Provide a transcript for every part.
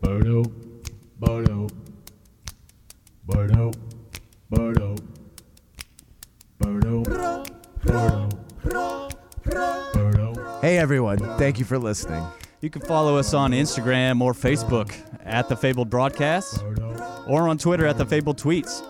Bodo, Bodo, Bodo, Bodo, Bodo, Bodo, Bodo. Hey everyone, thank you for listening. You can follow us on Instagram or Facebook at The Fabled Broadcast or on Twitter at The Fabled Tweets.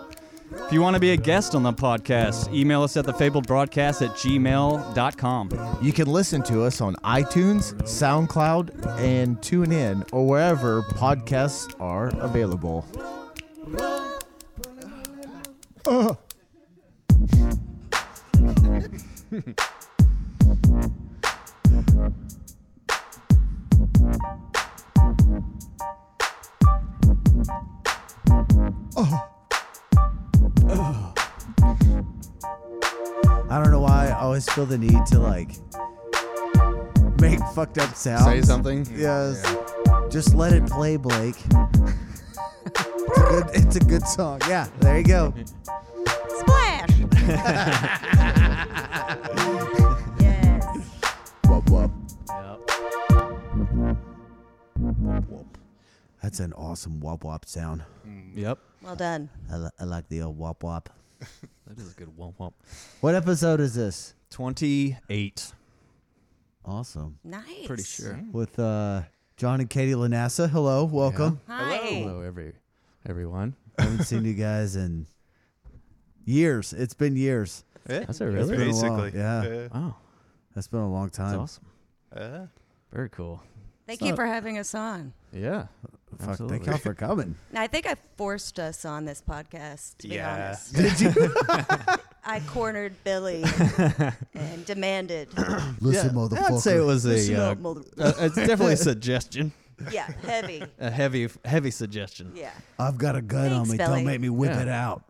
If you want to be a guest on the podcast, email us at thefabledbroadcast at gmail.com. You can listen to us on iTunes, SoundCloud, and TuneIn, or wherever podcasts are available. I don't know why I always feel the need to like make fucked up sounds. Say something. Yes. Just let it play, Blake. it's, a good, it's a good song. Yeah, there you go. Splash! yes. Whoop, whoop. That's an awesome wop wop sound. Yep. Well done. I, li- I like the old wop wop. That is a good womp womp. What episode is this? 28. Awesome. Nice. Pretty sure. With uh, John and Katie Lanassa. Hello, welcome. Hi. Hello, every, everyone. I haven't seen you guys in years. It's been years. That's it, It's really? been a long- Basically. yeah, Wow. that's been a long That's time. awesome. Uh, Very cool. Thank you for having us on. Yeah. Fuck, Absolutely. thank y'all for coming. Now, I think I forced us on this podcast, to be Yeah. honest. Did you? I cornered Billy and demanded. Listen, I'd say it was Listen a, uh, up, mother- uh, it's definitely a suggestion, yeah, heavy. a heavy, heavy suggestion. Yeah. I've got a gun on Thanks, me. Billy. Don't make me whip Yeah. it out.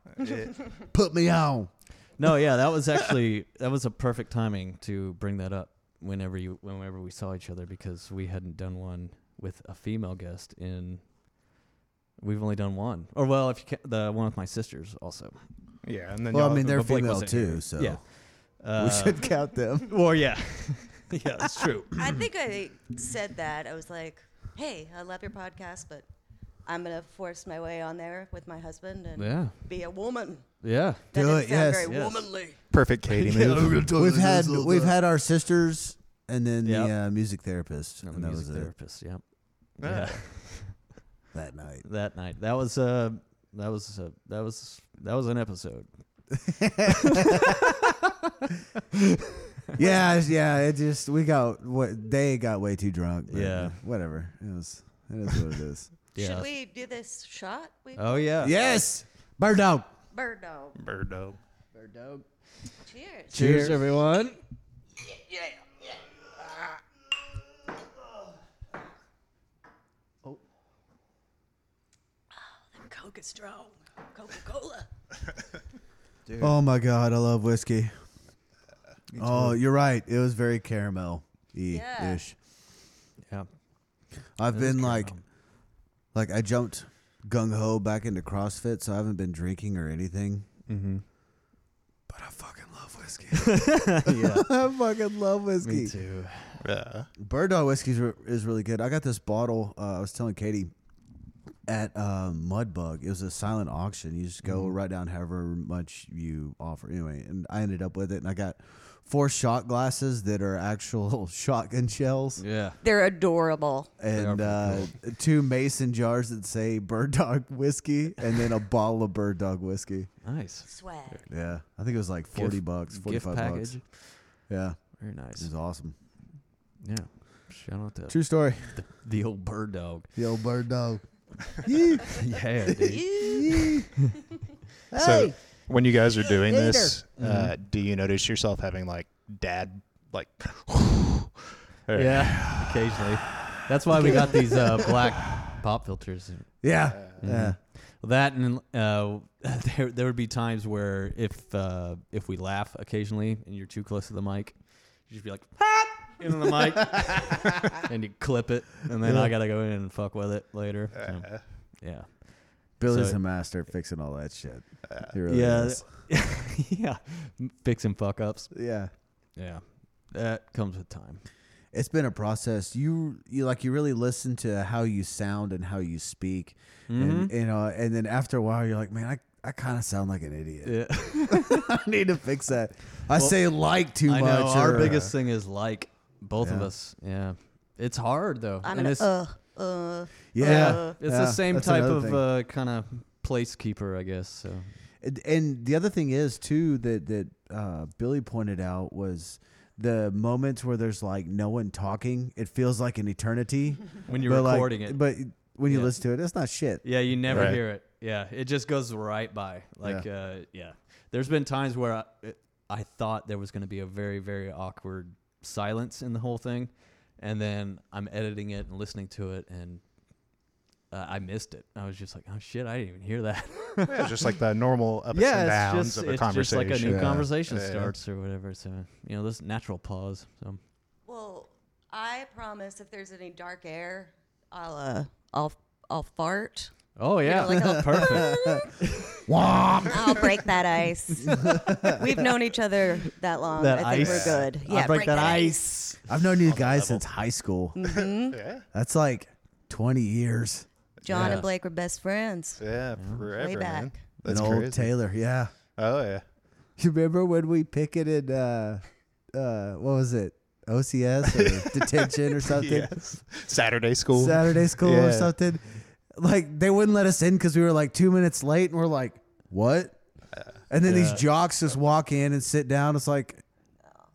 Put me on. No, yeah, that was actually that was a perfect timing to bring that up whenever you whenever we saw each other because we hadn't done one with a female guest in. We've only done one, or well, if you ca the one with my sisters also. yeah, and then Well, I y'all- mean, they're but Blake female wasn't too, here. so Yeah, uh, we should count them. Oh. Well, yeah, yeah, that's true. I think I said that. I was like, hey, I love your podcast, but I'm going to force my way on there with my husband and yeah, be a woman. yeah. That Do didn't it, sound yes. very Yes. womanly. perfect Katie move. We've had we've had our sisters and then the Yeah. uh, music therapist, No, and the that music was it therapist. Yeah. Ah. yeah, that night. that night. That was uh, that was uh, that was that was an episode. yeah, yeah. It just we got what they got way too drunk. but, Yeah. uh, whatever. It was. It is what it is. Yeah. Should we do this shot? We Oh yeah. yes, bird dog. bird dog. Birdo. Cheers. Cheers, everyone. Coke is strong. Coca Cola. Oh my god, I love whiskey. Oh, you're right. It was very caramel ish. Yeah. Yeah. I've It is been like, caramel. like I jumped gung ho back into CrossFit, so I haven't been drinking or anything. Mm-hmm. But I fucking love whiskey. yeah. I fucking love whiskey. Me too. Yeah. Bird Dog whiskey is, re- is really good. I got this bottle. Uh, I was telling Katie at uh, Mudbug. It was a silent auction. You just Mm-hmm. go write down however much you offer. Anyway, and I ended up with it, and I got four shot glasses that are actual shotgun shells, Yeah. They're adorable. and uh, two mason jars that say Bird Dog whiskey, and then a bottle of Bird Dog whiskey. Nice. Swag. Yeah, I think it was like forty Gift- bucks, forty Gift five bucks. package. Yeah, Very it nice. was awesome. Yeah. Shout out to True story. the, the old bird dog. The old Bird Dog. yeah, dude. So when you guys are doing this, uh, Mm-hmm. do you notice yourself having like dad like? Or- Yeah. Occasionally. That's why we got these uh, black pop filters. Yeah, Mm-hmm. yeah. Well, that and uh, there there would be times where if uh, if we laugh occasionally and you're too close to the mic, you just be like "Ah!" into the mic and you clip it, and then I gotta go in and fuck with it later. So, yeah. Billy's So- a master at fixing all that shit. He really yeah, is. yeah, fixing fuck ups. Yeah. Yeah, that comes with time. it's been a process. You you like you really listen to how you sound and how you speak, Mm-hmm. and you know, and then after a while, you're like, man, I, I kind of sound like an idiot. Yeah. I need to fix that. I say like too I much. know our or- biggest thing is like both of Yeah. us. Yeah, it's hard though. I'm and an it's, uh, uh. yeah, it's yeah, the same that's type another of thing. uh, kind of placekeeper, I guess. So And- and the other thing is too that that uh, Billy pointed out was the moments where there's like no one talking. It feels like an eternity When you're But, like, recording it. but when you Yeah. listen to it, it's not shit. yeah, you never Right. hear it. Yeah, it just goes right by. Like, yeah. Uh, yeah. There's been times where I, it, I thought there was going to be a very very awkward silence in the whole thing, and then I'm editing it and listening to it and. Uh, I missed it. I was just like, "Oh shit! I didn't even hear that." Yeah, it's just like the normal ups and yeah, downs it's just, of a it's just conversation. like a new Yeah. conversation Yeah. starts or whatever. So you know, this natural pause. So Well, I promise if there's any dark air, I'll uh, I'll I'll fart. oh yeah, like a- perfect. I'll break that ice. We've known each other that long. That I think ice. we're good. I'll Yeah, break that ice. I've known these guys since high school. yeah, That's like 20 years. John Yeah. and Blake were best friends. yeah, forever, Way man. back. That's An crazy. old Taylor, yeah. oh yeah, You remember when we picketed, uh, uh, what was it, OCS or detention or something? yes. Saturday school. Saturday school or Yeah. something. Like they wouldn't let us in because we were like two minutes late, and we're like, "What?" Uh, And then these jocks just walk in and sit down. It's like,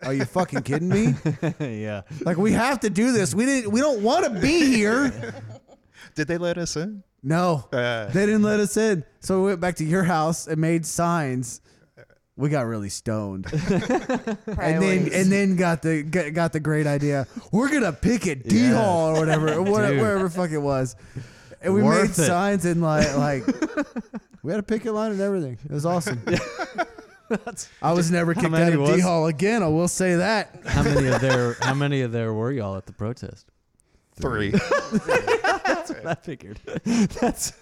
"Are you fucking kidding me?" yeah, like we have to do this. We didn't. We don't want to be here. Did they let us in? No, Uh. they didn't let us in. So we went back to your house and made signs. We got really stoned, and then and then got the got, got the great idea. We're gonna pick at D Yeah. Hall or whatever, or wha- Dude. wherever fuck it was. And we made Worth it. signs and like like we had a picket line and everything. It was awesome. I was never kicked out many of D was- Hall again. I will say that. how many of there? How many of there were y'all at the protest? Three. That's what I figured. that's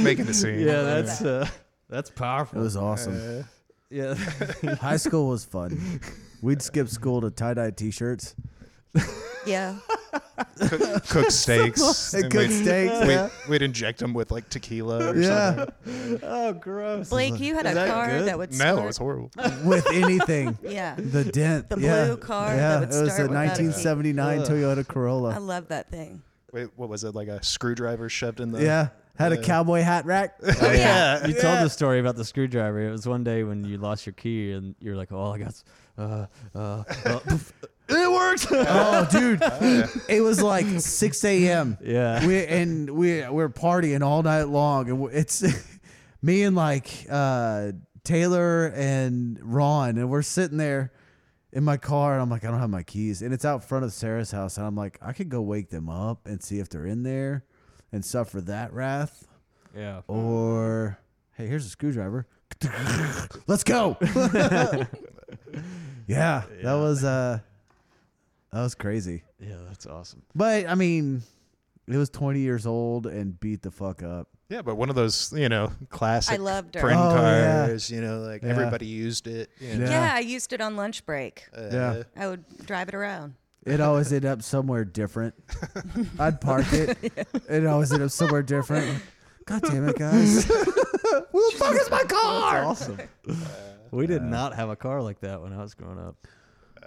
making the scene. yeah, that's uh, that's It powerful. was awesome. yeah, High school was fun. We'd skip school to tie dye T-shirts. Yeah. cook, cook steaks. Hey, and good we'd- steaks. We'd, yeah. we'd inject them with like tequila or Yeah. oh gross. Blake, you had Is a that car good? that would something. No, it start- was horrible. with anything. Yeah. The dent. The yeah. blue car that Yeah, would it was start a without a key. 1979 Ugh. Toyota Corolla. I love that thing. Wait, what was it? Like a screwdriver shoved in the. yeah, had a Yeah. cowboy hat rack. Oh, yeah. You told the story about the screwdriver. It was one day when you lost your key and you're like, "Oh, I got." s- Uh, uh, uh, poof." it worked. oh, dude, it was like 6 a.m. yeah. We and we we're partying all night long, and we- it's me and like uh, Taylor and Ron, and we're sitting there. In my car, and I'm like, I don't have my keys, and it's out front of Sarah's house, and I'm like, I could go wake them up and see if they're in there, and suffer that wrath. Yeah. or hey, here's a screwdriver. Let's go. yeah, that was uh, that was crazy. Yeah, that's awesome. But I mean, it was 20 years old and beat the fuck up. Yeah, but one of those, you know, classic I loved her. friend Oh, yeah. cars, you know, like Yeah. everybody used it. You know, Yeah. Yeah. I used it on lunch break. uh, Yeah. I would drive it around. It always ended up somewhere different. I'd park it. It always ended up somewhere different. God damn it, guys! Who the fuck is my car? awesome. we did not have a car like that when I was growing up.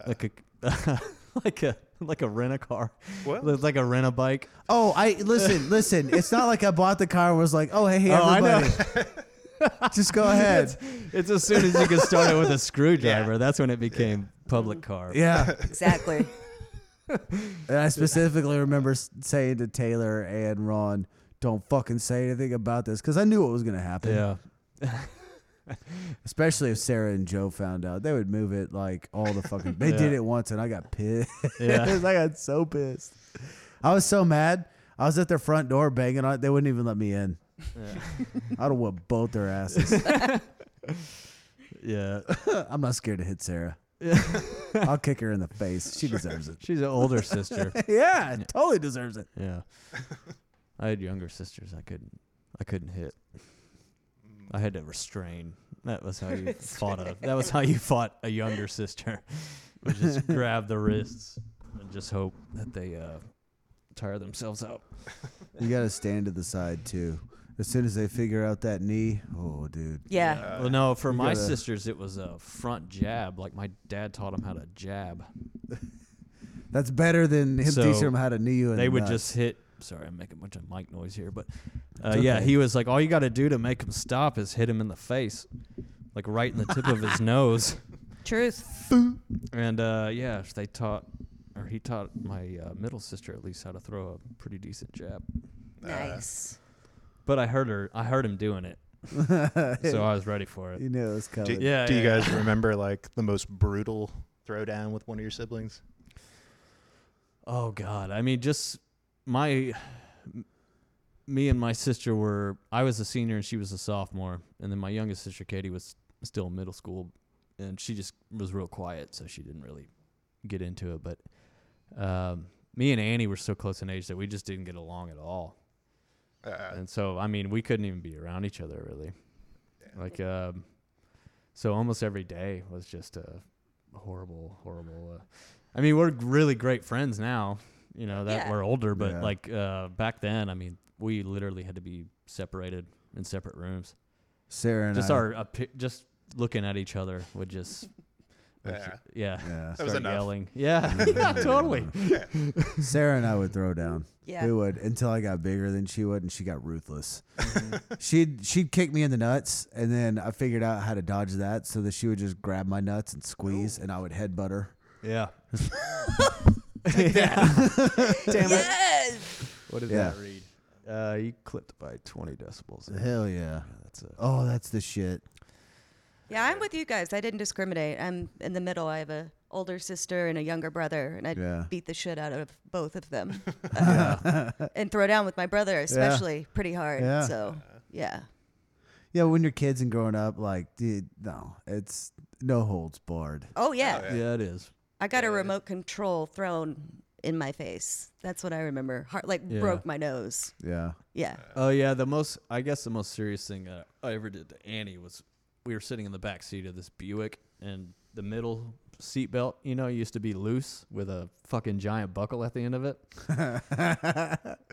Like a like a like a rent a car. What? Like a rent a bike. Oh, I listen, listen. It's not like I bought the car and was like, oh hey, hey Oh, I know. everybody, just go ahead. It's as soon as you get started with a screwdriver, that's when it became public car. Yeah. Exactly. And I specifically remember s- saying to Taylor and Ron, "Don't fucking say anything about this," because I knew what was gonna happen. Yeah. Especially if Sarah and Joe found out, they would move it like all the fucking. They did Yeah. it once, and I got pissed. Yeah. I got so pissed. I was so mad. I was at their front door banging on it. They wouldn't even let me in. I'd have whipped both their asses. Yeah. I'm not scared to hit Sarah. I'll kick her in the face. She deserves it. She's an older sister. Yeah, totally deserves it. Yeah. I had younger sisters I couldn't I couldn't hit. Mm. I had to restrain. That was how you fought a that was how you fought a younger sister. Or just grab the wrists and just hope that they uh, tire themselves out. You got to stand to the side too. As soon as they figure out that knee, oh, dude. Yeah. well, no, for my gotta- sisters, it was a front jab. Like my dad taught them how to jab. That's better than him So, teaching him how to knee you in they the would nuts. just hit. Sorry, I'm making a bunch of mic noise here, but uh, It's yeah, okay. he was like, all you got to do to make him stop is hit him in the face, like right in the tip of his nose. Truth. And uh, yeah, they taught, or he taught my uh, middle sister at least how to throw a pretty decent jab. Uh. Uh, nice. But I heard her, I heard him doing it, so I was ready for it. You know it's Do, coming. Yeah, do you yeah. guys remember like the most brutal throwdown with one of your siblings? Oh God! I mean, just my, m- me and my sister were. I was a senior and she was a sophomore, and then my youngest sister Katie was still in middle school, and she just was real quiet, so she didn't really get into it. But um, me and Annie were so close in age that we just didn't get along at all, Uh, and so I mean, we couldn't even be around each other really. Like, um, so almost every day was just a horrible, horrible. Uh, I mean, we're really great friends now. You know that Yeah. we're older, but Yeah. like uh, back then, I mean, we literally had to be separated in separate rooms. Sarah and just I. our opi- just looking at each other would just. Yeah. Yeah. yeah. was start enough. yelling. Yeah, yeah, totally. Sarah and I would throw down. Yeah. We would until I got bigger than she would, and she got ruthless. Mm-hmm. she'd she'd kick me in the nuts, and then I figured out how to dodge that, so that she would just grab my nuts and squeeze, and I would headbutt her. Yeah. Yes. What did Yeah. that read? Uh, you clipped by twenty decibels. Hell yeah! That's a Oh, that's the shit. Yeah, I'm with you guys. I didn't discriminate. I'm in the middle. I have a older sister and a younger brother, and I Yeah. beat the shit out of both of them. Uh, and throw down with my brother, especially, pretty hard. Yeah. So, yeah. Yeah, when you're kids and growing up, like, dude, no, it's no holds barred. Oh yeah, yeah, it is. I got a remote control thrown in my face. That's what I remember. Heart like Yeah. broke my nose. Yeah, Yeah. Oh yeah, the most I guess the most serious thing uh, I ever did to Annie was we were sitting in the back seat of this Buick and the middle seat belt, you know, used to be loose with a fucking giant buckle at the end of it.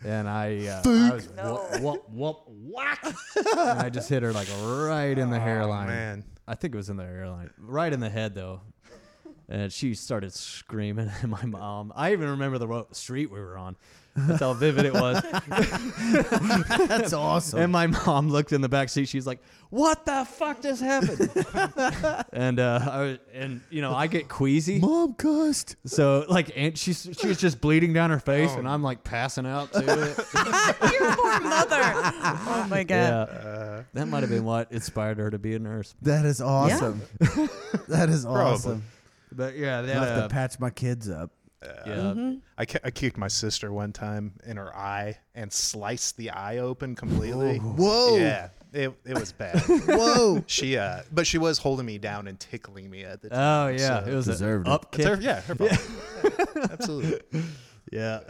and I, uh, I was whoop, whoop, whoop, what? and I just hit her like right in the hairline. man. I think it was in the hairline, right in the head though. And she started screaming at my mom. I even remember the ro- street we were on. That's how vivid it was. that's awesome. And my mom looked in the back seat. She's like, "What the fuck just happened?" and uh, I was, and you know, I get queasy. Mom cussed. So like, and she's she was just bleeding down her face, and I'm like passing out to it. Your Ah, poor mother. Oh my yeah, Uh, that might have been what inspired her to be a nurse. That is awesome. that is awesome. But yeah, I that, have uh, to patch my kids up. yeah, Mm-hmm. I, ki- I kicked my sister one time in her eye and sliced the eye open completely. Whoa. Yeah, it, it was bad. Whoa. she uh, but she was holding me down and tickling me at the time. Oh yeah, it was an Deserved it. up It's kick. her- yeah, her fault. Yeah, absolutely. Yeah,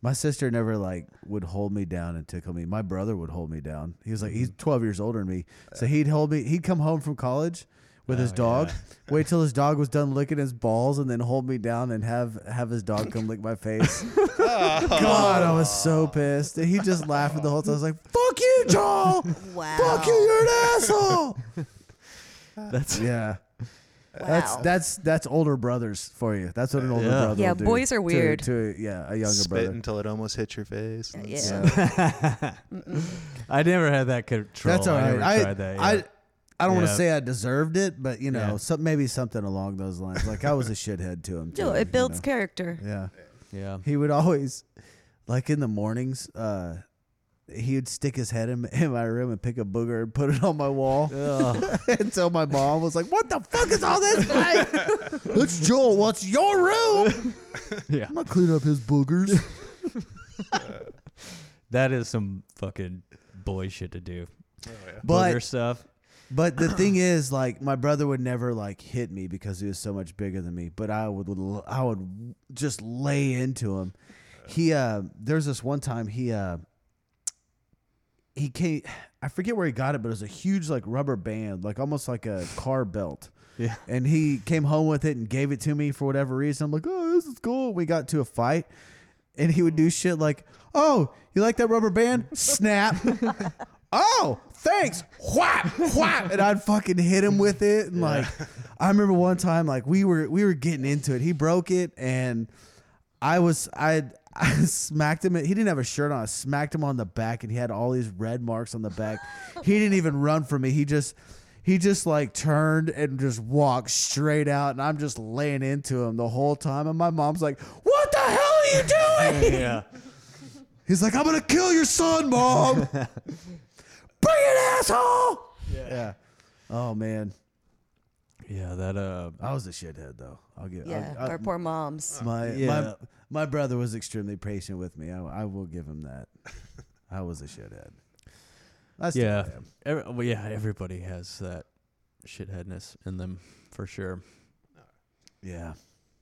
My sister never like would hold me down and tickle me. My brother would hold me down. He was like he's 12 years older than me. So he'd hold me. He'd come home from college with his dog. Wait till his dog was done licking his balls and then hold me down and have have his dog come lick my face. God, I was so pissed. And he just laughed the whole time. I was like, "Fuck you, Joel. Wow. Fuck you, you're an asshole." that's Yeah. That's Wow. that's that's older brothers for you. That's what an older Yeah. brother Yeah, will do boys are to- weird. To, yeah, a younger Spit brother. until it almost hit your face. Yeah. I never had that control. That's all I right. never I, tried that, I, yeah. I don't want to Yeah. say I deserved it, but you know, Yeah. some, maybe something along those lines. Like I was a shithead to him. Too, No, it you builds know? character. Yeah, yeah. he would always, like in the mornings, uh, he would stick his head in, in my room and pick a booger and put it on my wall. and so my mom was like, "What the fuck is all this?" Mike? it's Joel. What's your room? Yeah. I'm gonna clean up his boogers. That is some fucking boy shit to do. But Booger stuff. But the thing is, like, my brother would never like hit me because he was so much bigger than me. But I would, l- I would just lay into him. He, uh, there's this one time he, uh, he came. I forget where he got it, but it was a huge like rubber band, like almost like a car belt. Yeah. And he came home with it and gave it to me for whatever reason. I'm like, oh, this is cool. We got to a fight. And he would do shit like, oh, you like that rubber band? Snap. oh, thanks. Whap, whap. And I'd fucking hit him with it. And like, I remember one time, like we were, we were getting into it. He broke it and I was, I, I smacked him. He didn't have a shirt on. I smacked him on the back and he had all these red marks on the back. he didn't even run from me. He just, he just like turned and just walked straight out and i'm just laying into him the whole time and my mom's like what the hell are you doing Yeah. he's like i'm gonna kill your son mom bring it asshole yeah. oh man Yeah, that uh i was a shithead though i'll get Yeah, I'll, I- Uh, our poor moms. my, Yeah. my my brother was extremely patient with me i, I will give him that i was a shithead I still yeah. am. Every, well, yeah, everybody has that shitheadness in them for sure. yeah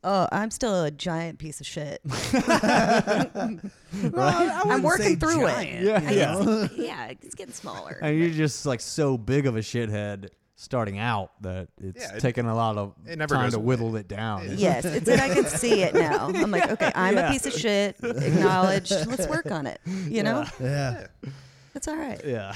Oh, I'm still a giant piece of shit. i'm I'm working through it. Yeah. Yeah. yeah, it's getting smaller. And you're just like so big of a shithead starting out that it's Yeah, it- taking a lot of it never time goes to away. whittle it down. Yes, it's and I can see it now. I'm like, okay, I'm Yeah. a piece of shit. Acknowledged. Let's work on it. You know, yeah that's all right. Yeah.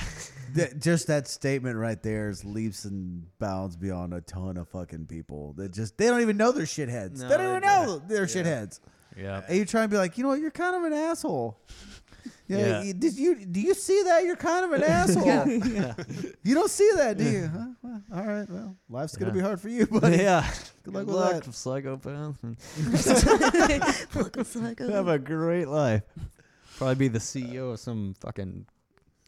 Th- just that statement right there is leaps and bounds beyond a ton of fucking people that just they don't even know they're shitheads. No, they don't even they know they're shitheads. Yeah. And you try and be like, you know what, you're kind of an asshole. Yeah. Yeah. you- did you do you see that? You're kind of an asshole. Yeah. You don't see that, do you? Huh? Well, all right. Well, life's gonna Yeah. be hard for you, buddy. Yeah. Good luck with that. psychopath. Look, it's like, oh, Have a great life. Probably be the CEO of some fucking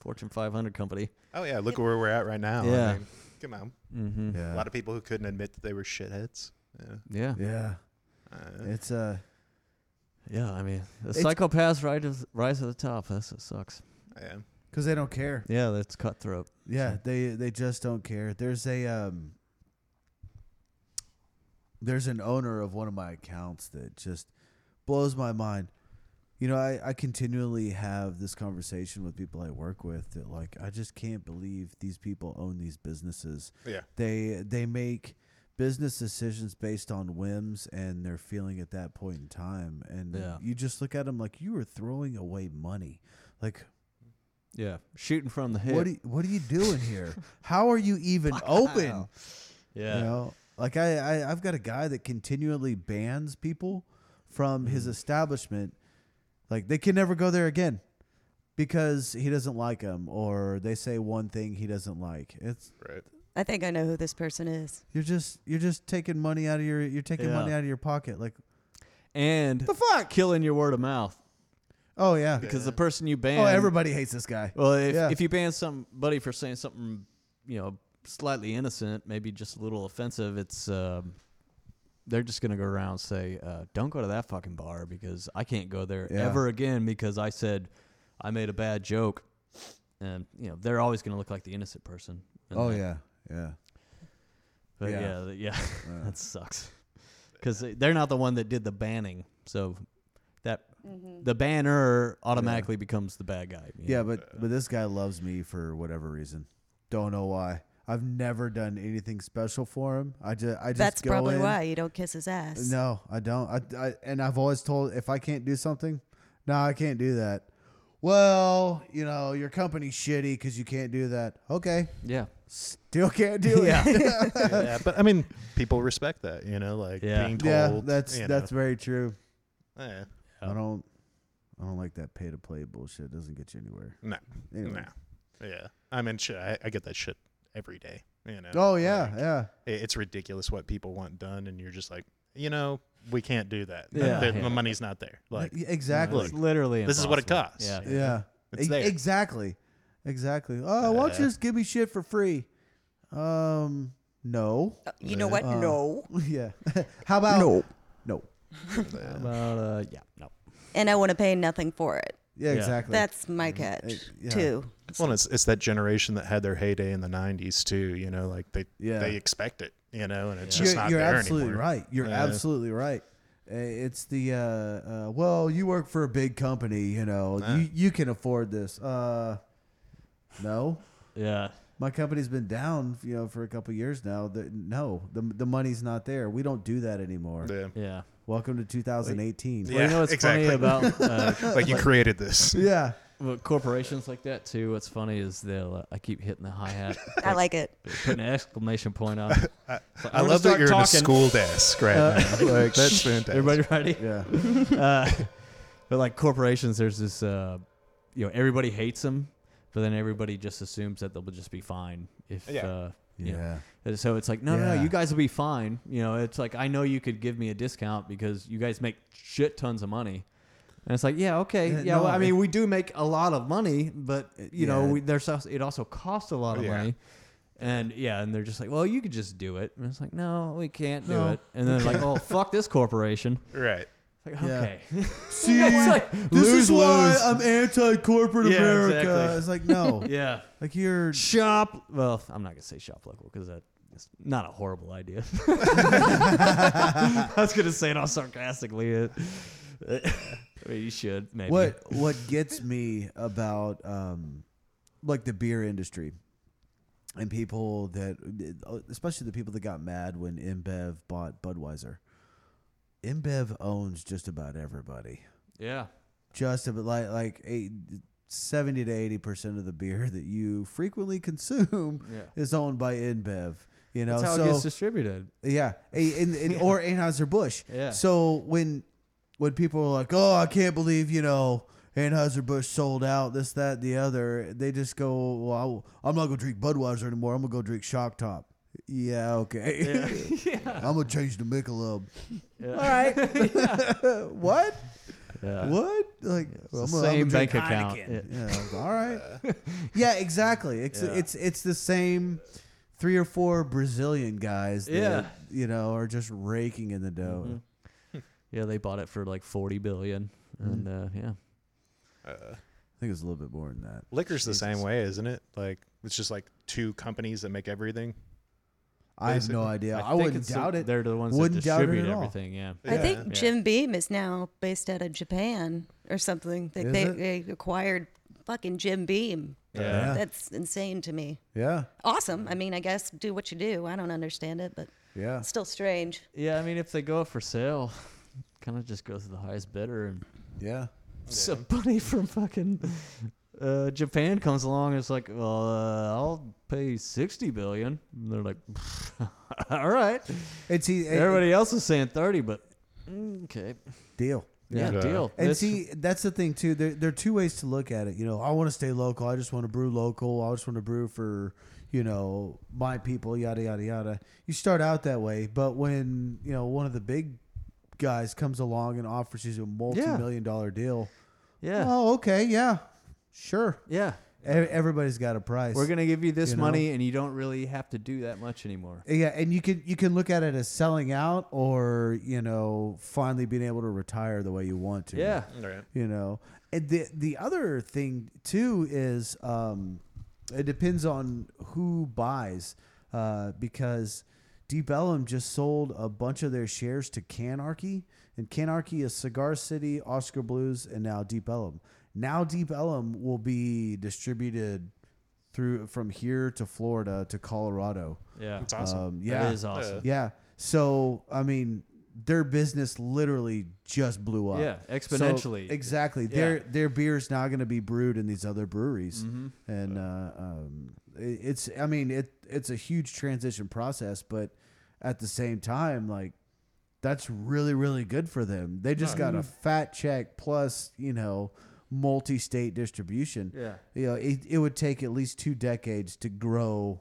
Fortune 500 company. Oh yeah, look where we're at right now. I Yeah. mean, come on. Mm-hmm. A Yeah. lot of people who couldn't admit that they were shitheads. Yeah. Yeah. Yeah. Uh, It's uh Yeah. I mean, the It's- psychopaths rise, rise to the top. That's what sucks. yeah. because they don't care. Yeah. That's cutthroat. Yeah, So- they they just don't care. There's a um there's an owner of one of my accounts that just blows my mind. You know, I, I continually have this conversation with people I work with that like I just can't believe these people own these businesses. Yeah. They they make business decisions based on whims and their feeling at that point in time and Yeah. you just look at them like you are throwing away money. Like Yeah. Shooting from the hip. what are you, what are you doing here? How are you even open? yeah. You know, like I, I I've got a guy that continually bans people from his Mm. establishment. Like they can never go there again because he doesn't like them or they say one thing he doesn't like. It's Right. I think I know who this person is. you're just you're just taking money out of your you're taking Yeah. money out of your pocket. Like And the fuck? killing your word of mouth Oh yeah. because the person you ban. Oh, everybody hates this guy. Well, if, Yeah. if you ban somebody for saying something, you know, slightly innocent, maybe just a little offensive, it's um, they're just gonna go around and say, uh, "Don't go to that fucking bar because I can't go there Yeah. ever again because I said I made a bad joke." And you know, they're always gonna look like the innocent person. And Oh that- yeah, yeah. but yeah. yeah, th- yeah, that sucks because they're not the one that did the banning, so that. Mm-hmm. The banner automatically becomes the bad guy. you Yeah, know? uh, but but this guy loves me for whatever reason. Don't know why. I've never done anything special for him. I just I just That's go probably in. why you don't kiss his ass. No, I don't. I, I and I've always told if I can't do something, no, I can't do that. Well, you know your company's shitty because you can't do that. Okay, yeah, still can't do it. yeah, but I mean, people respect that, you know, like Yeah. being told. yeah, that's you know. Oh. that's very true. Yeah. I don't. I don't like that pay to play bullshit. It doesn't get you anywhere. No, Anyway. no, yeah. I mean, shit, I, I get that shit every day. You know. Oh yeah, Like, yeah. it- it's ridiculous what people want done, and you're just like, you know, we can't do that. Yeah. the, Yeah. the money's not there. Like, Yeah, exactly. Look, It's literally this is what it impossible. costs. Yeah. Yeah. It's E- there. Exactly. Exactly. Oh, why don't you Uh. just give me shit for free? Um, no. You know what? Oh. no. yeah. How about no? No. About, uh, yeah, no. And I want to pay nothing for it. Yeah, Yeah. exactly. That's my catch mm, yeah. too. well, it's it's that generation that had their heyday in the '90s too. You know, like they Yeah. they expect it. You know, and it's you're just not you're there absolutely anymore. right. You're Yeah. absolutely right. Uh, It's the uh, uh, well, you work for a big company, you know, you you can afford this. Uh, no. Yeah. my company's been down, you know, for a couple years now. The, no, the the money's not there. We don't do that anymore. Yeah. Yeah. Welcome to 2018. Yeah. Well, you know what's funny exactly. about uh, Like you created this. Yeah. well, corporations like that too? What's funny is they'll. Uh, I keep hitting the hi hat, I like it. putting an exclamation point on. it. It's like, I I'm gonna love that start you're in a talking. school desk right now. Like that's fantastic. Everybody ready? Yeah. uh, but like corporations, there's this, uh, you know, everybody hates them, but then everybody just assumes that they'll just be fine if. Yeah. Uh, you know. Yeah. And So it's like, no, no, no, Yeah. you guys will be fine. You know, it's like I know you could give me a discount because you guys make shit tons of money. And it's like, yeah, okay, Yeah, yeah. well, no, I it- mean, we do make a lot of money, but you know, Yeah. we, there's also, it also costs a lot of Yeah. money. And yeah, and they're just like, well, you could just do it. And it's like, no, we can't do No. it. And then like, oh, fuck this corporation. Right. Like, Yeah. okay. See, It's like, this is lose, why lose. I'm anti-corporate Yeah, America. exactly. It's like no, Yeah. like you're Shop. Well, I'm not gonna say shop local because that's not a horrible idea. I was gonna say it all sarcastically. It, I mean, you should maybe. what what gets me about um like the beer industry and people that especially the people that got mad when InBev bought Budweiser. InBev owns just about everybody. Yeah. Just about like like eight, 70 to 80% of the beer that you frequently consume Yeah. is owned by InBev. You know, That's how so it gets distributed. Yeah, A- and, and, or Anheuser Busch. Yeah. So when when people are like, "Oh, I can't believe you know Anheuser Busch sold out this, that, the other," they just go, "Well, I, am not gonna drink Budweiser anymore. I'm gonna go drink Shock Top." Yeah, okay. I'm gonna change to Michelob. All right. what? Yeah. What? Like the I'm gonna- I'm same gonna drink bank account. Heineken. Yeah. All right. yeah. Exactly. It's Yeah. it's it's the same three or four Brazilian guys. That, Yeah. Mm-hmm. You know, are just raking in the dough. Yeah, they bought it for like 40 billion, Mm-hmm. and uh, yeah. I think it's a little bit more than that. Uh, Liquor's the same way, isn't it? Like it's just like two companies that make everything. I have no Basically. idea. I, think wouldn't it's the- doubt it. They're the ones Wouldn't that doubt it distribute at all. everything. Yeah. I Yeah. think Yeah. Jim Beam is now based out of Japan or something. Like Is they, it? they acquired fucking Jim Beam. Yeah. That's insane to me. Yeah. Awesome. I mean, I guess do what you do. I don't understand it, but Yeah. it's still strange. Yeah. I mean, if they go up for sale, kind of just goes to the highest bidder and. Yeah. somebody from fucking uh, Japan comes along and it's like, well, uh, I'll pay sixty billion. And they're like, all right. And see, it- Everybody else is saying thirty, but mm, okay, deal. yeah, Yeah. deal. And That's- see, that's the thing too. There, there are two ways to look at it. You know, I want to stay local. I just want to brew local. I just want to brew for, you know, my people. Yada yada yada. You start out that way, but when you know one of the big guys comes along and offers you a multi-million dollar deal, yeah, oh okay, yeah, sure. yeah. E- Everybody's got a price. We're gonna give you this You know? money, and you don't really have to do that much anymore. yeah, and you can you can look at it as selling out, or you know, finally being able to retire the way you want to. Yeah, Right. you know and the the other thing too is um it depends on who buys uh because Bellum just sold a bunch of their shares to Canarchy and Canarchy is Cigar City, Oscar Blues and now Deep Ellum. Now Deep Ellum will be distributed through from here to Florida to Colorado. yeah. It's awesome. Um yeah. That is uh, awesome. Yeah. So I mean, their business literally just blew up. Yeah, So, exponentially. exactly. Their their beer is now going to be brewed in these other breweries, Mm-hmm. and uh, um, i- it's. I mean, it it's a huge transition process, but at the same time, like. That's really, really good for them. They just got a Mm-hmm. fat check plus, you know, multi state distribution Yeah. you know, it, it would take at least two decades to grow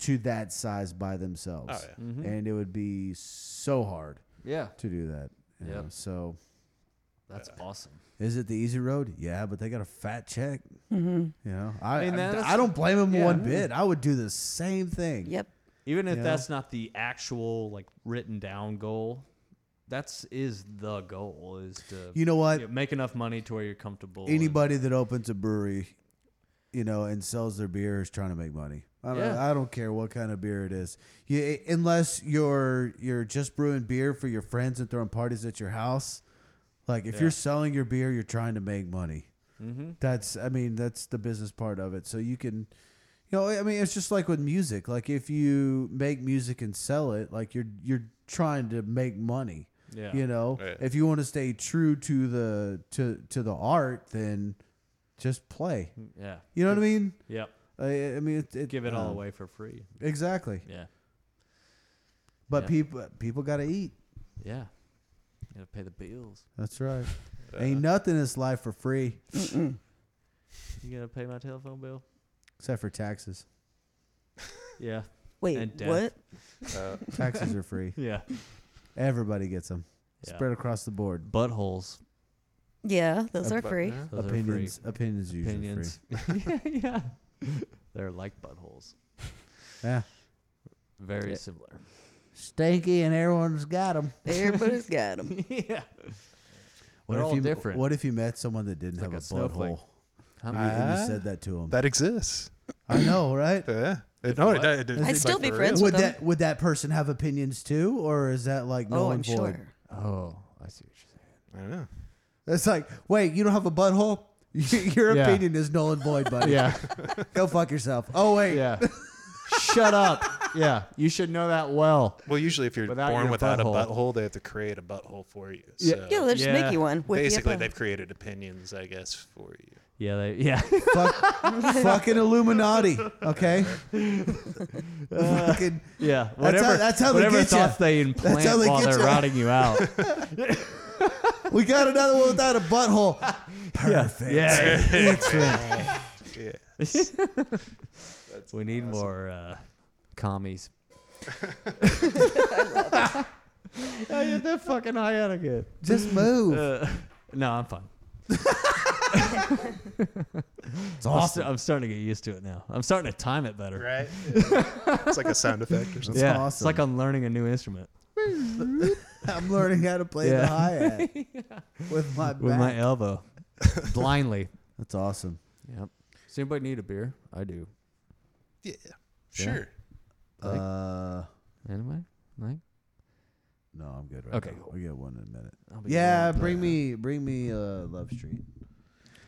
to that size by themselves. Oh, yeah. And it would be so hard yeah, to do that. you Yep. know. So that's awesome. is it the easy road? Yeah, but they got a fat check. You know, I I I, mean, that's- I don't blame them yeah. one bit. I would do the same thing. Yep. Even if Yeah. that's not the actual like written down goal, that's is the goal is to You know what? Yeah, make enough money to where you're comfortable. and- Anybody that opens a brewery, you know, and sells their beer is trying to make money. I don't, Yeah. I don't care what kind of beer it is. You, unless you're you're just brewing beer for your friends and throwing parties at your house. Like if Yeah. Mm-hmm. you're selling your beer, you're trying to make money. That's I mean that's the business part of it. So you can You know, I mean, it's just like with music. Like if you make music and sell it, like you're you're trying to make money. Yeah. You know, Right. if you want to stay true to the to to the art, then just play. Yeah. You know what I mean? Yep. I, I mean, it, it, Give it all um, away for free. Exactly. Yeah. But Yeah. people people got to eat. Yeah. You gotta pay the bills. That's right. Ain't nothing in this life for free You gonna pay my telephone bill? except for taxes. Yeah. Wait, And death. what? Uh, Taxes are free. Yeah. Everybody gets them. Yeah. Spread across the board. Buttholes. Yeah, those Uh, are but- free. Those opinions, Are opinions, free. usually Opinions. yeah, yeah. They're like buttholes. free. Yeah, Very Yeah. similar. stinky, and everyone's got them. Everybody's got them. yeah. What They're if all you, different. What if you met someone that didn't It's like have a a, snowflake. butthole? And you- I- and you Ah. said that to him. that exists. Uh-huh. I know, right? Yeah. It- no, it, it, it, I'd it's still be for friends real. Would them. that would that person have opinions too, or is that like null oh, I'm and void? sure. Oh, I see what you're saying. I know. It's like, wait, you don't have a butthole. Your Yeah. opinion is null and void, buddy. Yeah. Go fuck yourself. Oh wait, Yeah. Shut up. Yeah. You should know that well. Well, usually if you're Without born your without a butthole. butthole, they have to create a butthole for you. Yeah. So Yeah, they'll just Yeah. make you one. Whip you up basically, a- they've created opinions, I guess, for you. Yeah. They, yeah. fuck, fucking Illuminati. Okay, fucking Yeah. how- that's how they whatever get ya. thoughts they implant how they while get they're ya. rotting you out. We got another one without a butthole. Perfect. yeah. Yeah. we need more uh, commies. I get that Oh, fucking high out again. Just move. Uh, no, I'm fine. it's I'm awesome. st- I'm starting to get used to it now. I'm starting to time it better. Right. it's like a sound effect or something. yeah, it's awesome. like I'm learning a new instrument I'm learning how to play the Yeah. hi hat with my back. with my elbow, blindly. That's awesome. Yep. Does anybody need a beer? I do. Yeah. Sure. Like- Uh, Anyway, like no, I'm good. Right Okay, now. cool. we get one in a minute. I'll be Yeah, going, bring uh, me, bring me uh, Love Street.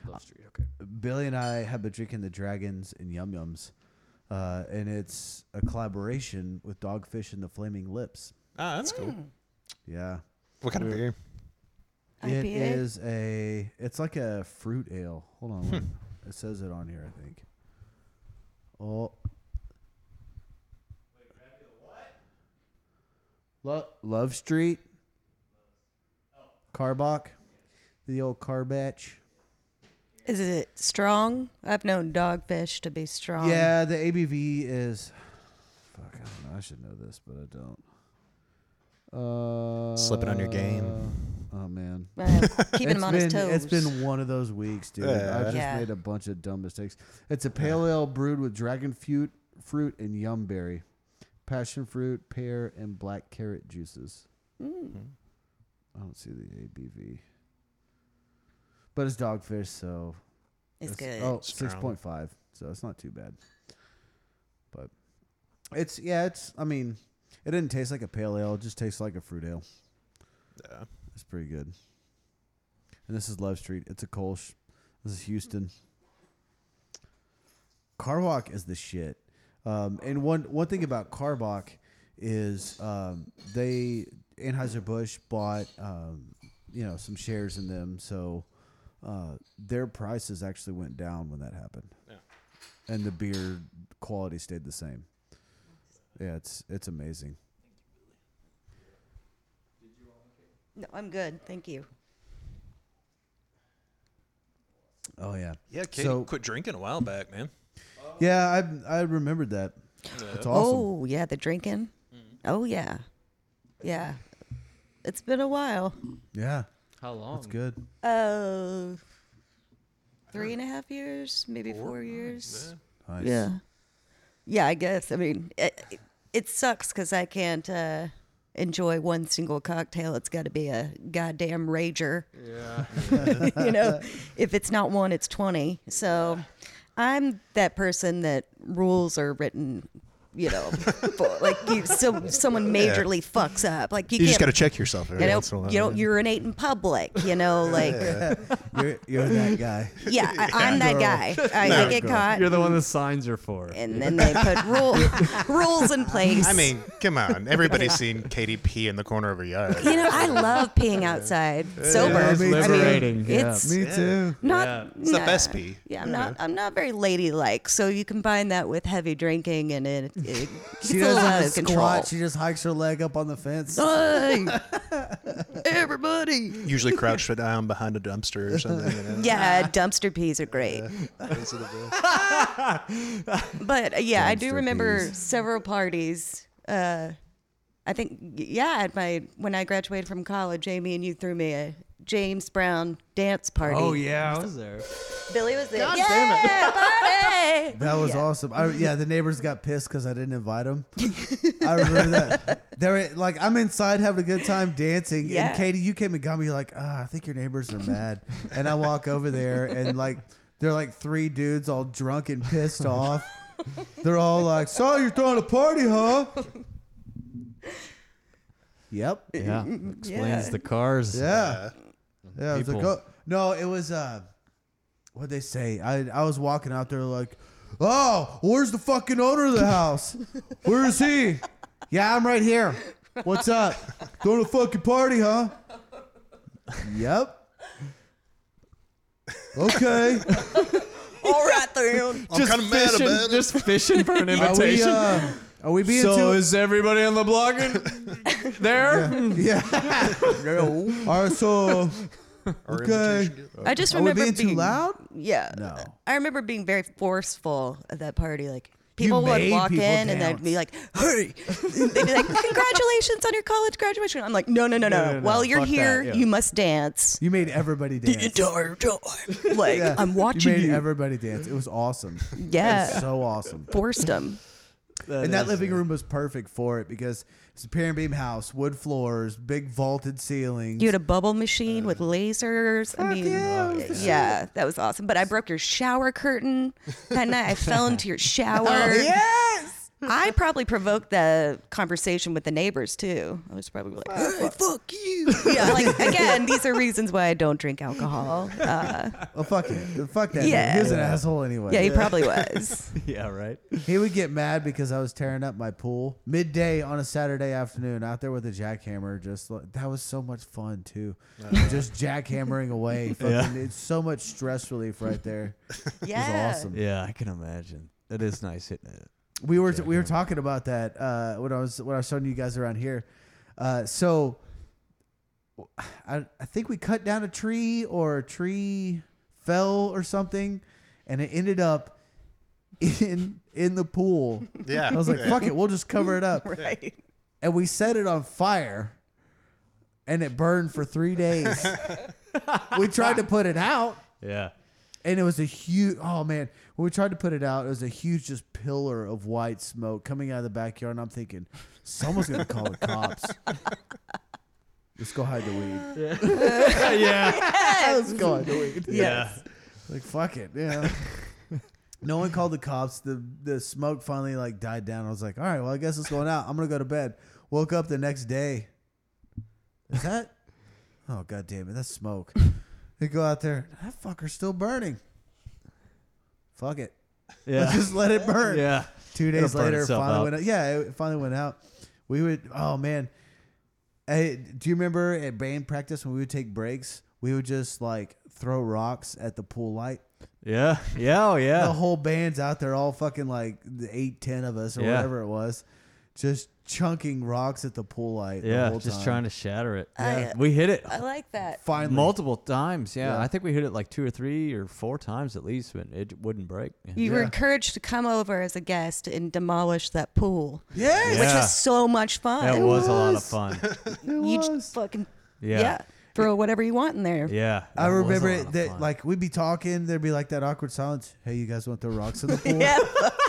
Love Street. Okay. Billy and I have been drinking the Dragons and Yum Yums, uh, and it's a collaboration with Dogfish and the Flaming Lips. Ah, that's cool. Yeah, What kind of beer? It IPA? is a. It's like a fruit ale. Hold on, one- Hmm. it says it on here. I think. Oh. Lo- Love Street. Carbach, the old Carbach. Is it strong? I've known dogfish to be strong. yeah, the ABV is. Fuck, I don't know. I should know this, but I don't. Uh, Slipping on your game. Oh man. Uh, keeping him It's on been, his toes. It's been one of those weeks, dude. Yeah. I've just Yeah. made a bunch of dumb mistakes. It's a pale ale brewed with dragon fruit, fruit and yumberry, passion fruit, pear, and black carrot juices. Mm. I don't see the ABV, but it's dogfish, so it's good. Oh, Strong. 6.5, so it's not too bad. But it's yeah, it's. I mean, it didn't taste like a pale ale. It just tastes like a fruit ale. Yeah. It's pretty good. And this is Love Street. It's a Kolsch. This is Houston. Carwalk is the shit. Um, and one one thing about Carwalk is um, they Anheuser Busch bought um, you know some shares in them, so uh, their prices actually went down when that happened, Yeah. and the beer quality stayed the same. Yeah, it's it's amazing. No, I'm good. Thank you. Oh yeah, Yeah, Katie So- quit drinking a while back, man. yeah. I I remembered that. It's awesome. Oh, yeah, the drinking. Oh, yeah. Yeah. It's been a while. Yeah, How long? it's good. Uh, three and a half years, maybe four, years. Nice. Yeah. Yeah, I guess. I mean, it, it- it sucks because I can't uh, enjoy one single cocktail. It's got to be a goddamn rager. Yeah. you know, if it's not one, it's 20. So I'm that person that rules are written you know, for- like you, some someone majorly fucks up. Like you, You can't, just got to check yourself every you once in a don't, while. you don't man. urinate in public. You know, like yeah, You're, you're that guy. I, I'm that guy. I, I get caught. You're the one the signs are for. and then they put rule, rules in place. I mean, come on. Everybody's seen Katy P in the corner of a yard. you know, I love peeing outside sober. it's I mean, liberating, yeah. It's Me too. not It's the nah. best pee. Yeah, I'm not. I'm not very ladylike. So you combine that with heavy drinking, and it, it gets a She little doesn't out of squat. control. She just hikes her leg up on the fence. Hey, everybody! Usually crouched down behind a dumpster or something. You know? Yeah, dumpster peas are great. Those are the best. But uh, yeah, I do Dumpster remember several parties. Uh, I think yeah, at my when I graduated from college, Jamie and you threw me a James Brown dance party. Oh yeah, I was there. Billy was there. Yeah, party! That was awesome. I, yeah, the neighbors got pissed because I didn't invite them. I remember that. They're like, I'm inside having a good time dancing, Yeah. and Katie, you came and got me like, ah, I think your neighbors are mad. And I walk over there, and like, they're like three dudes all drunk and pissed off. They're all like, "So you're throwing a party, huh?" Yep. Yeah, explains the cars. Yeah. Yeah. it was like, people. oh- no, it was uh what they say. I I was walking out there like, Oh, where's the fucking owner of the house? Where is he? Yeah, I'm right here. What's up? Throwing a fucking party, huh? Yep. Okay. All right, then. I'm kind of mad fishing, about it. just fishing for an Are we, invitation. uh, are we being so too is everybody on the blog in- there? Yeah. All right, so Or okay. invitation. I just Are we remember being too loud? Yeah. No. I remember being very forceful at that party. Like You people would made walk people in and dance. they'd be like, "Hey!" they'd be like, "Congratulations on your college graduation." I'm like, "No, no, no, no. no, no, While you're fuck here, that, yeah. you must dance You made everybody the dance. entire time." Like Yeah. I'm watching You you. made everybody dance. It was awesome. yeah. so awesome. Forced them. and that living room was perfect for it because it's a pier and beam house, wood floors, big vaulted ceilings. You had a bubble machine with lasers. I mean, yeah, it was the yeah, that was awesome. But I broke your shower curtain that night. I fell into your shower. yes. I probably provoked the conversation with the neighbors too. I was probably like, "Hey, "Fuck you!" Yeah, like again, these are reasons why I don't drink alcohol. Uh, Oh fuck it. Fuck that. Yeah. Yeah. He was an asshole anyway. yeah, he probably was. yeah, right. He would get mad because I was tearing up my pool midday on a Saturday afternoon out there with a jackhammer. Just like, that was so much fun too. just jackhammering away. Fucking, It's so much stress relief right there. Yeah, It was awesome. Yeah, I can imagine. It is nice hitting it. We were we were talking about that uh, when I was when I was showing you guys around here. Uh, so I I think we cut down a tree or a tree fell or something, and it ended up in in the pool. Yeah. I was like, yeah. "Fuck it, we'll just cover it up," right. and we set it on fire, and it burned for three days. we tried to put it out, Yeah. and it was a huge. Oh man, when we tried to put it out, it was a huge just pillar of white smoke coming out of the backyard. And I'm thinking, someone's gonna call the cops. Let's go hide the weed. yeah. Let's go hide the weed. Yeah. Like fuck it. Yeah. No one called the cops. The the smoke finally like died down. I was like, all right, well I guess it's going out. I'm gonna go to bed. Woke up the next day. Is that? Oh god damn it, that's smoke. They go out there. That fucker's still burning. Fuck it. Let's Yeah. just let it burn. Yeah. Two It'll days burn later, itself finally out. went out. Yeah, it finally went out. We would. Oh man. Hey, do you remember at band practice when we would take breaks? We would just like throw rocks at the pool light. Yeah. Yeah. Oh, The yeah. whole band's out there, all fucking like the eight, ten of us or Yeah. whatever it was, just chunking rocks at the pool light. the Yeah. whole Just time. trying to shatter it. I- We hit it I like that. finally. multiple times. Yeah. Yeah. I think we hit it like two or three or four times at least, but it wouldn't break. Yeah. You were encouraged to come over as a guest and demolish that pool, Yes, which Yeah. was so much fun. That was a lot of fun. You just fucking yeah. Yeah. Yeah. throw whatever you want in there. I that was a remember lot it, of that. fun. Like we'd be talking, there'd be like that awkward silence. Hey, you guys want to throw rocks in the pool?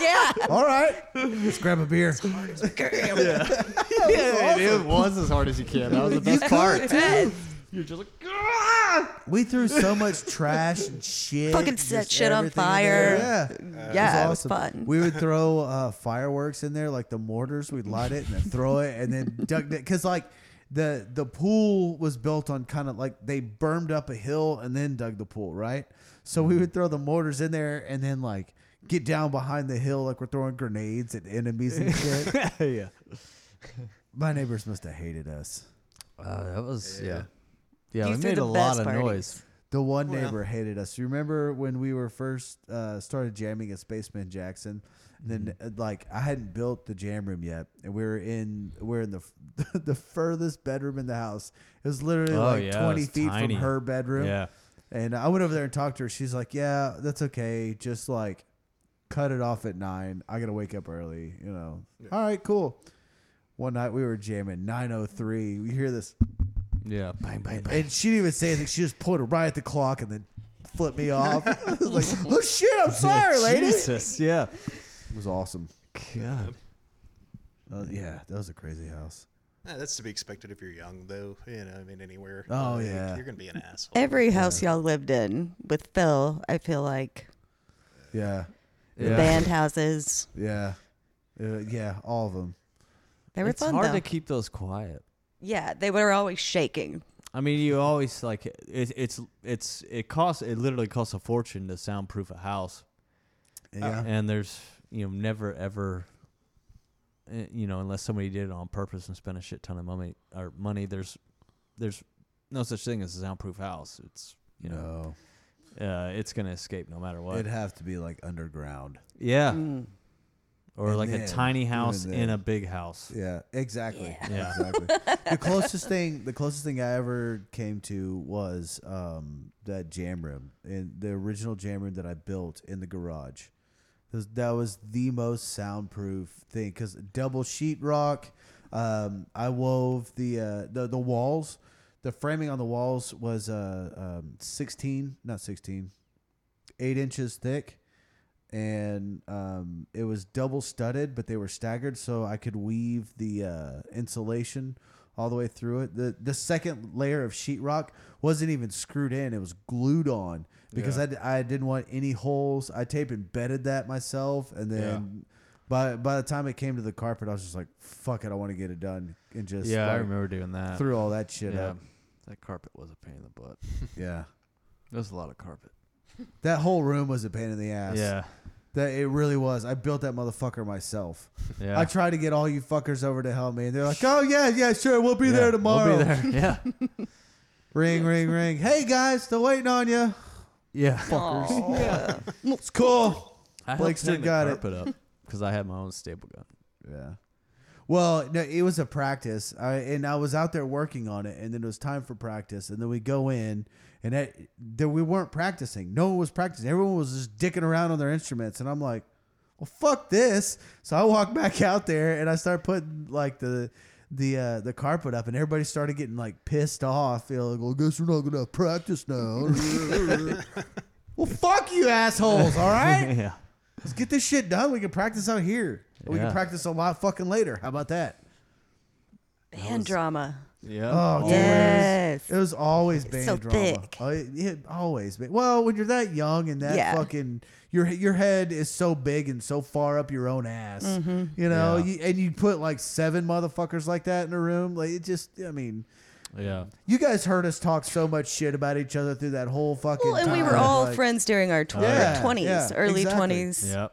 Yeah, yeah. All right, let's grab a beer. yeah, it was as hard as you can. That was the best part. You're just like, "Ah!" We threw so much trash and shit. Fucking and set just shit on everything in there. fire. Yeah. Yeah, It was it was fun. We would throw uh, fireworks in there, like the mortars. We'd light it and then throw it, and then duck it because like the the pool was built on kind of like they bermed up a hill and then dug the pool, right? So we would throw the mortars in there and then like get down behind the hill like we're throwing grenades at enemies and shit. yeah. My neighbors must have hated us. Uh, that was yeah. Yeah, we You threw made a the lot best of parties. noise. The one neighbor hated us. You remember when we were first uh, started jamming at Spaceman Jackson? And then uh, Mm-hmm. like I hadn't built the jam room yet, and we were in we we're in the f- the furthest bedroom in the house. It was literally Oh, like yeah, it twenty was feet tiny. from her bedroom. Yeah. And I went over there and talked to her. She's like, "Yeah, that's okay. Just like cut it off at nine. I gotta wake up early. You know. All right, cool." One night we were jamming nine oh three. You hear this? Yeah. Bang bang bang. And she didn't even say anything. She just pointed right at the clock and then flipped me off. I was like, oh shit, I'm sorry, lady. It Jesus. Yeah. was awesome. God. Uh, yeah, that was a crazy house. Eh, that's to be expected if you're young, though. You know, I mean, anywhere. Oh, Like, yeah. you're gonna be an asshole. Every house y'all lived in with Phil, I feel like Yeah, the Yeah. band houses, yeah, uh, yeah. All of them. they were it's fun hard though. to keep those quiet. yeah, they were always shaking. I mean, you always like it, it's it's it costs it literally costs a fortune to soundproof a house, Yeah, Uh, and there's you know never ever, eh, you know, unless somebody did it on purpose and spent a shit ton of money or money. There's there's no such thing as a soundproof house. It's you know no, uh, it's gonna escape no matter what. it'd have to be like underground. yeah, Mm. or And like then- a tiny even house in then. a big house. Yeah, exactly. Yeah. exactly. the closest thing, the closest thing I ever came to was um, that jam room and the original jam room that I built in the garage. Those- That was the most soundproof thing because double sheet rock. Um, I wove the uh, the the walls. The framing on the walls was uh, um, sixteen, not sixteen, eight inches thick and um, it was double studded, but they were staggered, so I could weave the uh, insulation all the way through it. the The second layer of sheetrock wasn't even screwed in; it was glued on because I d- I, didn't want any holes. I tape embedded that myself, and then by by the time it came to the carpet, I was just like, "Fuck it, I want to get it done," and just Yeah, I like, remember doing that. threw all that shit yeah, up. that carpet was a pain in the butt. Yeah, There was a lot of carpet. that whole room was a pain in the ass. Yeah, that it really was. I built that motherfucker myself. yeah. I tried to get all you fuckers over to help me, and they're like, "Oh yeah, yeah, sure, we'll be there tomorrow." We'll be there. Yeah. Ring, ring, ring. Hey guys, still waiting on you. Yeah. It's cool. I helped Blakester hang the got it. carpet up because I had my own staple gun. Yeah. Well, no, it was a practice, I, and I was out there working on it, and then it was time for practice, and then we go in, and that there we weren't practicing. No one was practicing. Everyone was just dicking around on their instruments, and I'm like, "Well, fuck this!" So I walked back out there, and I started putting like the the uh, the carpet up, and everybody started getting like pissed off. You know, like, well, I guess we're not gonna have practice now. well, fuck you assholes! All right. Yeah. Let's get this shit done. We can practice out here. We can Yeah. practice a lot fucking later. How about that? Band drama. Yeah. Oh, dude, Yes. It was always band so drama. thick. Oh, it, it always. Been. Well, when you're that young and that Yeah. fucking your your head is so big and so far up your own ass, Mm-hmm. you know, Yeah. you, and you put like seven motherfuckers like that in a room, like it just. I mean, Yeah. you guys heard us talk so much shit about each other through that whole fucking. Well, and we time, were all like- friends during our tw- our Yeah, 20s, yeah, early exactly. 20s, Oh, Yeah.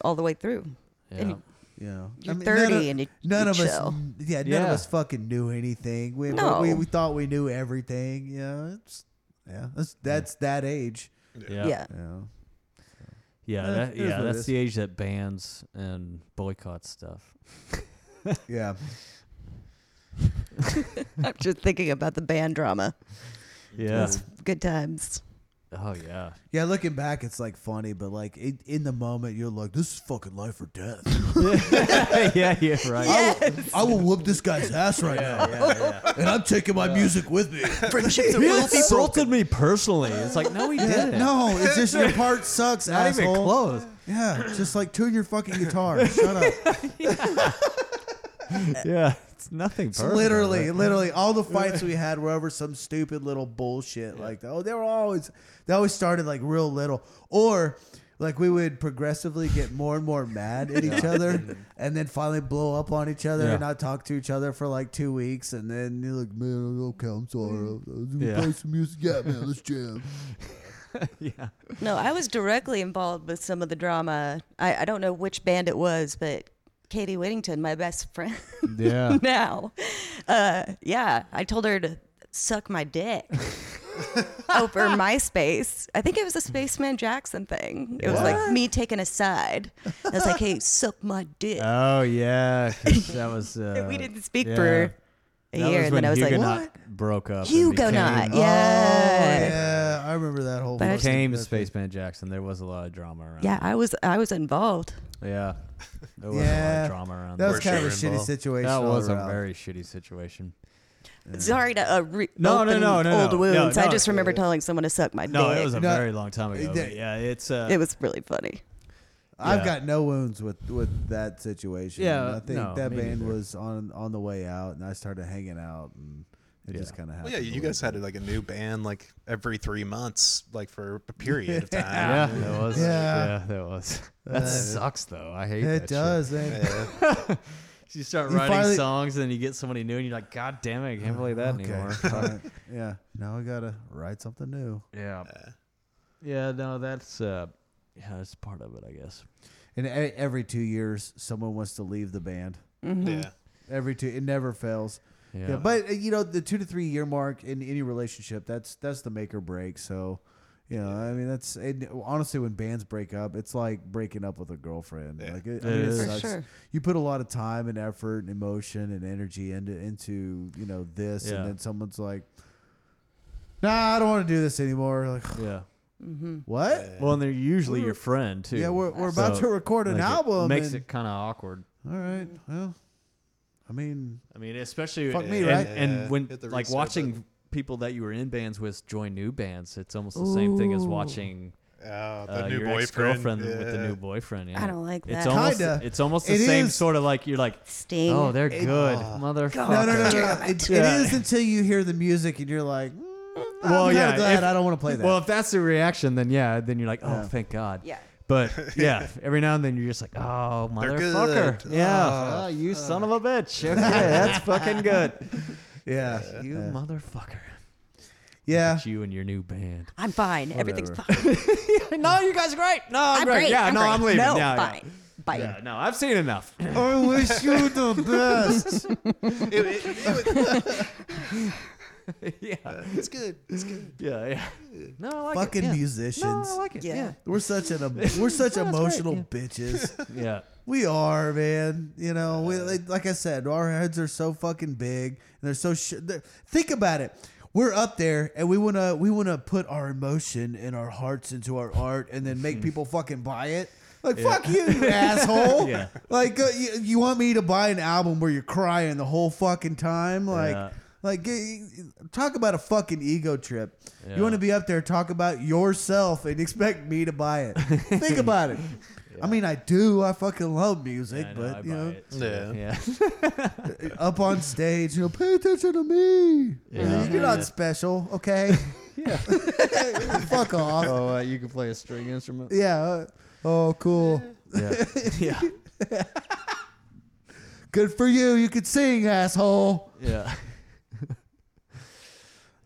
all the way through. And Yeah. you- You know, You're none 30 of- and you- none you of us, chill. kn- yeah, none of Yeah. us fucking knew anything. We, No. we, we thought we knew everything. You know, it's, yeah, that's that's that age. Yeah. yeah. You know. Yeah. Yeah. Eh, That, it is yeah what it that's is. the age that bans and boycott stuff. yeah, I'm just thinking about the band drama. Yeah. It's good times. Oh yeah. yeah. Looking back, it's like funny, but like it, in the moment, you're like, this is fucking life or death. yeah. Yeah. Right. I will whoop this guy's ass right now, and I'm taking my music with me. Friendships He insulted me personally. It's like no, he Yeah, didn't. no, it's just your part sucks, Not asshole. even close. Yeah, just like tune your fucking guitar. Shut up. Yeah. It's nothing. It's personal. literally, literally, all the fights we had were over some stupid little bullshit like that. Oh, they were always they always started like real little, or like we would progressively get more and more mad at each other, and then finally blow up on each other Mm-hmm. Yeah. and not talk to each other for like two weeks, and then you're like, man, okay, I'm sorry. I was gonna Mm. Yeah. play some music, yeah, man, let's jam. yeah. No, I was directly involved with some of the drama. I, I don't know which band it was, but Katie Whittington, my best friend Yeah. now, uh, yeah, I told her to suck my dick over MySpace. I think it was a Spaceman Jackson thing. It was like me taking a side. I was like, hey, suck my dick. Oh yeah, 'cause that was. Uh, we didn't speak yeah. for a That year, was and when then I was like, Huguenot what? broke up. and Huguenot, became- yeah. Oh, Oh, yeah, I remember that whole. But I fucking- Became Spaceman Jackson. There was a lot of drama around. Yeah, I was I was involved. Yeah. There was a lot Yeah. of drama around. That was that. kind of a Worship shitty involved. situation. That all was a around. very shitty situation. Sorry to uh, re- No, no, open no, no, old no. wounds. No, I no. just remember telling someone to suck my No, dick. it was a No. very long time ago. but yeah, it's uh, it was really funny. I've Yeah. got no wounds with with that situation. Yeah, And I think no, that me band neither. was on on the way out, and I started hanging out, and it just Yeah. kind of Well, happened. yeah, you the way guys had like a new band like every three months, like for a period of time. yeah, there was. Yeah. Uh, Yeah, there was. That sucks though. I hate that It shit. does, man. So you start You writing finally- songs and you get somebody new and you're like, God damn it, I can't believe that Okay. anymore. all right. Yeah. Now I gotta write something new. yeah. Yeah, no, that's uh yeah, that's part of it, I guess. And e- every two years, someone wants to leave the band. Mm-hmm. yeah. Every two, it never fails. Yeah. Yeah. but uh, you know, the two to three year mark in any relationship, that's that's the make or break. So, you know, I mean, that's and honestly, when bands break up, it's like breaking up with a girlfriend. Yeah. Like, it, I It mean, it is. For sucks. sure. You put a lot of time and effort and emotion and energy into into you know this, Yeah. and then someone's like, "Nah, I don't want to do this anymore." Like, Yeah. what? Well, and they're usually your friend too. Yeah, we're- we're about So, to record an like, it album Makes and- it kind of awkward. All right, well, I mean, I mean, especially Fuck me, and, right? Yeah, and when hit the like reset watching button. people that you were in bands with join new bands, it's almost the same thing as watching Oh, uh, your ex-girlfriend with the new boyfriend. Yeah. I don't like It's that. almost Kinda. it's almost the It same is. sort of like you're like, Sting. oh, they're good, Ah. motherfucker. no, no, no, no. no. It, Yeah. it is until you hear the music and you're like, mm, I'm Well, kinda yeah, glad if- I don't want to play that. Well, if that's the reaction, then yeah, then you're like, oh, Yeah. thank God. Yeah. But yeah, every now and then you're just like, oh, They're motherfucker. good. Yeah. Ah, Ah, you son of a bitch. Okay, that's fucking good. yeah, You yeah. motherfucker. yeah. It's you and your new band. I'm fine. Everything's Whatever. fine. No, you guys are great. No, I'm, I'm great. Oh, Yeah, I'm no, great. I'm leaving. No, yeah, yeah. fine. Bye. Yeah, no, I've seen enough. I wish you the best. yeah. Uh, it's good. It's good. Yeah, yeah. No, I like Fucking it. Yeah. musicians. No, I like it. Yeah. Yeah. We're such an we're such emotional bitches. Yeah. We are, man. You know, we, like, like I said, our heads are so fucking big, and they're so. Sh- they're, think about it. We're up there, and we wanna we wanna put our emotion and our hearts into our art, and then make people fucking buy it. Like fuck you, you asshole. Yeah. Like uh, you, you want me to buy an album where you're crying the whole fucking time? Like Yeah. like g- talk about a fucking ego trip. Yeah. You want to be up there talk about yourself and expect me to buy it. Think about it. I mean, I do. I fucking love music, I know, I but you buy know, eh, it, so, Yeah. up on stage, you know, pay attention to me. Yeah. You're not special, okay? Yeah. Fuck off. oh, uh, you can play a string instrument. Yeah. uh, Oh, cool. Yeah. yeah. Good for you. You could sing, asshole. Yeah.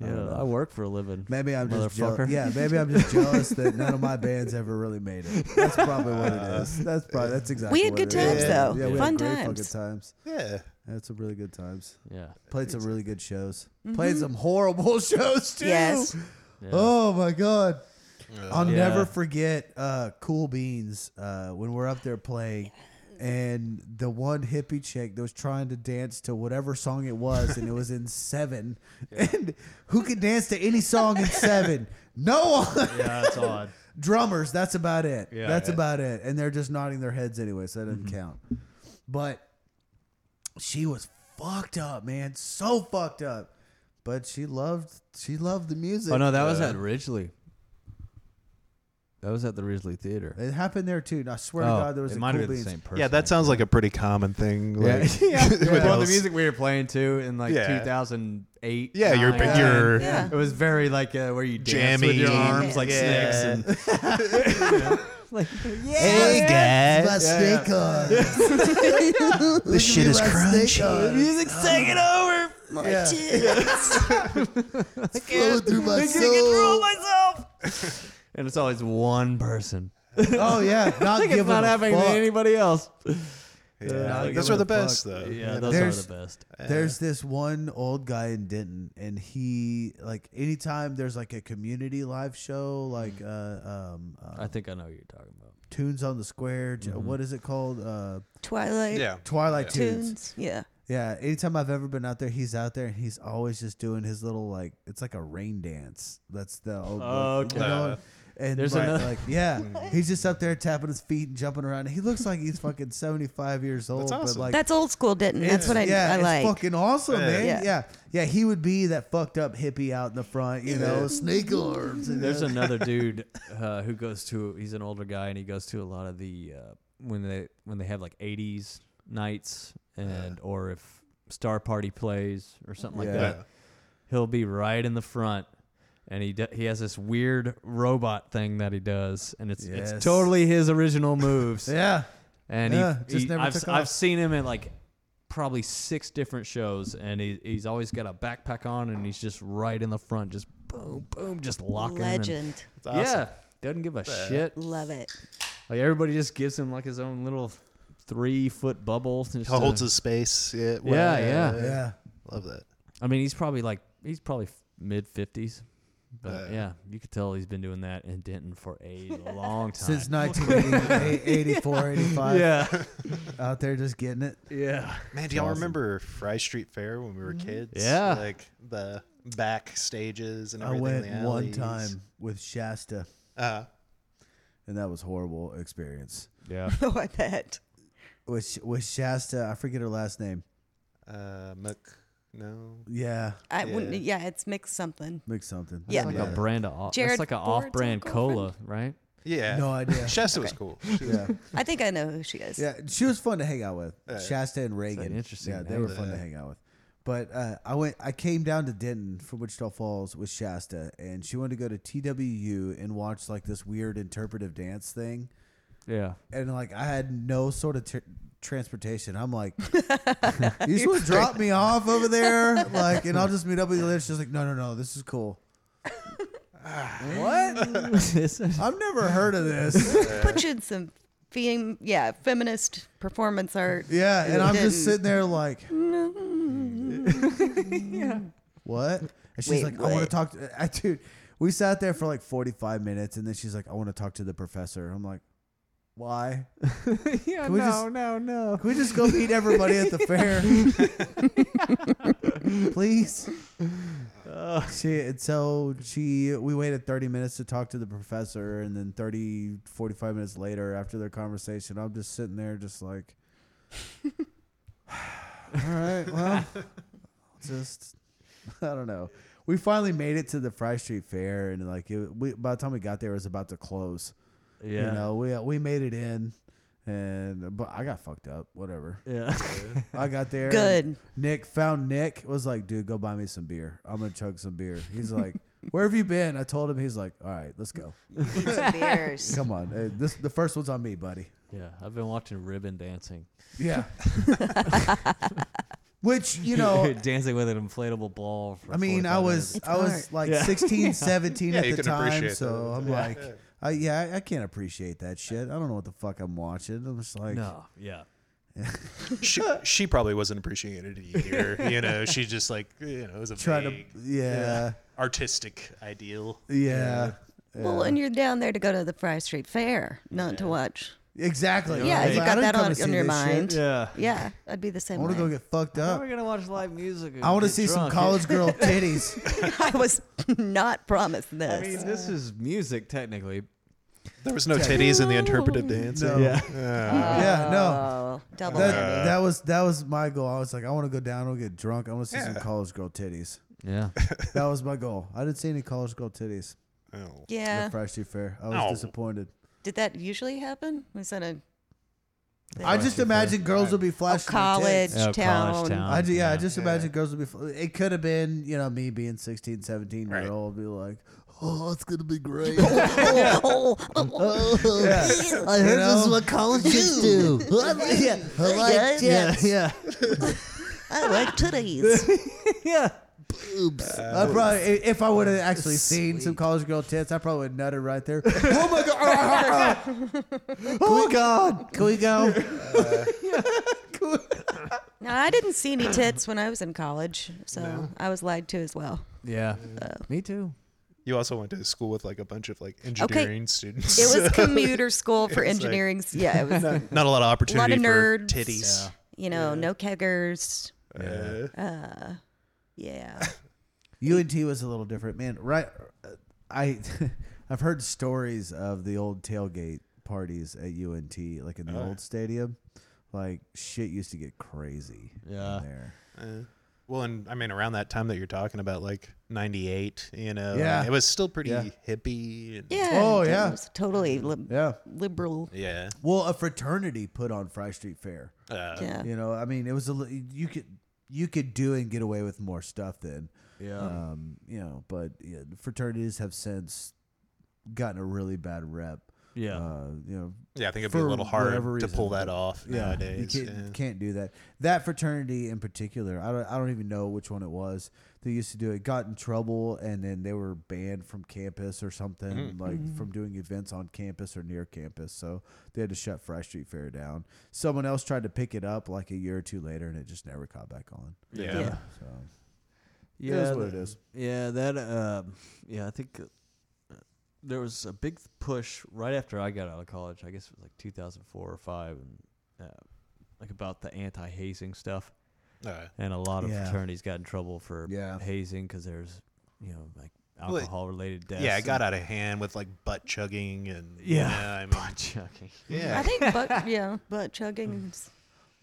yeah, I work for a living. Maybe I'm just jealous. Motherfucker. Yeah, maybe I'm just jealous that none of my bands ever really made it. That's probably what it is. That's probably that's exactly. We had what good it is. times, Yeah, though. Yeah, we Fun had great times. fucking times. Yeah. Had some really good times. Yeah. Played some really good shows. Mm-hmm. Played some horrible shows too. Yes. Yeah. Oh my god. I'll Yeah. never forget uh, Cool Beans uh, when we're up there playing, and the one hippie chick that was trying to dance to whatever song it was, and it was in seven. And who could dance to any song in seven? No one. Yeah, it's odd. Drummers, that's about it. Yeah. Mm-hmm. that's about it. And they're just nodding their heads anyway, so that doesn't count. But she was fucked up, man. So fucked up. But she loved she loved the music. Oh no, that was at Ridgely. That was at the Risley Theater. Oh, It happened there too. And I swear to God, there was a it might cool have been beans. the same person. Yeah, that sounds like a pretty common thing. Like, yeah. with Well, the us. music we were playing too in like Yeah. 2008. Yeah, your- nine, your- ten. Yeah. It was very like uh, where you dance with your Jamming. arms like Yeah. snakes. And, Hey guys. my snake arms. This shit is crunchy. Oh. Music's taking over. My yeah. it's flowing through my soul. and it's always one person. Oh yeah, not Like it's giving not a happening to fuck. anybody else. Yeah. like, those what are the the fuck? best, though. Yeah, Yeah. those There's- are the best. There's this one old guy in Denton, and he like anytime there's like a community live show, like uh, um, uh, I think I know what you're talking about. Tunes on the Square. j- what is it called? Uh, Twilight Yeah. Twilight Tunes. tunes. Yeah. Yeah, anytime I've ever been out there, he's out there and he's always just doing his little like it's like a rain dance. That's the old Oh, you know? And There's like, another- like, yeah, he's just up there tapping his feet and jumping around. He looks like he's fucking seventy five years old, awesome. but like That's old school, didn't? That's it's- what I, yeah, I like. It's fucking awesome, man. Yeah. Yeah. yeah, He would be that fucked up hippie out in the front, you know, snake arms. And There's another dude uh, who goes to. He's an older guy, and he goes to a lot of the uh, when they when they have like '80s nights, and or if Star Party plays or something like Yeah. that, he'll be right in the front, and he d he has this weird robot thing that he does, and it's Yes. it's totally his original moves. yeah, And Yeah, he, just he- never I've, took I've off. seen him at like probably six different shows, and he, he's always got a backpack on, and he's just right in the front, just boom, boom, just locking. and- Legend. Yeah, doesn't give a shit. Love it. Like everybody just gives him like his own little three foot bubble. just uh, to- holds his space. Yeah, Yeah, yeah. yeah. Love that. I mean, he's probably like he's probably mid fifties, but yeah, you could tell he's been doing that in Denton for a long time. Since 1984, 85, yeah, out there just getting it. yeah. Man, do y'all remember Fry Street Fair when we were kids? Mm-hmm. Yeah. like the back stages and I everything. went the one alleys. time with Shasta, Uh, and that was horrible experience. Yeah. Oh, I bet. With Sh- with Shasta, I forget her last name. uh, Mc, no. Yeah, I wouldn't. e, Yeah, it's mixed something. mix something. Yeah. Like a brand of that's Jared like an Ford's off-brand girlfriend? cola, right? Yeah. No idea. Shasta was cool. She was- Yeah, I think I know who she is. yeah. She was fun to hang out with. Shasta and Reagan. interesting Yeah, they name. were fun to hang out with. But uh, I went. I came down to Denton from Wichita Falls with Shasta, and she wanted to go to TWU and watch like this weird interpretive dance thing. Yeah. and like I had no sort of tr transportation. I'm like, you just want to drop me off over there, like, and I'll just meet up with you later. She's like, no, no, no, this is cool. "Ah." what? I've never heard of this. Uh, Put you in some fem- yeah, feminist performance art. Yeah, and I'm just Didn't- sitting there like, what? And she's Wait, like, I want to what? talk to, I, dude. We sat there for like 45 minutes, and then she's like, I want to talk to the professor. I'm like, why? yeah. Can we just- no, no. Can we just go meet everybody at the fair? Please. She and so she we waited 30 minutes to talk to the professor and then 30 45 minutes later after their conversation I'm just sitting there just like All right, well just I don't know. We finally made it to the Fry Street Fair and like it, we by the time we got there it was about to close. Yeah. You know, we uh, we made it in, and uh, but I got fucked up. Whatever. Yeah. I got there. Good. Nick found Nick was like, dude, go buy me some beer. I'm gonna chug some beer. He's like, where have you been? I told him. He's like, all right, let's go. Need some beers. Come on, Hey, this the first one's on me, buddy. yeah. I've been watching ribbon dancing. Yeah. Which you know. dancing with an inflatable ball. For I mean, I 45 was minutes. I was art. like sixteen, seventeen 16, 17 Yeah, at you the can appreciate time, that. so I'm Yeah. like, I, yeah, I- I can't appreciate that shit. I don't know what the fuck I'm watching. I'm just like, No. Yeah. she, she probably wasn't appreciating it either. You know, she just like you know it was a trying to, vague yeah. artistic ideal. Yeah. Well, and you're down there to go to the Fry Street Fair, not to watch. Exactly. Yeah, I was you like, got I didn't that come on- to on see your this shit. mind. Yeah. Yeah, I'd be the same. I want to go way. get fucked up. We're gonna watch live music. and I want to get see some drunk. college girl titties. I was not promised I this. mean, this is music technically. There was no titties in the interpretive dance. Uh, No. Yeah. yeah, no. oh, double That, whammy. that was that was my goal. I was like, I want to go down, I want to get drunk, I want to see some college girl titties. Yeah. That was my goal. I didn't see any college girl titties. Oh. Yeah. The Friday State Fair. I was Oh. disappointed. Did that usually happen? Was that a I just imagine girls would be flashing their college tits. Oh, college town? town. I ju- yeah, I Yeah. just imagine girls would be. fl- It could have been, you know, me being 16, 17 Right. year old, be like, oh, it's gonna be great. Oh, oh, oh. I heard this is what college kids do. yeah, I Yeah, jets. yeah, I like titties. yeah. Uh, Boobs. I probably, i- if I would have actually seen some college girl tits, I probably would have nutted right there. oh my god! oh god! Can we go? no, I didn't see any tits when I was in college, so I was lied to as well. Yeah. Me too. You also went to school with like a bunch of like engineering students. It was commuter school for It's like- engineering. yeah, it was a not a lot lot of opportunity of for nerds. titties. You know, no keggers. Uh, Yeah. UNT was a little different, man. Right, uh, I I've heard stories of the old tailgate parties at UNT, like in the old stadium. Like shit used to get crazy. in Yeah. there. uh, well, and I mean, around that time that you're talking about, like '98, you know, Yeah. it was still pretty Yeah. hippie. And, Yeah. Oh, it yeah. was totally lib- yeah. liberal. yeah. Well, a fraternity put on Fry Street Fair. Uh, Yeah. You know, I mean, it was a li- you could you could do and get away with more stuff then. Yeah. Um, you know, but yeah, fraternities have since gotten a really bad rep. Yeah. Uh, you know, yeah, I think it'd be a For little whatever hard to reason. pull that off nowadays. You can't, can't do that. That fraternity in particular, I don't, I don't even know which one it was. They used to do it, got in trouble, and then they were banned from campus or something, like from doing events on campus or near campus. So they had to shut Fry Street Fair down. Someone else tried to pick it up like a year or two later, and it just never caught back on. Yeah. Yeah. So Yeah, it is what it th- is. Yeah, that. Um, yeah, I think uh, there was a big push right after I got out of college. I guess it was like 2004 or five, and uh, like about the anti-hazing stuff. Uh, And a lot of Yeah. fraternities got in trouble for Yeah. hazing because there's, you know, like Well, it- alcohol-related deaths. yeah, it and- got out of hand with like butt chugging and Yeah. I mean, Chucky. yeah, I think butt, yeah, butt chugging's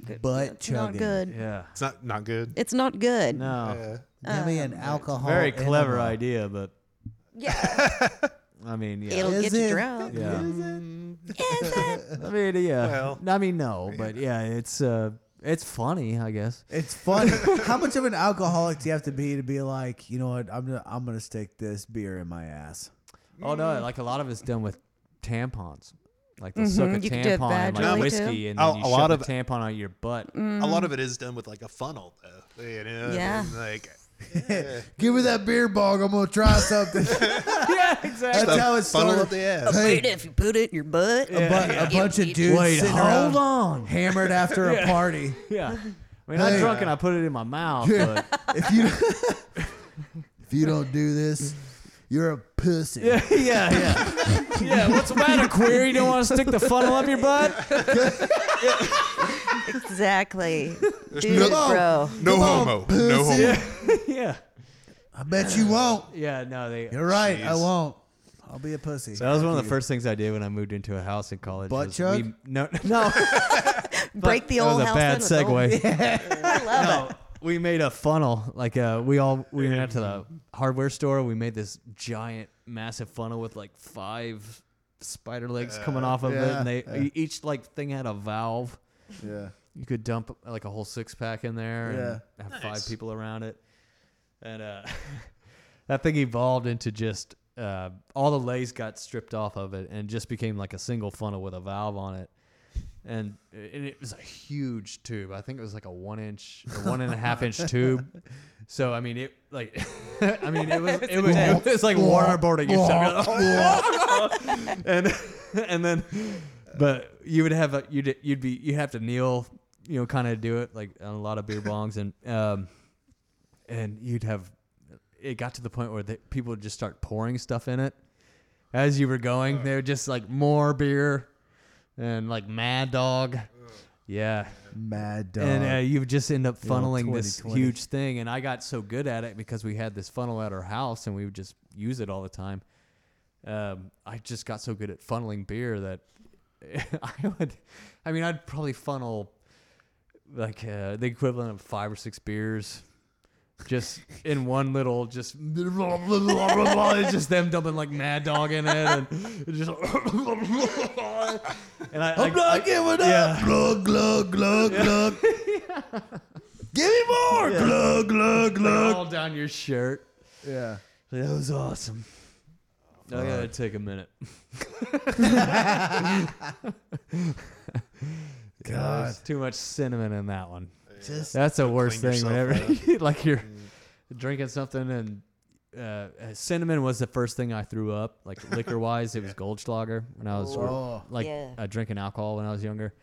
good. Butt it's chugging. Not good. Yeah. it's not not good. It's not good. No. Oh. Uh, Give me an alcohol. uh, Very clever enema. idea, but Yeah. I mean, yeah. It'll Is get it? you drunk. yeah. Mm-hmm. I mean, yeah. Well. I mean, no, but yeah, it's uh, it's funny, I guess. It's funny. How much of an alcoholic do you have to be to be like, you know what? I'm gonna, I'm gonna stick this beer in my ass. Oh no, like a lot of it's done with tampons. Like they'll suck a Mhm, you can do it tampon and like vaginally, whiskey too. Mm. and then A- you a shove lot the of- tampon on your butt. A lot of it is done with like a funnel, though. You know, Yeah. and, like Give me that beer bong. I'm gonna try something. yeah, exactly. That's how it's funnel stolen. up the ass. Hey, Wait, if you put it in your butt. a, bu- a bunch of dudes Wait, sitting hold around on. hammered after a party. Yeah. I mean, I Hey. drunk and I put it in my mouth, Yeah. but If you if you don't do this, you're a pussy. yeah, yeah, yeah. yeah, what's the matter, queer? You don't want to stick the funnel up your butt? Exactly. Dude, no- bro. No homo. No pussy. homo. yeah. I bet you won't. Yeah, no, they You're right. I Jeez. won't. I'll be a pussy. That was one of the first things I did when I moved into a house in college. Butt was chug? we- no, no. Break the that old was a house. bad in with the old- segue. I love no, we made a funnel. Like uh, we all we went out to the hardware store. We made this giant, massive funnel with like five spider legs coming off of it, yeah, and they e-, yeah. each like thing had a valve. Yeah. You could dump like a whole six pack in there Yeah. and have five people around it. And uh, that thing evolved into just uh, all the lays got stripped off of it and just became like a single funnel with a valve on it. And, and it was a huge tube. I think it was like a one inch, or one and a half inch tube. So I mean, it like, I mean, it was it was, it was like waterboarding yourself. and and then but you would have a you'd you'd be you have to kneel you know kind of do it like on a lot of beer bongs and um and you'd have it got to the point where the, people would just start pouring stuff in it as you were going they were just like more beer and like mad dog yeah Mad dog. and uh, you would just end up old funneling this 2020. huge thing. And I got so good at it because we had this funnel at our house and we would just use it all the time. Um, I just got so good at funneling beer that I would, I mean, I'd probably funnel like uh, the equivalent of five or six beers just in one little just it's just them dumping like mad dog in it and it just and I, I, I'm not giving up. yeah. Glug glug glug glug. Give me more. Glug glug glug. all down your shirt. Yeah. That was awesome. I gotta take a minute. God. There's too much cinnamon in that one. Just That's the worst clean thing. yourself Whenever you- like you're drinking something and uh, uh, cinnamon was the first thing I threw up. Like liquor wise, it was Goldschlager when I was Oh. like Yeah. uh, drinking alcohol when I was younger,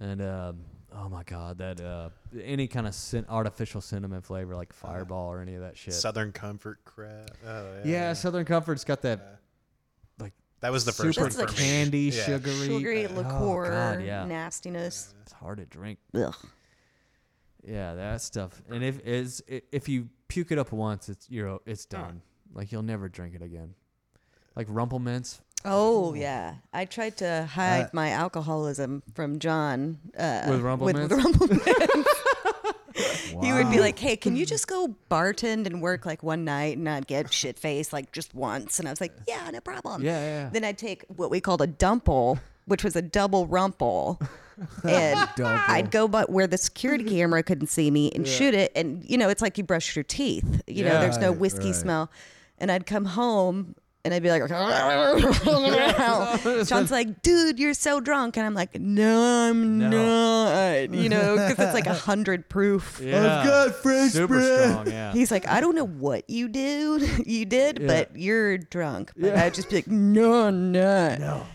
and um, oh my god, that uh, any kind of cin- artificial cinnamon flavor like Fireball or any of that shit. Southern Comfort crap. Oh, yeah. yeah, Southern Comfort's got that like That was the first super one for me. candy, Yeah. sugary, Sugary oh, liqueur God, yeah, nastiness. it's hard to drink. Ugh. Yeah, that stuff. And if is i- if you puke it up once, it's you're o- it's done. Like you'll never drink it again. Like Rumplemints. Oh yeah, I tried to hide Uh, my alcoholism from John uh, With With, Rumplemans? with Rumplemans. wow. He would be like, "Hey, can you just go bartend and work like one night and not get shit faced like just once?" And I was like, "Yeah, no problem." Yeah, yeah, yeah. Then I'd take what we called a dumple, which was a double rumple, and Dumple. I'd go but where the security camera couldn't see me and shoot it. And you know, it's like you brush your teeth. You know, there's no Right, whiskey right. smell. And I'd come home. And I'd be like, John's like, dude, you're so drunk. And I'm like, no, I'm No. not. You know, because it's like 100 proof. Yeah. got French Super bread. strong, yeah. He's like, I don't know what you did, you did, Yeah. but you're drunk. But I'd just be like, no, I'm not. No.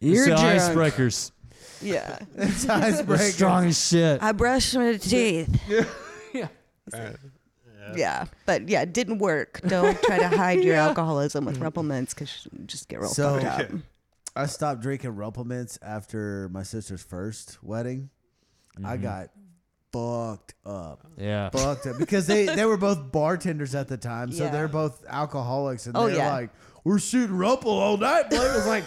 You're It's the drunk. icebreakers. Yeah. It's icebreaker. They're strong as shit. I brushed my teeth. yeah. Yeah. But yeah, it didn't work. Don't try to hide your alcoholism Mm. with rumplements because you just get real So- um, fucked up. I stopped drinking Rumplements after my sister's first wedding. I Mm-hmm. got fucked up. Yeah. Fucked up because they, they were both bartenders at the time, so Yeah. they're both alcoholics, and Oh, they're yeah. like, "We're shooting Rumpel all night." Blake was like,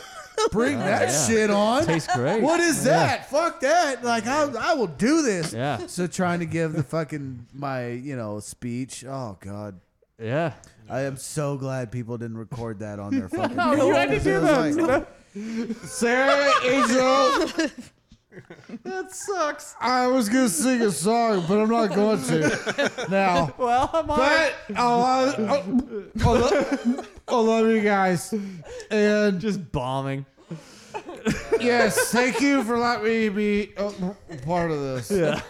"Bring that Oh, yeah. shit on! Tastes great. What is that? Fuck that! Like I, I will do this." Yeah. So trying to give the fucking my you know speech. Oh god, Yeah. I am so glad people didn't record that on their fucking. Oh, you had to phones. do It was that. like- Sarah Angel. That sucks. I was gonna sing a song, but I'm not going to now. well, I'm on. But I love, I love, I love you guys, and Just bombing. yes, thank you for letting me be uh, part of this. Yeah.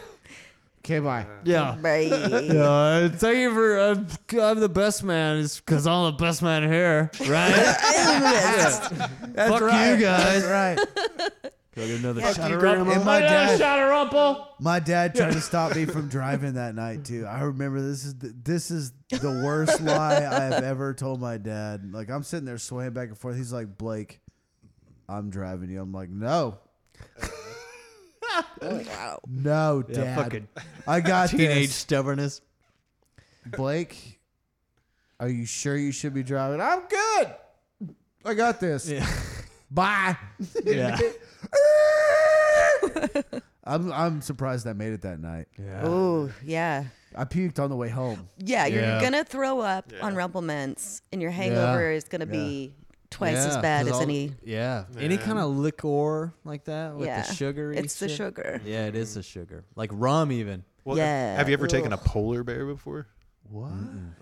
Okay, bye. Yeah. Right. Yeah, Uh, thank you for. I'm, I'm the best man. It's because I'm the best man here, right? Fuck you guys. Right. Can I get another Fuck shot you, of Grandma. rumple? And my dad- shot of rumple. My dad tried to stop me from driving that night too. I remember this is the, this is the worst lie I have ever told my dad. Like I'm sitting there swaying back and forth. He's like, "Blake, I'm driving you." I'm like, "No." No, dad. Yeah, fucking I got teenage this. stubbornness. Blake, are you sure you should be driving? I'm good. I got this. Yeah. Bye. Yeah. I'm I'm surprised I made it that night. Oh, yeah. I puked on the way home. Yeah, you're Yeah. gonna throw up on rumplements, and your hangover is gonna be twice as bad as any. Yeah. Any kind of liquor like that with yeah, the sugary. It's the shit. sugar. Yeah, it is the sugar. Like rum, even. Well, Yeah. Have you ever taken a polar bear before? What?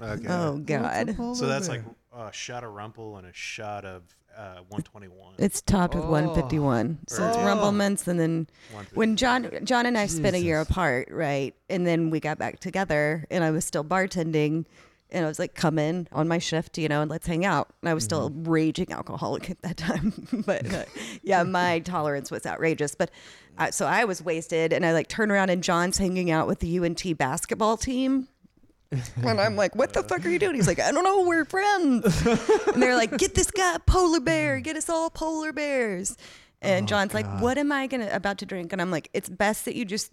Okay. Oh God, So that's like a shot of Rumple and a shot of uh, 121. it's topped with 151. So it's Oh. rumplements, and then when John John and I spent a year Jesus. apart, right? And then we got back together, and I was still bartending. And I was like, come in on my shift, you know, and let's hang out. And I was still a raging alcoholic at that time. but uh, yeah, my tolerance was outrageous. But uh, so I was wasted and I like turn around and John's hanging out with the UNT basketball team. And I'm like, what the fuck are you doing? He's like, I don't know. We're friends. and they're like, get this guy a polar bear. Get us all polar bears. Oh, And John's like, what am I gonna about to drink? And I'm like, it's best that you just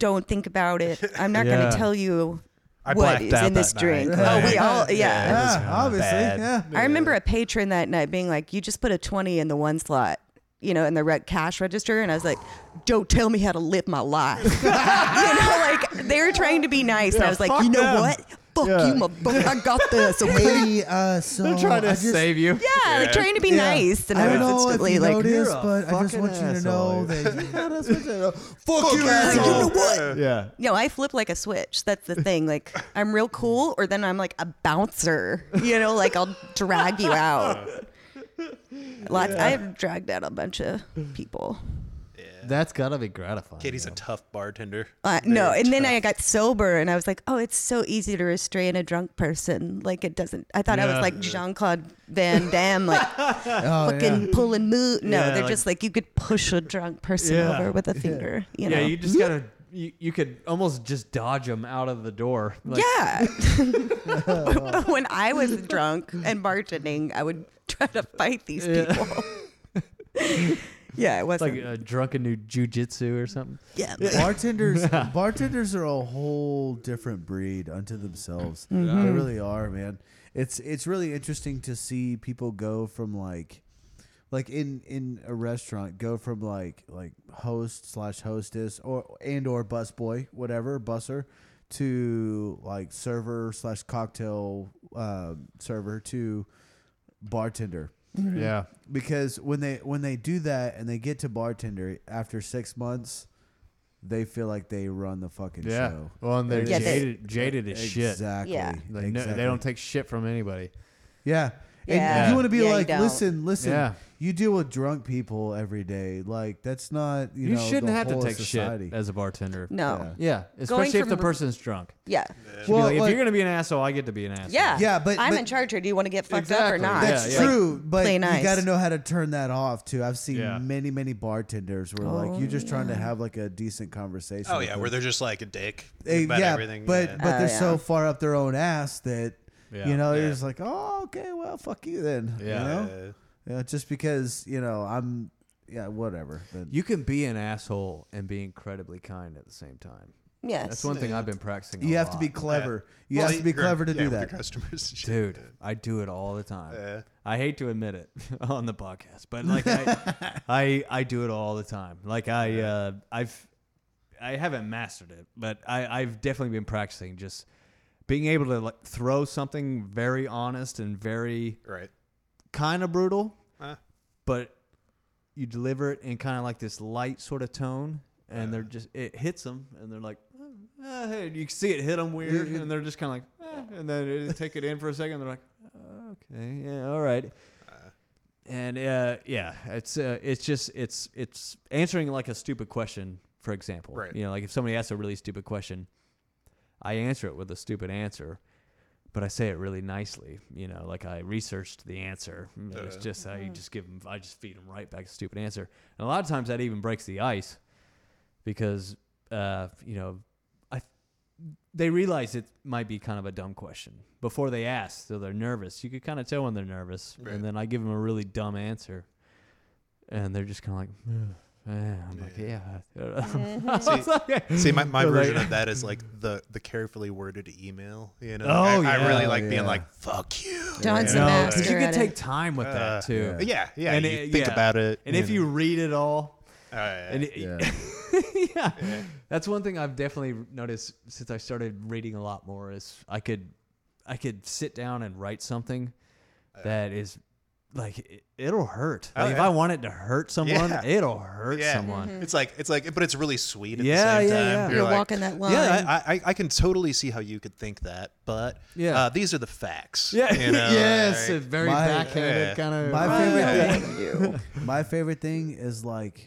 don't think about it. I'm not Yeah. gonna tell you I what blacked is out in this that drink. night. Oh, we Right. all, yeah. was Yeah, obviously. bad. Yeah. I remember a patron that night being like, "You just put a twenty in the one slot." You know, in the rec- cash register, and I was like, "Don't tell me how to live my life." you know, like they were trying to be nice, and I was like, fuck "You know them. what? fuck you, motherfucker. I got this. Okay. Hey, uh, so They're trying to I just, save you. Yeah, like trying to be nice, and I I don't was know if instantly you like, noticed, "You're a but I just fucking want you to asshole." know that. Fuck you, "Hey, you know asshole. what? Yeah. No, I flip like a switch. That's the thing. Like, I'm real cool, or then I'm like a bouncer. You know, like I'll drag you out. Lots. I have dragged out a bunch of people. That's gotta be gratifying. Katie's a tough bartender. Uh, no, and then I got sober, and I was like, oh, it's so easy to restrain a drunk person. Like it doesn't. I thought I was Yeah. like Jean Claude Van Damme, like Oh, fucking pulling moot. No, Yeah, they're like- just like you could push a drunk person Yeah. over with a finger. You know. yeah, you just gotta. You, you could almost just dodge them out of the door. Like, Yeah. when I was drunk and bartending, I would try to fight these Yeah. people. yeah, it it's like wasn't. a drunken new jujitsu or something. yeah. bartenders bartenders are a whole different breed unto themselves they really are man it's it's really interesting to see people go from like like in in a restaurant go from like like host slash hostess or and or busboy whatever busser to like server slash cocktail uh, server to bartender Yeah. because when they when they do that and they get to bartender after six months, they feel like they run the fucking show. Well, and they're Yeah, they- jaded, jaded as shit. Exactly. Yeah. Like, no, exactly. they don't take shit from anybody. Yeah. And Yeah. you want to be Yeah, you like, don't. listen, listen. Yeah. You deal with drunk people every day. Like that's not you, You, know, shouldn't the have to whole take society. shit as a bartender. No. Yeah, Going especially if the from- person's drunk. Yeah. Should be Well, like, if like- you're gonna be an asshole, I get to be an asshole. Yeah. Yeah, but- I'm but- in charge here. Do you want to get fucked up or Exactly. not? That's Yeah, yeah. true, but play nice. you got to know how to turn that off too. I've seen Yeah. many, many bartenders where like you're just Oh, trying to have like a decent conversation. Oh with yeah, them. where they're just like a dick They- about yeah, everything. But yeah. but Oh, they're so yeah. far up their own ass that Yeah. you know Yeah. you're just like, oh okay, well fuck you then. Yeah. You know? Uh, yeah. Just because you know I'm yeah whatever. But You can be an asshole and be incredibly kind at the same time. Yes. That's one thing I've been practicing. a you have to lot. be clever. You Well, have to be you're- clever to yeah, do with your that. customers. and shit. dude. I do it all the time. Yeah. I hate to admit it on the podcast, but like I, I, I do it all the time. Like I, uh, I've, I haven't mastered it, but I, I've definitely been practicing just being able to like throw something very honest and very Right. kind of brutal, Huh. but you deliver it in kind of like this light sort of tone, and they're just it hits them, and they're like, "Oh, uh, hey," you can see it hit them weird, and they're just kind of like, eh, and then they take it in for a second, they're like, okay, yeah, all right. And uh, yeah, it's uh, it's just it's it's answering like a stupid question, for example. Right. You know, like if somebody asks a really stupid question, I answer it with a stupid answer, but I say it really nicely. You know, like I researched the answer. And It's just I just give them, I just feed them right back a stupid answer. And a lot of times that even breaks the ice because uh, you know, I they realize it might be kind of a dumb question before they ask, so they're nervous. You could kind of tell when they're nervous, Right. and then I give them a really dumb answer, and they're just kind of like. "Ugh." Eh, I'm like, yeah. I was like- See, my, my They're like- version of that is like the the carefully worded email. You know, Oh, I, yeah. I really like Yeah. being like "fuck you." John's you a know? No, master because you at could it. take time with that too. Uh, yeah, yeah. And you it- think yeah. about it, And if you read it all, know. Uh, and it- Yeah. yeah. that's one thing I've definitely noticed since I started reading a lot more is I could, I could sit down and write something that is like it, it'll hurt. Oh, Like, If yeah. I want it to hurt someone, Yeah. it'll hurt yeah. someone. Mm-hmm. It's like it's like, but it's really sweet at Yeah, the same yeah, time. yeah. You're, You're like, walking that line. Yeah, I, I I can totally see how you could think that, but Yeah. uh, these are the facts. Yeah. you know, yes. like- it's very My- backhanded yeah. kind of. My Yeah. favorite thing. my favorite thing is like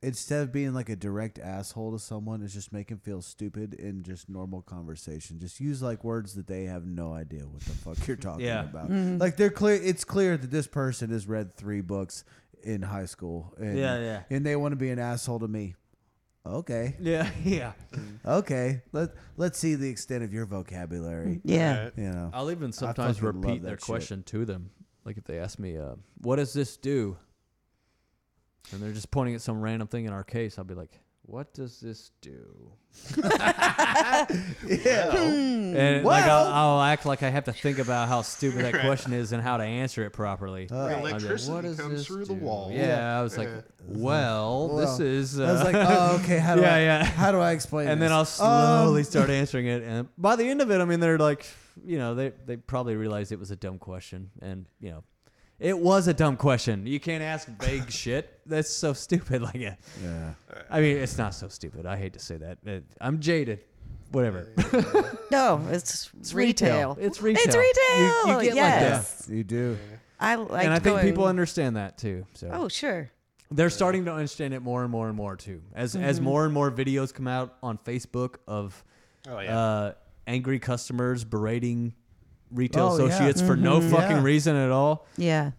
instead of being like a direct asshole to someone, is just make them feel stupid in just normal conversation. Just use like words that they have no idea what the fuck you're talking Yeah. about. Like they're clear. It's clear that this person has read three books in high school. And, Yeah, yeah. And they want to be an asshole to me. Okay, yeah, yeah. okay. Let Let's see the extent of your vocabulary. Yeah. Uh, You know. I'll even sometimes fucking love repeat that their shit. question to them. Like if they ask me, uh, "What does this do?" and they're just pointing at some random thing in our case, I'll be like, what does this do? Yeah. And like Well- I'll, I'll act like I have to think about how stupid that question is and how to answer it properly. Right. I'm like, Electricity "What does comes this through the do?" wall. Yeah, I was like, well, this Well, is. Uh, I was like, oh, okay. How do Yeah, I? yeah. How do I explain? and this? then I'll Um, slowly start answering it, and by the end of it, I mean they're like, you know, they they probably realized it was a dumb question, and you know, it was a dumb question. You can't ask vague shit. That's so stupid. Like, yeah. yeah. I mean, it's not so stupid. I hate to say that. It- I'm jaded. Whatever. No, it's, It's retail. retail. It's retail. It's You- retail. you get like that. yes. You do. I like and I think going, people understand that too. So Oh, sure. they're starting to understand it more and more and more too. As Mm-hmm. as more and more videos come out on Facebook of Oh, yeah. uh, angry customers berating retail Oh, yeah. associates for no Mm-hmm. fucking Yeah. reason at all, Yeah.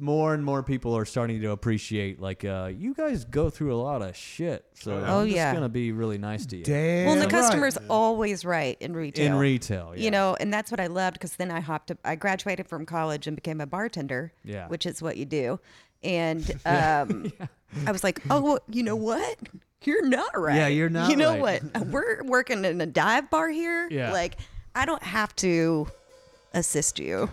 more and more people are starting to appreciate like uh, you guys go through a lot of shit. So yeah. Oh, I'm just yeah. gonna be really nice to you Damn. Well, and the right. customer's always right in retail. in retail. Oh, Yeah. You know, and that's what I loved because then I hopped up. I graduated from college and became a bartender, Yeah. which is what you do. And um, I was like, oh, well, you know what? You're not right. you're not You know right. what? We're working in a dive bar here. Yeah. Like, I don't have to assist you.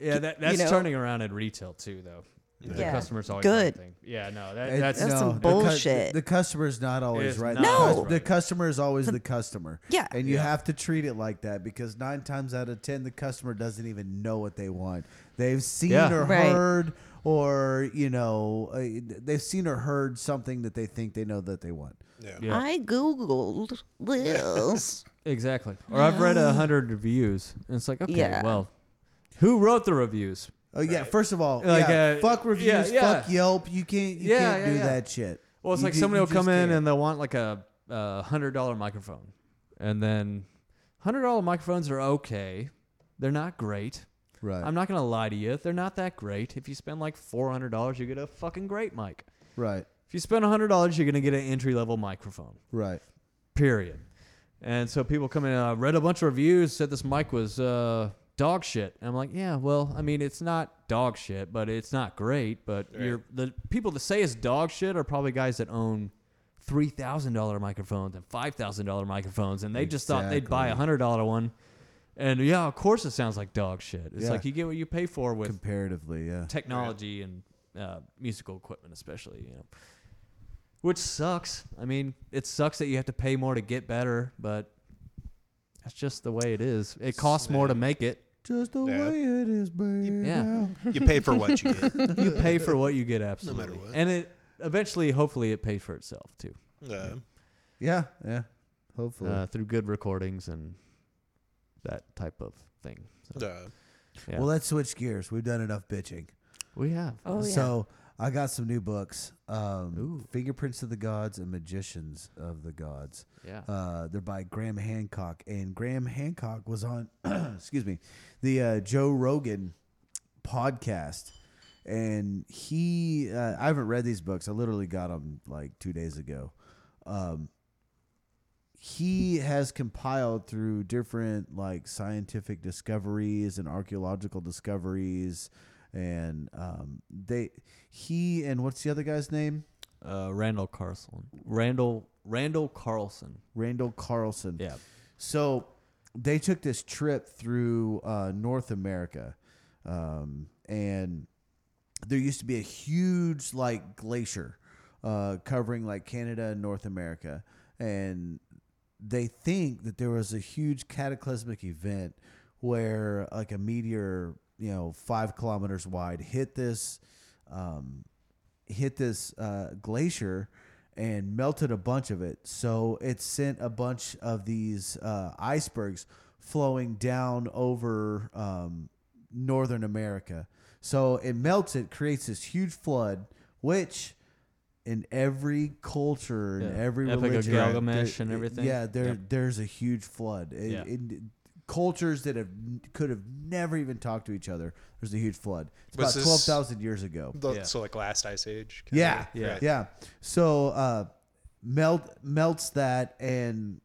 yeah, that, that's know- turning around in retail too, though. The Yeah. customers always right Good. thing. Yeah, no, that, It- that's That's some the cu- bullshit. The, customer's not always It's right. not The cus- No. the customer is always the customer. Yeah. and you have to treat it like that because nine times out of ten, the customer doesn't even know what they want. They've seen Yeah. or Right. heard, or you know, uh, they've seen or heard something that they think they know that they want. Yeah. I Googled this. Exactly. Or I've read a hundred reviews, and it's like, okay, Yeah. well, who wrote the reviews? Oh yeah! First of all, Like, yeah, uh, fuck yeah, reviews, yeah. fuck Yelp. You can't, you Yeah, can't yeah, do yeah. that shit. Well, it's You like ju- somebody you will come just in can't. and they'll want like a, a hundred dollar microphone, and then hundred dollar microphones are okay. They're not great. right, I'm not gonna lie to you. They're not that great. If you spend like four hundred dollars, you get a fucking great mic. right, If you spend hundred dollars, you're gonna get an entry level microphone. right. period. And so people come in, uh, read a bunch of reviews, said this mic was uh, dog shit. And I'm like, yeah, well, I mean, it's not dog shit, but it's not great. But you're, the people that say it's dog shit are probably guys that own three thousand dollar microphones and five thousand dollar microphones, and they just thought they'd buy a hundred dollar one. And yeah, of course it sounds like dog shit. It's Yeah. like you get what you pay for with Comparatively, yeah. technology and uh, musical equipment, especially, you know, which sucks. I mean, it sucks that you have to pay more to get better, but that's just the way it is. It costs more to make it. Just the Yeah. way it is, baby. Yeah, You pay for what you get. you pay for what you get, absolutely, what. and it eventually, hopefully, it pays for itself too Uh, Yeah, yeah. Hopefully. uh, through good recordings and that type of thing. So, uh, yeah. Well, let's switch gears. We've done enough bitching. we have. Oh, yeah. So I got some new books um, Ooh. Fingerprints of the Gods and Magicians of the Gods. Yeah. Uh, they're by Graham Hancock. And Graham Hancock was on, excuse me, the uh, Joe Rogan podcast. And he, uh, I haven't read these books. I literally got them like two days ago. Um, he has compiled through different like scientific discoveries and archaeological discoveries and um, they he and what's the other guy's name Uh, Randall Carlson. Randall Randall Carlson. randall carlson Yeah. so they took this trip through uh, north america um, and there used to be a huge like glacier uh, covering like canada and north america and they think that there was a huge cataclysmic event where like a meteor, you know, five kilometers wide hit this, um, hit this uh, glacier and melted a bunch of it. So it sent a bunch of these uh, icebergs flowing down over um, northern America. So it melts it, creates this huge flood, which in every culture, in Yeah. every Epic of religion, Gilgamesh there- and everything. Yeah, there Yep. there's a huge flood. It- Yeah. it- cultures that have could have never even talked to each other. There's a huge flood. It's Was about this- twelve thousand years ago. the- Yeah. So like last ice age. kinda, Yeah, Yeah. right? yeah. So uh, melt melts that and.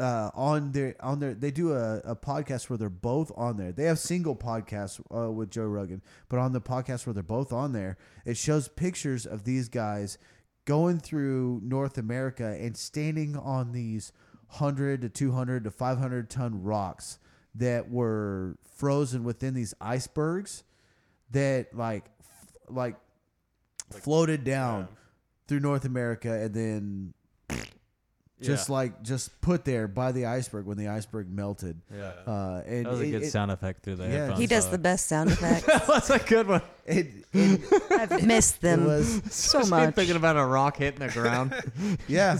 Uh, on their on their they do a, a podcast where they're both on there they have single podcasts uh, with joe rogan but on the podcast where they're both on there it shows pictures of these guys going through North America and standing on these 100 to 200 to 500 ton rocks that were frozen within these icebergs that like f- like, floated down through North America and then just Yeah. like just put there by the iceberg when the iceberg melted. Yeah. Uh, and That was a it- good it- sound effect through the Yeah. headphones. He does the best sound effects. that was a good one. it- it- I've missed them was- so much. Thinking about a rock hitting the ground. yeah.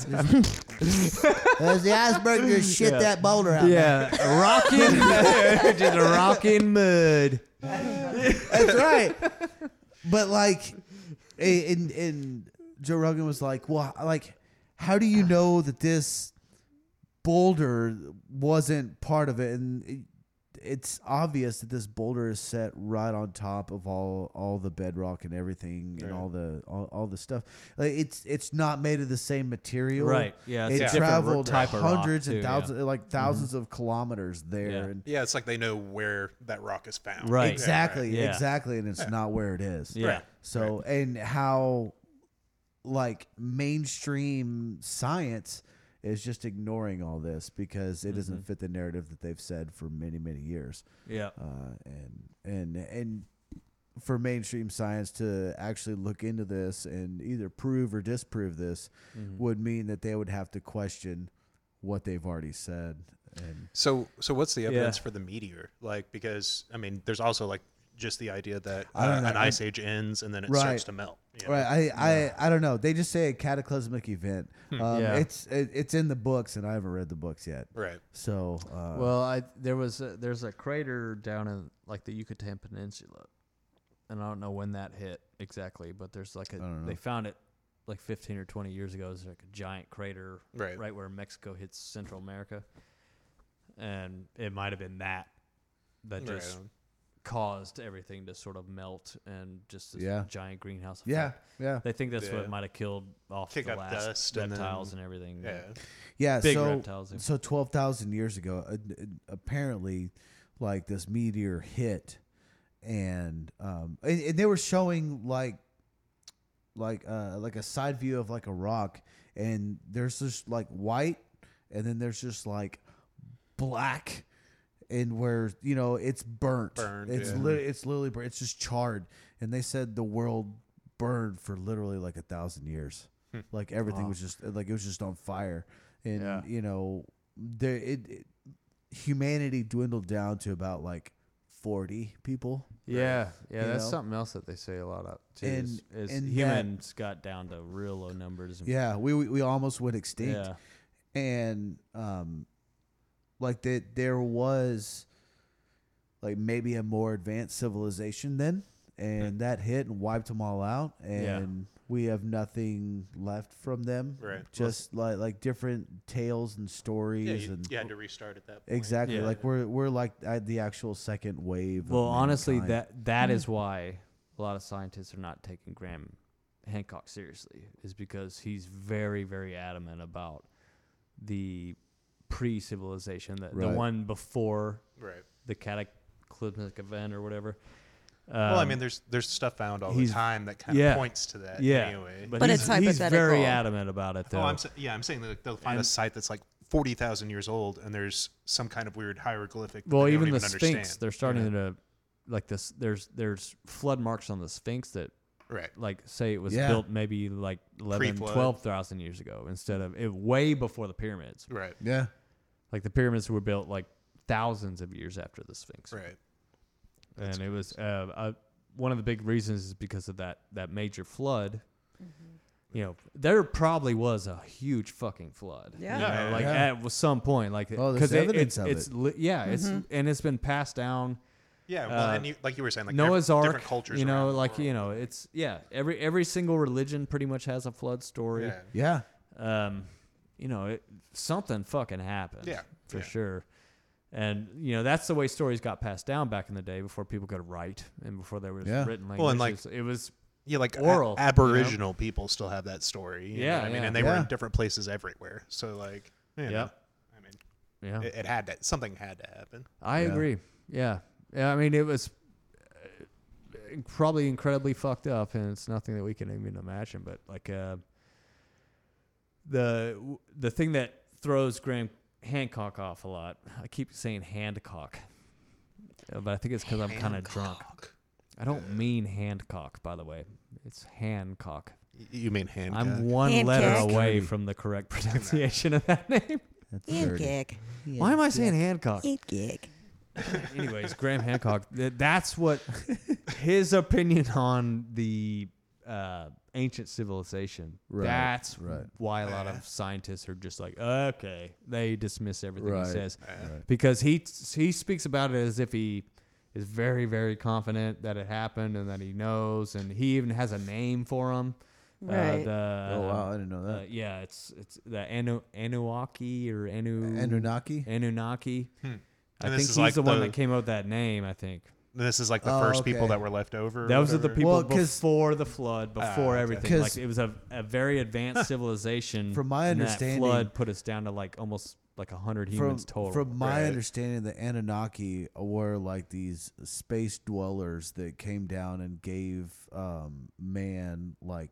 As the iceberg just shit that boulder out. yeah, rocking, just a rocking mud. That's right. But like, a- and and Joe Rogan was like, well, like, how do you know that this boulder wasn't part of it? And it, it's obvious that this boulder is set right on top of all all the bedrock and everything and all the all, all the stuff. Like it's it's not made of the same material, Right, yeah, it's It a different traveled type of rock, hundreds too, and yeah. Mm-hmm. 1000s like 1000s of kilometers there, Yeah. and Yeah, it's like they know where that rock is found. Right. exactly, Yeah. exactly, and it's not where it is. Yeah. Right. So and how like mainstream science is just ignoring all this because it doesn't fit the narrative that they've said for many many years. Yeah. Uh, and and and for mainstream science to actually look into this and either prove or disprove this Mm-hmm. would mean that they would have to question what they've already said. And So, so what's the evidence Yeah. for the meteor? Like, because I mean, there's also like just the idea that I uh, don't know. an ice age ends and then it Right. starts to melt. you know? right, I, I I don't know. They just say a cataclysmic event. Um, Yeah. It's it, it's in the books, and I haven't read the books yet. Right. So uh, Well, I there was a, there's a crater down in like the Yucatan Peninsula, and I don't know when that hit exactly, but there's like a don't know. they found it like 15 or 20 years ago. There's like a giant crater Right. right where Mexico hits Central America, and it might have been that that Right just on. caused everything to sort of melt and just this Yeah. giant greenhouse. yeah, effect. yeah, They think that's Yeah. what might have killed off Kick the up last dust and reptiles then- and, everything. Yeah. yeah. Big so reptiles, yeah. so twelve thousand years ago, uh, uh, apparently, like this meteor hit, and um, and, and they were showing like, like uh, like a side view of like a rock, and there's just like white, and then there's just like black. And where you know it's burnt, Burned, it's yeah. lit- it's literally burnt. It's just charred, and they said the world burned for literally like a thousand years. Hmm. Like everything was just like it was just on fire, and Yeah. you know, there it, it humanity dwindled down to about like forty people. Yeah, You yeah, that's know? something else that they say a lot of too. And- is, is and that- humans got down to real low numbers. And Yeah, we we, we almost went extinct, yeah, and um, like that there was like maybe a more advanced civilization then, and that hit and wiped them all out, Yeah. and we have nothing left from them. Right. Just like like different tales and stories Yeah, you, and you had to restart at that point. Exactly. Yeah. Like we're we're like at the actual second wave. of Well, honestly, mankind. that that is why a lot of scientists are not taking Graham Hancock seriously, is because he's very, very adamant about the pre-civilization, the, the Right. one before Right. the cataclysmic event or whatever. well, I Um, mean, there's there's stuff found all the he's- time that kind of yeah. points to that. yeah, Anyway. but, But he's, it's he's very hypothetical. adamant about it, though. Oh, I'm sa- yeah, I'm saying that they'll find a site that's like forty thousand years old, and there's some kind of weird hieroglyphic. that Well, they don't even the Sphinx, understand. they're starting to like this. There's there's flood marks on the Sphinx that right. like say it was Yeah. built maybe like 11, Pre-flood. 12,000 years ago instead of it way before the pyramids. Right. yeah, Like the pyramids were built like thousands of years after the Sphinx, Right. and it was uh, uh, one of the big reasons is because of that that major flood. Mm-hmm. You know, there probably was a huge fucking flood. you Yeah. know, Yeah. like Yeah. at some point, like Oh, there's it- evidence it's, of it's it. li- yeah, it's and it's been passed down. Yeah. Well, Uh, and you, like you were saying, like Noah's diff- Ark, different cultures. you know, around the like world. you know, it's yeah. Every every single religion pretty much has a flood story. Yeah. yeah. Um, you know, it, something fucking happened. Yeah, for yeah. sure. And you know, that's the way stories got passed down back in the day before people could write and before there was Yeah. written language. Well, and, it was, it was- Yeah, like a- Oral, you know? Aboriginal people still have that story. you know Yeah, what I mean, yeah. and they were Yeah. in different places everywhere. So like, you know, Yeah. I mean, yeah. it, it had to something had to happen. I agree. Yeah. yeah. I mean, it was uh, probably incredibly fucked up, and it's nothing that we can even imagine. But like, uh, the the thing that throws Graham Hancock off a lot. I keep saying Handcock, Uh, but I think it's because I'm kind of drunk. I don't mean Handcock, by the way. It's Hancock. You mean hand? I'm one Hancock. letter away from the correct pronunciation of that name. That's dirty. Handkick. Why am I saying Hancock? Handkick. Anyways, Graham Hancock. th- That's what his opinion on the uh, ancient civilization. Right, that's right. why a lot of scientists are just like, okay, they dismiss everything Right, he says right. because he he speaks about it as if he is very very confident that it happened and that he knows, and he even has a name for him. Uh, Right. the, Oh wow, I didn't know uh, that. yeah, it's it's the Anu Anuaki or Anu Anunnaki. Anunnaki. I Hmm. And think this he's is like the, one the- that came up with that name. I think This is like the Oh, first okay. people that were left over. or those are the whatever. Ah, people Well, 'cause- before the flood, before okay. everything. Like 'Cause- it was a, a very advanced civilization. From my and that understanding- flood put us down to like almost like hundred humans total. From my Right. understanding, the Anunnaki were like these space dwellers that came down and gave um, man like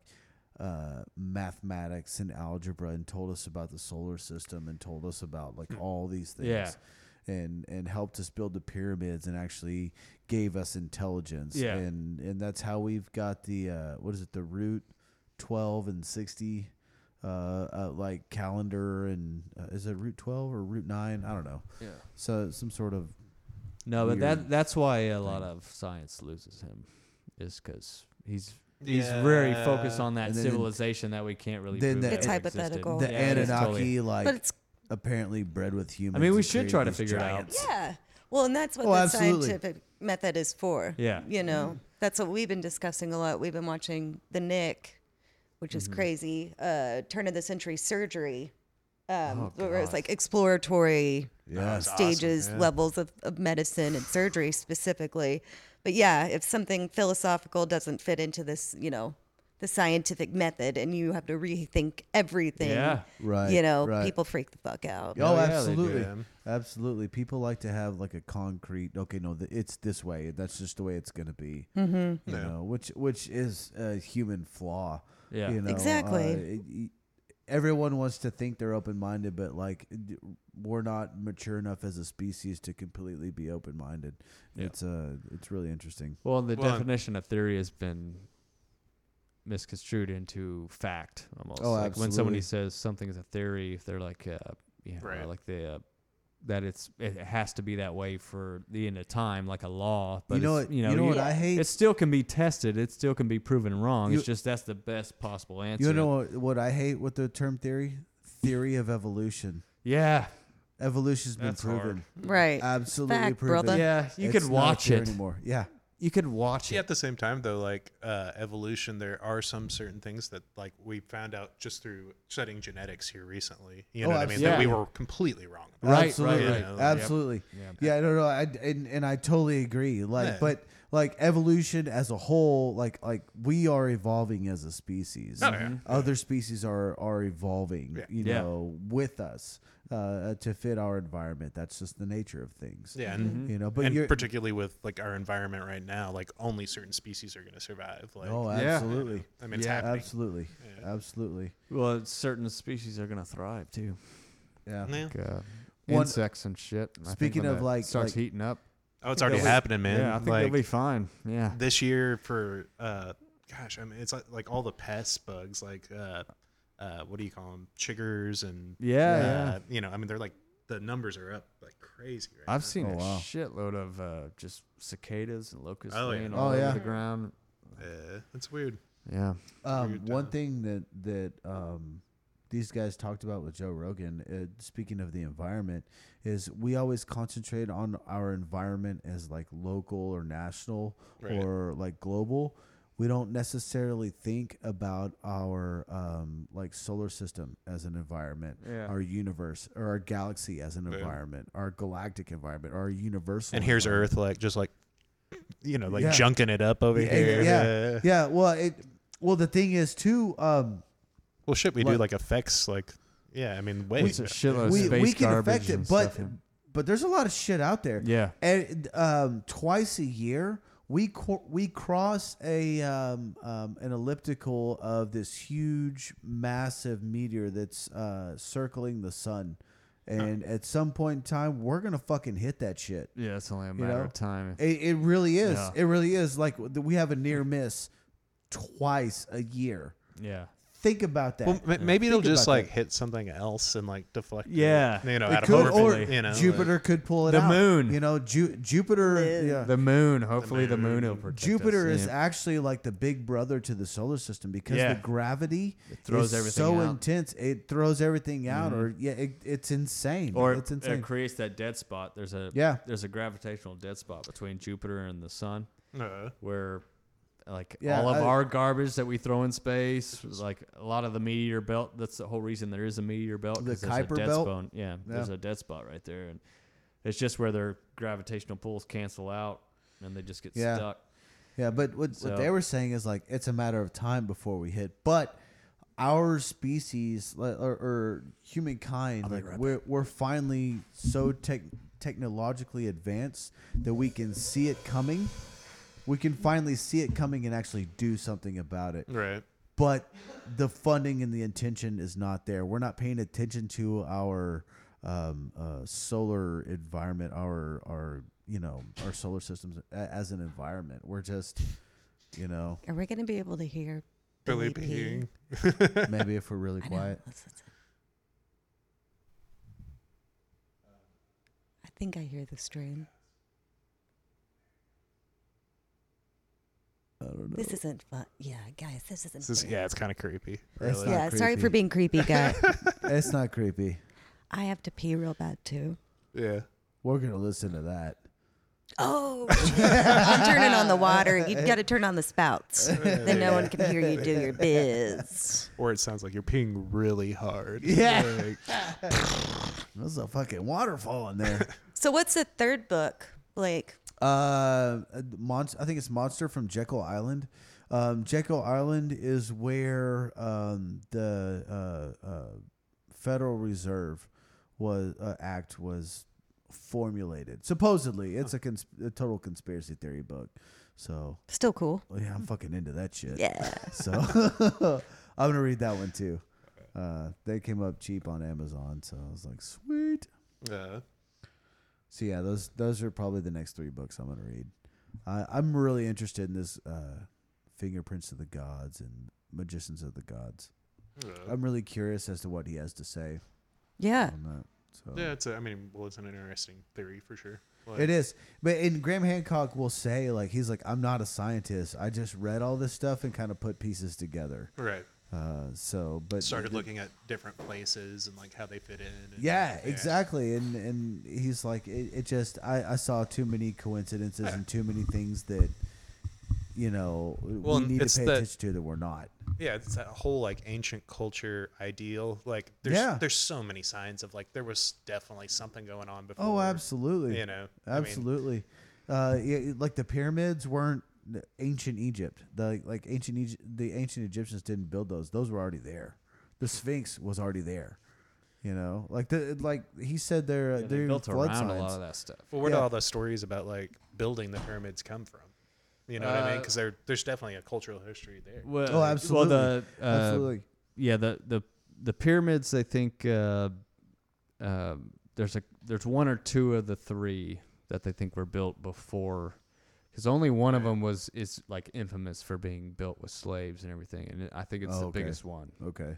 uh, mathematics and algebra, and told us about the solar system, and told us about like all these things. Hmm. Yeah. And, and helped us build the pyramids and actually gave us intelligence Yeah. and and that's how we've got the uh, what is it the root 12 and 60 uh, uh like calendar and uh, is it root 12 or route 9 i don't know yeah so some sort of no, but weird that that's why a lot of science loses him, is because he's. He's Yeah. very focused on that And then- civilization that we can't really. then prove the- that It's ever existed. hypothetical. the Oh, Yeah, it is anunnaki totally- like But it's apparently bred with humans I mean, we and should created try to these figure it out. giants. yeah. Well, and that's what Oh, the absolutely. Mm-hmm. scientific method is for. Yeah. You know, that's what we've been discussing a lot. We've been watching The Nick, which Mm-hmm. is crazy, uh, turn of the century surgery, Oh, um, where it's like exploratory Yes. stages, levels of, of medicine and surgery specifically. But yeah, if something philosophical doesn't fit into this, you know, the scientific method and you have to rethink everything, Yeah. Right, you know, right. people freak the fuck out. Oh, yeah, they do. absolutely, Yeah. absolutely. People like to have like a concrete. Okay, no, th- it's this way. That's just the way it's gonna be. Mm-hmm. You Yeah. know, which which is a human flaw. Yeah. you know, Exactly. uh, it- y- everyone wants to think they're open minded, but like d- we're not mature enough as a species to completely be open minded. Yeah. It's uh, it's really interesting. Well, the Well, and- definition of theory has been misconstrued into fact almost. Oh, like when somebody absolutely. says something is a theory, if they're like, uh, yeah, Right. like the uh, that it's it has to be that way for the end of time, like a law. But know it's- what- you know, you know what I hate? It still can be tested. It still can be proven wrong. You- it's just that's the best possible answer. You know what, what I hate with the term theory? Theory of evolution. yeah, Evolution's been That's hard. proven. Right. Absolutely Fact, proven. brother. yeah. You It's could not a watch theory it. anymore. Yeah. You could watch Yeah, it. at the same time though, like uh, evolution, there are some certain things that like we found out just through studying genetics here recently. You Oh, know what I mean? That we absolutely. were completely wrong. About. Right, absolutely. right, right. Absolutely. Yeah, I don't know. I and, and I totally agree. Like, Yeah. but like evolution as a whole, like like we are evolving as a species. Oh, yeah. Other species are are evolving. Yeah. You Yeah. know, with us uh, to fit our environment. That's just the nature of things. Yeah, Mm-hmm. and, You know, but you're and particularly with like our environment right now, like only certain species are going to survive. Like, oh, Yeah. absolutely, I mean, it's Yeah. happening. absolutely, absolutely. Well, certain species are gonna thrive too. Yeah. Yeah. uh, One- insects and shit. I think Speaking when of, that like- starts like- heating up. Oh, it's already they'll be- happening, man. yeah, I think like they'll be fine. Yeah, this year for uh, gosh, I mean, it's like, like all the pest bugs, like uh, uh, what do you call them? Chiggers and Yeah, uh, yeah. you know, I mean, they're like the numbers are up like crazy. Right I've seen Oh, a wow. shitload of uh, just cicadas and locusts Oh, yeah. laying Oh, all yeah. over the ground. now. Uh, that's weird. Yeah, Um, Weird one time. thing that that um, these guys talked about with Joe Rogan, uh, speaking of the environment, is we always concentrate on our environment as like local or national Right. or like global. We don't necessarily think about our um, like solar system as an environment, Yeah. our universe or our galaxy as an environment, our galactic environment, our universal. And here's environment. Earth, like just like you know, like Yeah. junking it up over here. Yeah, yeah, Uh, yeah. Well, it. Well, the thing is too. Um, Well, shit, we Like- do like effects, like yeah. I mean, way it's a shitload of we, space we can garbage affect it, and but stuff. but there's a lot of shit out there. Yeah. and um, twice a year we cor- we cross a um, um, an elliptical of this huge, massive meteor that's uh, circling the sun, and at some point in time, we're gonna fucking hit that shit. Yeah, it's only a You matter know? of time. It, it really is. Yeah. It really is. Like th- we have a near miss twice a year. yeah. Think about that. Well, ma- maybe it'll Think just about like that. hit something else and like deflect. it, Yeah. you know, It out of could, orbit. or you know, Jupiter could pull it The out. moon. You know, Ju- Jupiter. yeah. The moon. Hopefully, the moon, will protect Jupiter us. is actually like the big brother to the solar system because Yeah. the gravity throws is everything so out. Mm-hmm. intense. It throws everything out, or yeah, it, it's insane. or it's it- insane. it creates that dead spot. There's a Yeah. There's a gravitational dead spot between Jupiter and the sun, Uh, where like Yeah, all of I- our garbage that we throw in space, like a lot of the meteor belt. That's the whole reason there is a meteor belt. The 'cause there's a Kuiper dead belt? spot- Yeah, there's Yeah. a dead spot right there, and it's just where their gravitational pulls cancel out, and they just get Yeah. stuck. yeah, but what, So- what they were saying is like it's a matter of time before we hit. But our species like, or, or humankind, like we're we're finally so tech, technologically advanced that we can see it coming. We can finally see it coming and actually do something about it. right. but the funding and the intention is not there. We're not paying attention to our um, uh, solar environment, our our you know our solar systems a- as an environment. We're just you know Are we going to be able to hear Billy Billy P? P. maybe if we're really I know. quiet. Let's- let's- I think I hear the stream. I don't know. This isn't fun. Yeah, guys, this isn't This is, fun. yeah, it's kind of creepy. It's Really. not yeah, sorry for creepy. being creepy, guy. It's not creepy. I have to pee real bad too. Yeah. We're gonna listen to that. Oh, shit. I'm turning on the water. You got to turn on the spouts. Then no one can hear you do your biz. Or it sounds like you're peeing really hard. Yeah. Like, There's a fucking waterfall in there. So, what's the third book, Blake? Uh, monster. I think it's Monster from Jekyll Island. Um, Jekyll Island is where um, the uh, uh, Federal Reserve was uh, Act was formulated. Supposedly, it's a, cons- a total conspiracy theory book. So Still cool. yeah, I'm fucking into that shit. Yeah. So I'm gonna read that one too. Uh, they came up cheap on Amazon, so I was like, sweet. uh, So yeah, those those are probably the next three books I'm gonna read. I I'm really interested in this uh, Fingerprints of the Gods and Magicians of the Gods. I'm really curious as to what he has to say Yeah. on that. So yeah, it's. A, I mean, well, it's an interesting theory for sure. Like, it is, but and Graham Hancock will say like he's like I'm not a scientist. I just read all this stuff and kind of put pieces together. Right. Uh, so but Started looking at different places and like how they fit in. and- Yeah, exactly. And and he's like, it, it just I, I saw too many coincidences and too many things that you know Well, we and need it's to pay the- attention to that we're not. yeah it's that whole like ancient culture ideal like there's Yeah. there's so many signs of like there was definitely something going on before Oh, absolutely. you know I mean, absolutely. uh, yeah, like the pyramids weren't the ancient Egypt. The like ancient Egypt, the ancient Egyptians didn't build those. Those were already there. The Sphinx was already there. You know, like the like he said, they're Yeah, they're they built flood around signs. a lot of that stuff. well where do yeah. all the stories about like building the pyramids come from you know what i mean Uh, because there there's definitely a cultural history there Well, Oh, absolutely. Well, the, uh, Absolutely. yeah the the the pyramids i think uh, uh, there's a there's one or two of the three that they think were built before because only one of them was is like infamous for being built with slaves and everything and i think it's Oh, the okay. biggest one Okay.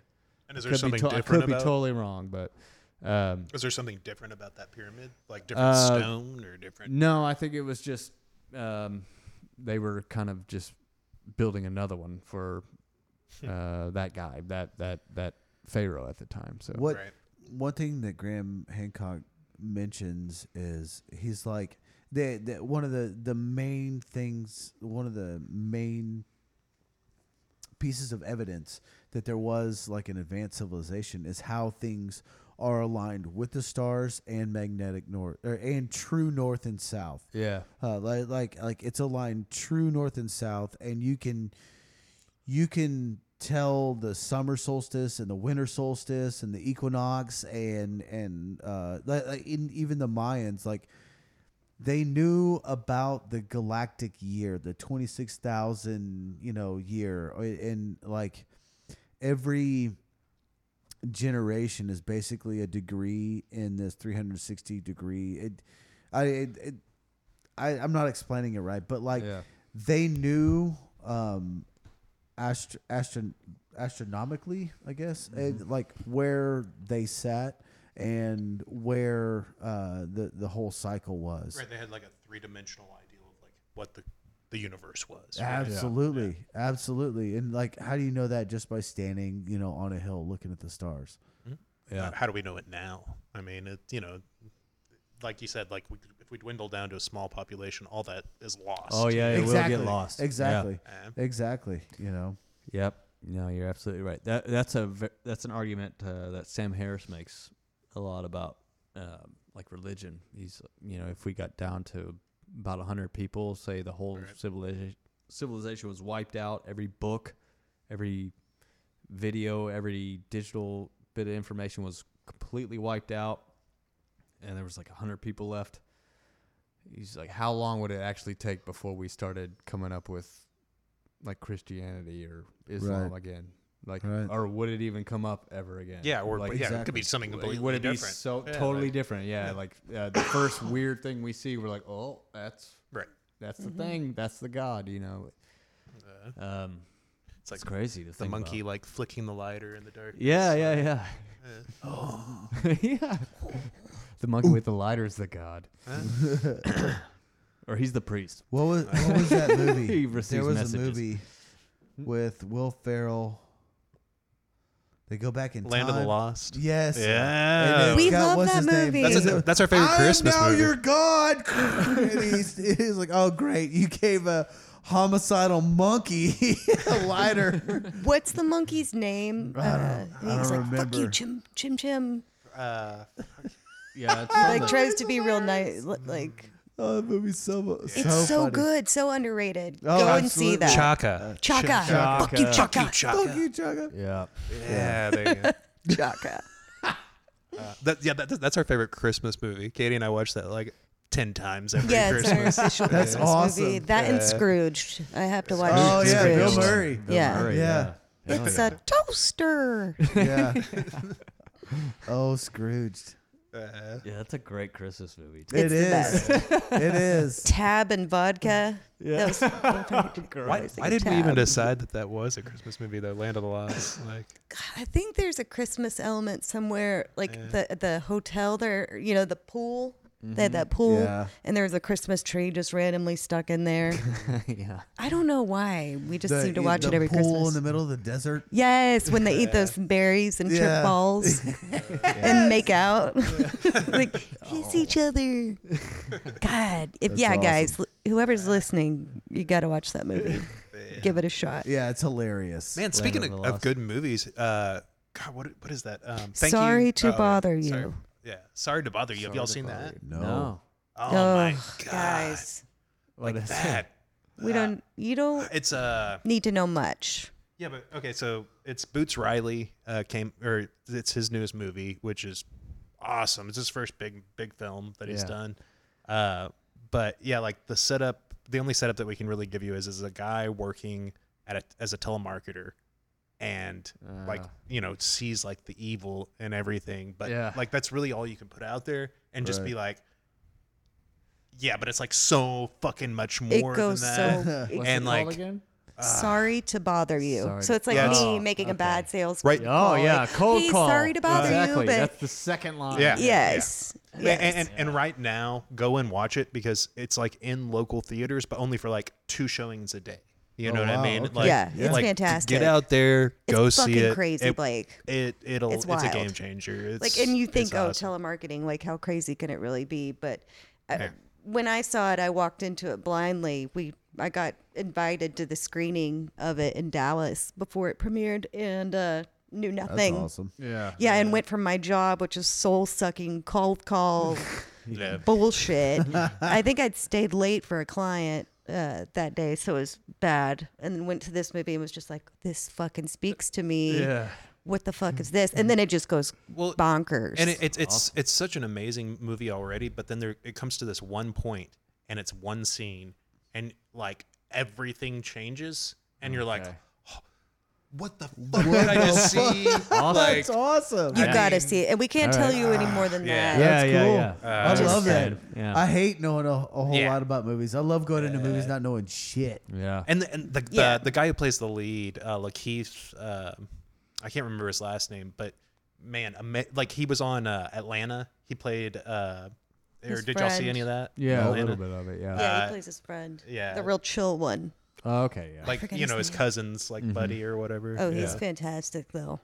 and is there could be something to- i different could be about totally wrong but um, is there something different about that pyramid like different Uh, stone or different no i think it was just um, they were kind of just building another one for Hmm. uh, that guy that that that pharaoh at the time so What Right. one thing that Graham Hancock mentions is he's like the, the one of the the main things one of the main pieces of evidence that there was like an advanced civilization is how things are aligned with the stars and magnetic north or, and true north and south yeah uh, like like like it's aligned true north and south, and you can you can tell the summer solstice and the winter solstice and the equinox and and uh, like, like in, even the Mayans like they knew about the galactic year, the 26,000, you know, year a- and like every generation is basically a degree in this 360 degree it I it, it I, I'm not explaining it right, but like Yeah. they knew um, ast- astro- astronomically, I guess, and, Mm-hmm. like where they sat and where uh, the the whole cycle was. Right, they had like a three dimensional ideal of like what the the universe was. Absolutely, absolutely, and like, how do you know that just by standing, you know, on a hill looking at the stars? Yeah. How do we know it now? I mean, it you know, like you said, like we, if we dwindle down to a small population, all that is lost. Eh. Oh yeah, it will get lost. Yeah. Exactly, Yeah. exactly. You know, Yep. No, you're absolutely right. That that's a ve- that's an argument uh, that Sam Harris makes a lot about um, like religion. He's you know if we got down to about hundred people, say the whole civilization civilization was wiped out. Every book, every video, every digital bit of information was completely wiped out, and there was like hundred people left. He's like, how long would it actually take before we started coming up with like Christianity or Islam Right. again? Like, Right. or would it even come up ever again? Yeah, or like, yeah, it could be something like, completely would it be different. so Yeah, totally like- different? Yeah, like uh, the first weird thing we see, we're like, oh, that's Right. that's the thing, that's the God, you know. Uh, Um, it's like it's crazy to the think monkey about. like flicking the lighter in the dark. Yeah, yeah, yeah. Oh, yeah. The monkey with the lighter is the god, or he's the priest. what was what was that movie? He receives there was a messages. Hmm? movie with Will Ferrell. They go back in Land time. of the Lost. Yes. Yeah. And We it's got- love what's that his name? movie. That's that's, his- a, that's our favorite I Christmas am now movie. your god. And he's, he's like, oh great, you gave a homicidal monkey a lighter. What's the monkey's name? Uh, I he's don't like, "Fuck you, remember." Chim Chim Chim." Uh, Yeah, it's Like tries to be real nice. li- Like oh, that movie's so mu- so, it's so funny. good, so underrated. Oh, Go and absolutely. see that. Chaka. Chaka. Fuck you, Chaka. Fuck you, Chugga. yeah. Yeah, there you go. Chaka. That, yeah, that, that's our favorite Christmas movie. Katie and I watched that like ten times every Yeah, it's our Christmas. official That's Christmas awesome. movie. That and Scrooge. I have to watch Oh Scrooge. yeah, Bill Scrooged. Murray. Yeah. Murray, Yeah. Hell It's yeah. a toaster. Yeah. oh, Scrooged. Uh, yeah, that's a great Christmas movie. It is. It's It is. Tab and vodka. That was why why did we even decide that that was a Christmas movie though? Land of the Lost. Like, I think there's a Christmas element somewhere, like the the hotel there, you know, the pool. They had that pool, Mm-hmm. Yeah. and there was a Christmas tree just randomly stuck in there. yeah. I don't know why. We just The- e, seem to watch the it every pool Christmas. in the middle of the desert. yes, when they eat those berries and Yeah. trip balls and make out, like Oh. kiss each other. God, if yeah, awesome. guys, li- whoever's listening, you got to watch that movie. Give it a shot. Yeah, it's hilarious. man, speaking of of, the of Lost. good movies, uh, God, what what is that? Um, thank Sorry you. to oh, yeah, bother sorry. you. Yeah, sorry to bother you. Have y'all seen that? No. No. Oh, Oh, my god, guys, What like is that. Uh, we don't. You don't It's uh need to know much. yeah, but okay, so it's Boots Riley uh came or it's his newest movie, which is awesome. It's his first big big film that he's Yeah. done. Uh but yeah, like the setup the only setup that we can really give you is is a guy working at a, as a telemarketer and like Ah. you know sees like the evil and everything but Yeah. like that's really all you can put out there and just be like yeah but it's like so fucking much more it goes than that so. What's And, it called like, again? sorry to bother you. Sorry So to- it's like Yeah, it's- me making a bad sales Right. Oh call, yeah, like, cold hey, call. Sorry to bother exactly. you, but that's the second line. Yeah. yes, A- yes. And, and, and right now, go and watch it because it's like in local theaters, but only for like two showings a day. You Oh, know what wow, I mean? okay. Like, Yeah, it's like, fantastic. Get out there, It's go see fucking it. crazy, it, Blake. It it'll It's it's, a wild. game changer. It's, like, and you think, it's oh, awesome. telemarketing, like how crazy can it really be? But uh, when I saw it, I walked into it blindly. We, I got invited to the screening of it in Dallas before it premiered, and uh, knew That's nothing. awesome. Yeah. Yeah, and went from my job, which is soul sucking cold call Yeah. bullshit. I think I'd stayed late for a client uh, that day, so it was bad. And then went to this movie and was just like, this fucking speaks to me. Yeah. what the fuck is this? And then it just goes Well, bonkers. and it, it's it's it's such an amazing movie already but then there it comes to this one point and it's one scene and like everything changes and you're like Okay. "Oh, what the fuck did i just see like That's awesome. you I gotta mean- see it, and we can't All tell right. you any more than Yeah. that. That's yeah, cool. yeah. I Uh, love that. Understand. Yeah. I hate knowing a, a whole Yeah. lot about movies. I love going into movies not knowing shit. yeah. and the, and the, Yeah. the the guy who plays the lead uh lakeith uh, i can't remember his last name but man ama- like he was on uh, atlanta he played uh or His did y'all see friend. any of that yeah, a Atlanta? little bit of it. Yeah. Yeah, Uh, he plays his friend. yeah. the real chill one. Oh, okay. Yeah. like forget you his know his name. cousins Mm-hmm. like buddy or whatever Oh, he's yeah. fantastic though.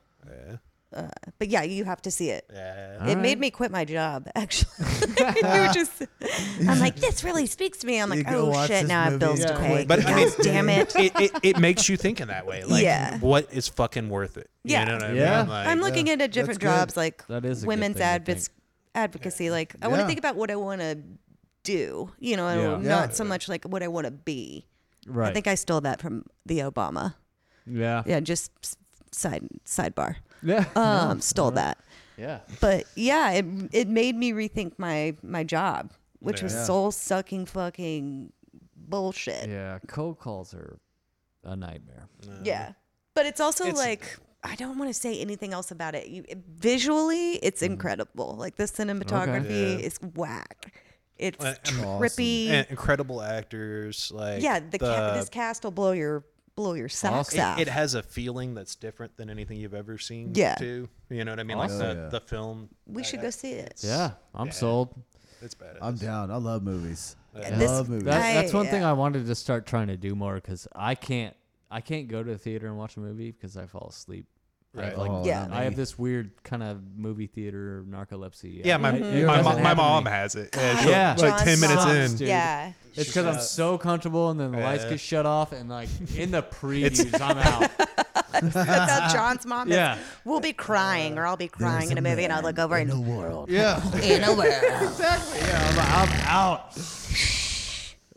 Uh, but yeah, you have to see it. yeah. It right. made me quit my job. Actually, we were just, I'm like, this really speaks to me. I'm You like, go oh watch shit, this now I have movie bills and to pay. quit. But God I mean, damn it. it, it, it makes you think in that way. Like, Yeah. what is fucking worth it? Yeah. You know what I Yeah. mean? Like, I'm looking into different good. jobs, like That is a good women's thing to think. advoc- advocacy. Like, I want Yeah. to think about what I want to do. You know, Yeah. Yeah. not so much like what I want to be. right. I think I stole that from the Obama. yeah. Yeah, just s- side sidebar. Yeah. Um, stole that. yeah. But yeah, it it made me rethink my my job, which was Yeah. soul sucking fucking bullshit. Yeah. Cold calls are a nightmare. Yeah. But it's also It's- like I don't want to say anything else about it. You, visually, it's incredible. Like the cinematography Yeah. is whack. It's Uh, um, trippy. and incredible actors. Like, yeah, the, ca- this cast will blow your blow your socks it, out. it has a feeling that's different than anything you've ever seen. Yeah. Too. You know what I mean? Awesome. Like the, Yeah. the film. we should go see it. Yeah. I'm Yeah. sold. It's bad. I'm down. I love movies. I This- love movies. That, that's one thing I- I wanted to start trying to do more because I can't I can't go to the theater and watch a movie because I fall asleep. I have, Right. like, Oh, Yeah. that I have movie. this weird kind of movie theater narcolepsy. Yeah, my Mm-hmm. I- it my, doesn't mo- my happen to mom me. has it. Yeah, God, she'll- Yeah. like John ten minutes sucks, in. dude. Yeah. It's because I'm so comfortable, and then the lights get shut off, and like in the previews, I'm out. That's how John's mom is. Yeah. We'll be crying or I'll be crying in a movie and I'll look over in the and world. Yeah, in a world. I'm, I'm out.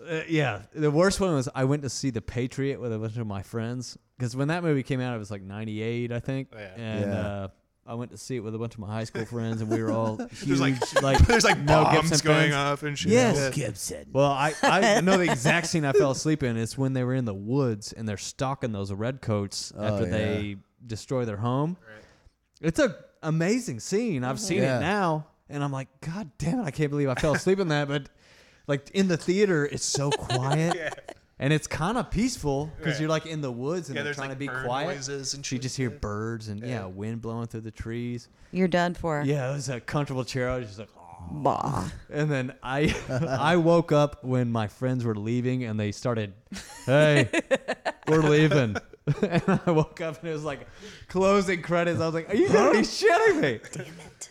Uh, yeah, the worst one was I went to see The Patriot with a bunch of my friends because when that movie came out, it was like '98, I think, Oh, Yeah. and Yeah. Uh, I went to see it with a bunch of my high school friends, and we were all huge, There's like, like there's like Mel bombs Gibson going fans. off and shit. Yes, Yeah. Gibson. Well, I, I know the exact scene I fell asleep in is when they were in the woods and they're stalking those redcoats Oh, after yeah. they destroy their home. It's a amazing scene. Uh-huh. I've seen Yeah. it now, and I'm like, God damn it! I can't believe I fell asleep in that. But like in the theater, it's so quiet. And it's kind of peaceful because Right. you're like in the woods and Yeah, they're there's, trying like, to be bird quiet. noises and so you shit, just hear yeah. birds and yeah. wind blowing through the trees. You're done for. Yeah, it was a comfortable chair. I was just like, oh. Bah. And then I I woke up when my friends were leaving and they started, "Hey, we're leaving." and I woke up and it was like closing credits. I was like, "Are you gonna be shitting me?"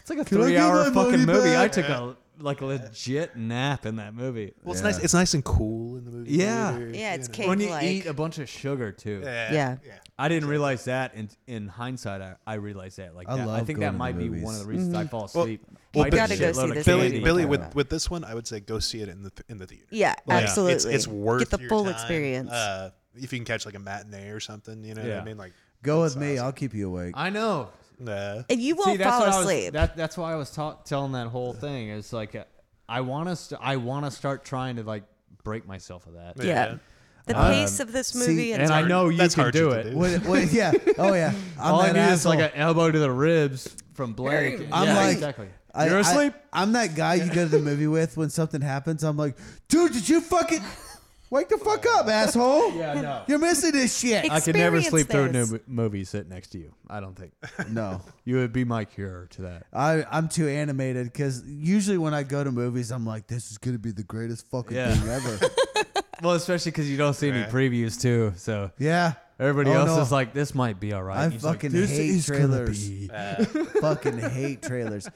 It's like a I get three-hour my money fucking movie. I back? took a like a legit nap in that movie. Well, it's nice. It's nice and cool in the movie. Yeah. theater, Yeah, it's you know. cake when you like. eat a bunch of sugar too. Yeah. Yeah. I didn't realize that in in hindsight. I, I realized that like I that. I love think going that to might be movies. one of the reasons I fall Well, asleep. well, I but- got Gotta go see this Billy, Andy. Billy, Yeah. with with this one, I would say go see it in the th- in the theater. Yeah, Like, it's- absolutely. It's, worth Get the your full time. experience. Uh, if you can catch like a matinee or something, you know what Yeah. I mean? Like, Go with me. I'll keep you awake. I know. nah. and See, you won't that's fall what I was- asleep. that, that's why I was ta- telling that whole thing. It's like uh, I want us. I want to start trying to like break myself of that. yeah. Yeah. The Um, pace of this see, movie and and I know you That's can hard do to it. do. What, what, yeah. Oh yeah. I'm All I that need is like asshole. an elbow to the ribs from Blake. I'm Yeah, like, exactly. I, You're asleep. I, am that guy you go to the movie with when something happens. I'm like, dude, did you fucking wake the fuck up, asshole? yeah, no. You're missing this shit. I could never Experience sleep through a new this. mo- movie sitting next to you. I don't think no. you would be my cure to that. I, I'm too animated because usually when I go to movies, I'm like, this is going to be the greatest fucking Yeah. thing ever. Well, especially because you don't see any Right. previews too. So yeah. everybody Oh, else no. is like, "This might be all right." I And he's like, fucking "This hate is gonna trailers." be- fucking hate trailers.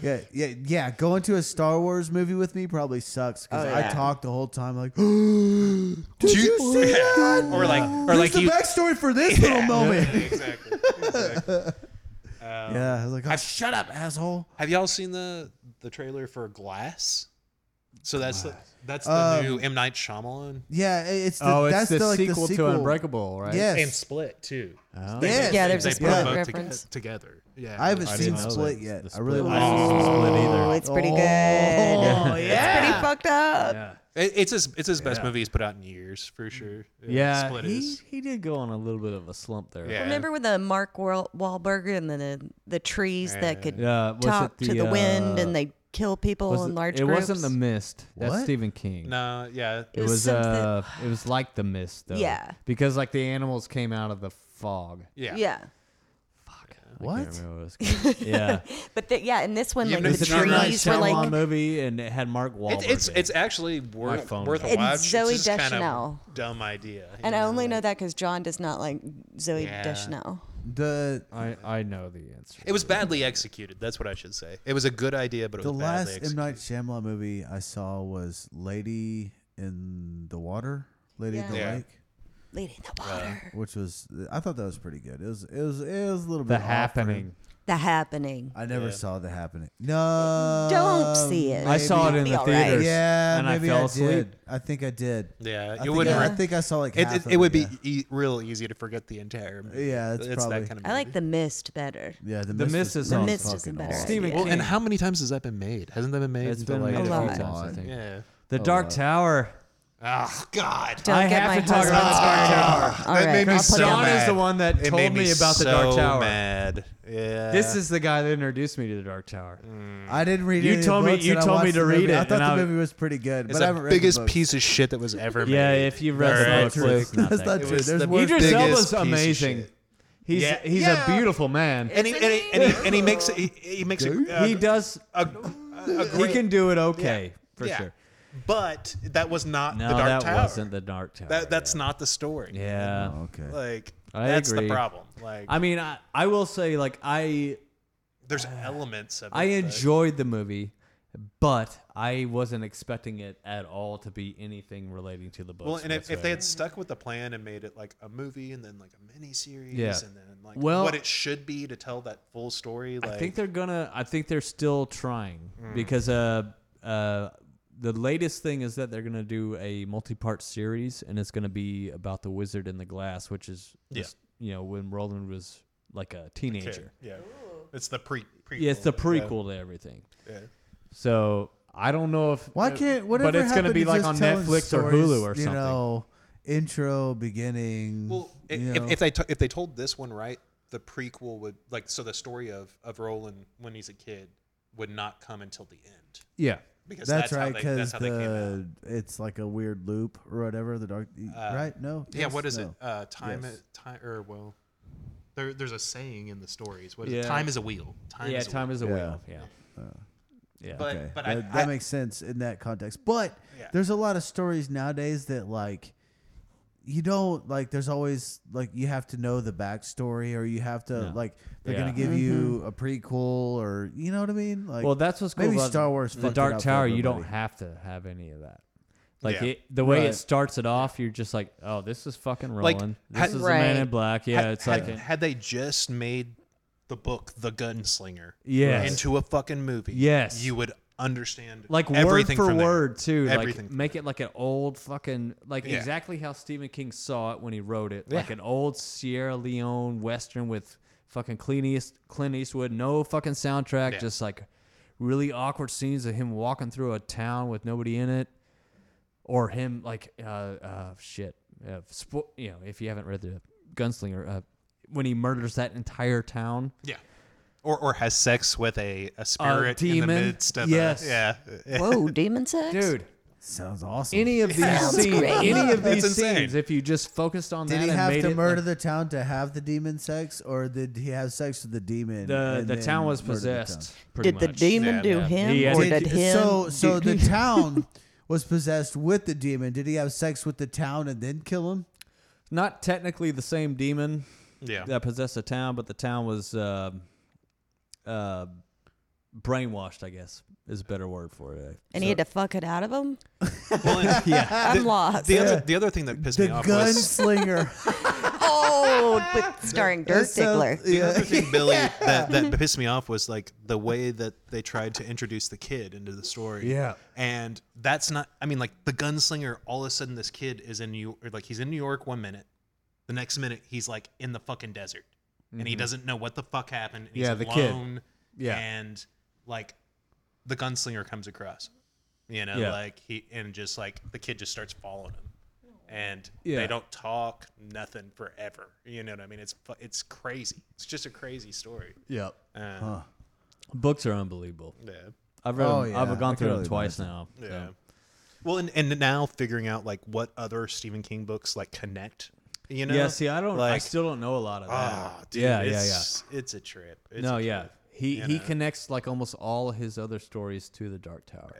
Yeah, yeah, yeah. Going to a Star Wars movie with me probably sucks because Oh, yeah. I talk the whole time like, did you, see that? Or like, or Here's like the you. backstory for this little moment. exactly. exactly. Um, Yeah, I was like, oh, shut up, asshole. Have y'all seen the the trailer for Glass? So that's the, that's the Um, new M Night Shyamalan Yeah, i- it's the, oh, it's that's the, the, like, sequel, the sequel to Unbreakable, right? Yes. and Split too. Oh. They- Yes. they- Yeah, there's they a put Split both toge- reference. together. Yeah, I haven't I seen didn't know Split that. yet. The I really Split. want I haven't seen Split either. Oh, it's pretty good. Oh, yeah. It's pretty fucked up. It- it's his it's his best movie he's put out in years Mm. for sure. Yeah, Split he, is. he did go on a little bit of a slump there. Yeah. Remember with the Mark Wahl- Wahlberg and the the trees that could Yeah, was talk it to the wind uh, and they kill people was in it- large It groups. wasn't The Mist. That's What? Stephen King. No, yeah, It was something- uh, it was like The Mist though. Yeah. Because like the animals came out of the fog. yeah, yeah. I What? can't remember what it was called. yeah. But the, yeah, in this one, Yeah, like but the it's not like trees were like movie and it had Mark Wahlberg. It, it's in it's it. actually worth phone worth died. a And watch. Zoe it's just Deschanel. Kind of dumb idea. you And I only know like- that because John does not like Zoe Yeah. Deschanel. The I, I know the answer. It was badly executed. That's what I should say. It was a good idea, but it the was badly last M executed. Night Shyamalan movie I saw was Lady in the Water, Lady in the Yeah. Yeah. Lake, Lady in the water. which was I thought that was pretty good. It was it was it was a little The bit off for Happening. him. The happening. I never saw the happening. No, Um, Don't see it. I saw it in Be the all right. theaters. Yeah, and maybe I fell I asleep. did. I think I did. Yeah, I you think wouldn't. I, I re- think I saw like It, half it, of it would yeah. be e- real easy to forget the entire movie. Yeah, it's probably- that kind of I movie. like the mist better. Yeah, the, The mist, Mist was is The on Mist is fucking a better awesome. idea. Stephen Well, King. and how many times has that been made? Hasn't that been made? it's until, been like, made a few lot. times, I think. Yeah. The Dark Tower. Oh God. Don't I get have my to talk husband's about the Dark car. Tower. All right, made me I'll put so it on John is mad. the one that It told made me, me, about so the Dark Tower. Mad. Yeah. This is the guy that introduced me to the Dark Tower. Mm. I didn't read. You any of the told me- books, you and I told me watched to the read movie. it, I and I- thought the movie was pretty good, It's but I the haven't read the biggest books. piece of shit that was ever made. Yeah, if you've read All some right. of the books, not That's that not good. It true. was There's the worse Idris biggest things. Elba's piece of amazing. shit. He's Yeah. he's Yeah. a beautiful man. and he, and he, and he, and he makes he, he makes a, he does. a, a He great, can do it okay for yeah. sure. But that was not No, the Dark that Tower. wasn't the Dark Tower. That, that's yeah. not the story. Yeah. Okay. Like I that's agree. the problem. Like I mean, I, I will say like I there's elements of it. I that- enjoyed the movie, but I wasn't expecting it at all to be anything relating to the books. Well, and if, if they whatsoever. had stuck with the plan and made it like a movie and then like a mini series Yeah. and then like Well- what it should be to tell that full story, like I think they're gonna. I think they're still trying Mm. because uh uh the latest thing is that they're gonna do a multi-part series and it's gonna be about the wizard in the glass, which is Yeah. just, you know when Roland was like a teenager. Okay, Yeah. It's the pre prequel. Yeah, it's the Yeah. prequel to everything. Yeah. So I don't know if Why uh, can't whatever? But it's going to be like on telling Netflix or stories, Hulu or something. You know, intro, beginning. Well, i- you know. if, if they to- if they told this one right, the prequel would like so the story of of Roland when he's a kid would not come until the end yeah. because that's, that's, right, how they because that's how they came out. Uh, the it's like a weird loop or whatever. The dark, right? No. Yeah, Yes? what is it? No. Uh, time, Yes. time, or well, there, there's a saying in the stories. What is Yeah. it? Time is a wheel. Time yeah, is a time wheel. is a Yeah. wheel. Yeah. yeah. But Okay, Uh, but I, that, I, that makes sense in that context. But Yeah. there's a lot of stories nowadays that like you don't like. There's always like you have to know the backstory, or you have to No. like they're Yeah. gonna give you Mm-hmm. a prequel, or you know what I mean? Like, well, that's what's cool maybe about Star Wars The fucked it Dark up for Tower. You don't everybody. have to have any of that. Like Yeah. it, the way Right. it starts it off, you're just like, oh, this is fucking Like, Roland. this had- is the Man Right. in Black. Yeah, had, it's had, like, a- had they just made the book The Gunslinger Yes. into a fucking movie, Yes. you would understand like word everything for from there. word too. Everything Like from make it like an old fucking like Yeah. exactly how Stephen King saw it when he wrote it, like an old Sierra Leone western with fucking Clint, East, Clint Eastwood, no fucking soundtrack, Yeah. just like really awkward scenes of him walking through a town with nobody in it, or him like uh, uh shit, uh, spo- you know if you haven't read the Gunslinger, uh, when he murders that entire town. Yeah. Or, or has sex with a, a spirit in the demon? midst of Yes. a, yeah. uh, Whoa, demon sex? Dude, sounds awesome. any of these scenes, any of That's these insane. scenes, if you just focused on Did that he and have made to it, murder like, the town to have the demon sex, or did he have sex with the demon? the and the then town was murder the town? possessed. pretty Did the much. demon Yeah, do yeah. him He or had- did Did- him? So, so the town was possessed with the demon. Did he have sex with the town and then kill him? Not technically the same demon Yeah. that possessed the town, but the town was uh, uh, brainwashed. I guess is a better word for it. and he had to fuck it out of him? Well, and I'm lost. the other the other thing that pissed The me off was gunslinger. Cold, but Oh, starring Dirk Diggler. The other thing, Billy, that, that pissed me off was like the way that they tried to introduce the kid into the story. Yeah. And that's not, I mean, like the gunslinger, all of a sudden this kid is in New or like he's in New York one minute. The next minute he's like in the fucking desert and he doesn't know what the fuck happened. And he's Mm-hmm. Yeah, the kid. alone. Yeah. And like the gunslinger comes across, you know, Yeah. like he, and just like the kid just starts following him and Yeah. they don't talk nothing forever. You know what I mean? It's fu- it's crazy. It's just a crazy story. Yep. Uh, Books are unbelievable. Yeah, I've read Oh, them. yeah. I've I can gone through them really twice now. yeah. so. Well, and, and now figuring out like what other Stephen King books like connect. You know? Yeah, see, I don't. I Like- still don't know a lot of that. Ah, dude, yeah, yeah, yeah. it's, It's a trip. It's No, a yeah, trip. he You he know? connects like almost all his other stories to the Dark Tower.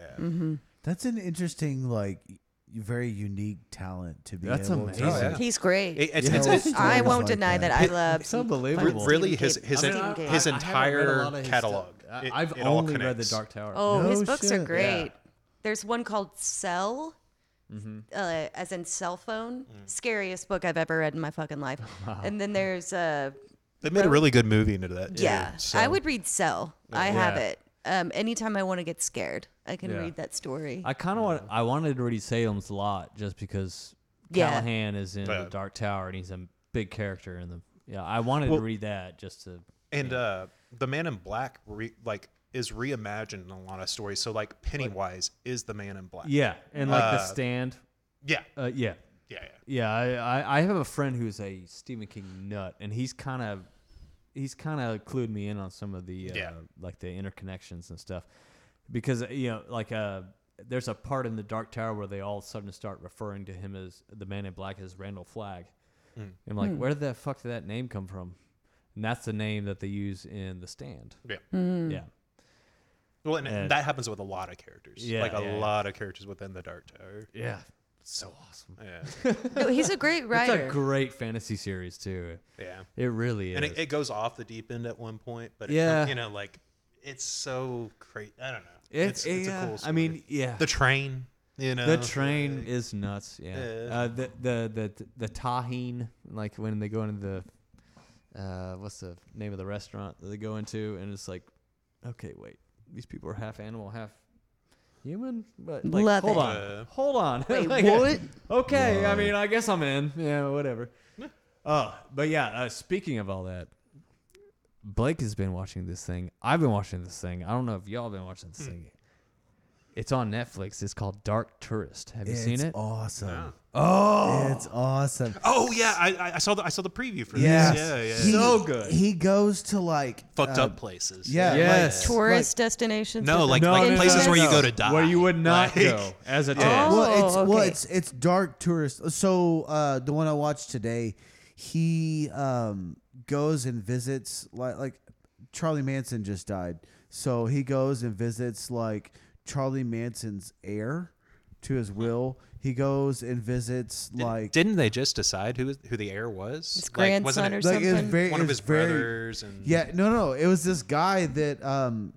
That's an interesting, like, y- very unique talent to be. That's able amazing. To, Oh, yeah. He's great. It- it's, Yeah. it's, Yeah. it's, I won't like deny that. that, I love. It's unbelievable. really Stephen his King. his, I mean, I- his, his I haven't read a lot entire of his catalog. stuff. I- It- I've it all only read the connects. Dark Tower. Oh, his No books shit. are great. There's one called Cell, uh, as in cell phone. Scariest book I've ever read in my fucking life. And then there's uh, They made a really good movie into that. too, yeah, so- I would read Cell. I have Yeah. it. Um, anytime I want to get scared, I can Yeah. read that story. I kind of want. I wanted to read Salem's Lot just because Yeah. Callahan is in Yeah. the Dark Tower and he's a big character in the. Yeah, I wanted Well- to read that just to. And uh, the Man in Black re- like is reimagined in a lot of stories. So like Pennywise is the Man in Black. Yeah, and like the Uh, stand. yeah, Uh, yeah, yeah, yeah. yeah. I, I I have a friend who's a Stephen King nut, and he's kind of he's kind of clued me in on some of the uh, Yeah. like the interconnections and stuff because you know like uh there's a part in the Dark Tower where they all of a sudden start referring to him as the Man in Black as Randall Flagg. Hmm. And I'm like, where the fuck did that name come from? And that's the name that they use in The Stand. yeah. Yeah. Well, and, And- that happens with a lot of characters. Yeah, like a yeah, yeah. lot of characters within the Dark Tower. Yeah. So awesome. Yeah, No, he's a great It's writer. a great fantasy series too. yeah. It really is. And it, it goes off the deep end at one point, but it, Yeah. you know, like it's so crazy. I don't know. It's- It's, it's yeah, a cool. I Story. mean, yeah. the train. You know, The train is nuts. Yeah. Yeah. Uh, the, the the the tahine, like when they go into the, uh, what's the name of the restaurant that they go into, and it's like, okay, wait, these people are half animal, half human, but like, Love hold it. on, Yeah. hold on, Wait, Like, what? Okay, I mean, I guess I'm in. Yeah, whatever. Uh, but yeah, uh, speaking of all that, Blake has been watching this thing. I've been watching this thing. I don't know if y'all have been watching this thing. It's on Netflix. It's called Dark Tourist. Have you It's seen it? awesome. Oh, It's awesome. Oh yeah, I- I, I saw the I saw the preview for Yes. this. Yeah, yeah. He- So good. He goes to like Fucked uh, up places. Yeah. Yes. Like, Tourist destinations. No, with like, the like infamous- places where you go to die. Where you would not Like- go as a tourist. Yeah. well, it's Oh, well, okay. it's it's dark tourist. So uh, the one I watched today, he um, goes and visits like like Charlie Manson just died, so he goes and visits like Charlie Manson's heir to his will. He goes and visits like Didn't they just decide who who the heir was? His Like, wasn't grandson it or like it's something? very one of it's his very- brothers and Yeah, no, no, it was this guy that um,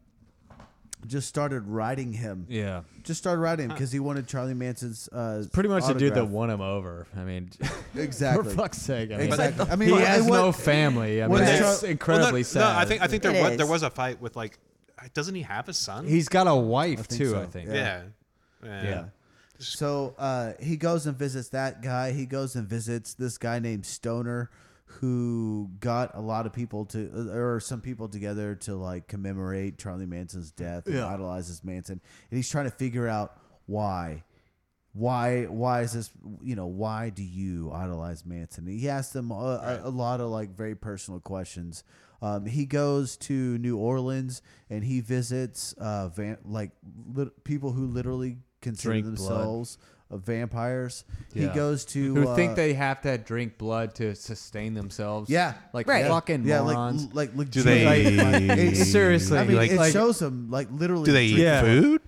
just started writing him. Yeah. Just started writing him because he wanted Charlie Manson's uh, Pretty much the dude that autograph. won him over. I mean, for exactly. fuck's sake. I mean, Exactly. I mean, he like, has it wa- no family. I mean, Well, they- that's Well, incredibly Well, no, sad. No, I think I think there It was there is. was a fight with like doesn't he have a son? he's got a wife think too. so. I think. Yeah. yeah. Yeah. Yeah. So uh, he goes and visits that guy. He goes and visits this guy named Stoner, who got a lot of people to, uh, or some people together to like commemorate Charlie Manson's death and idolizes Manson. And he's trying to figure out why. Why? Why is this? You know, why do you idolize Manson? And he asks them a, a, a lot of like very personal questions. Um, he goes to New Orleans and he visits uh, van, like lit, people who literally consider Drink blood. themselves vampires, uh, vampires. Yeah. He goes to who uh, think they have to drink blood to sustain themselves. Yeah. like Right. fucking yeah, morons. like like, like Do they- seriously, I mean, like- it like- shows them like literally. Do they eat drink- Yeah. food?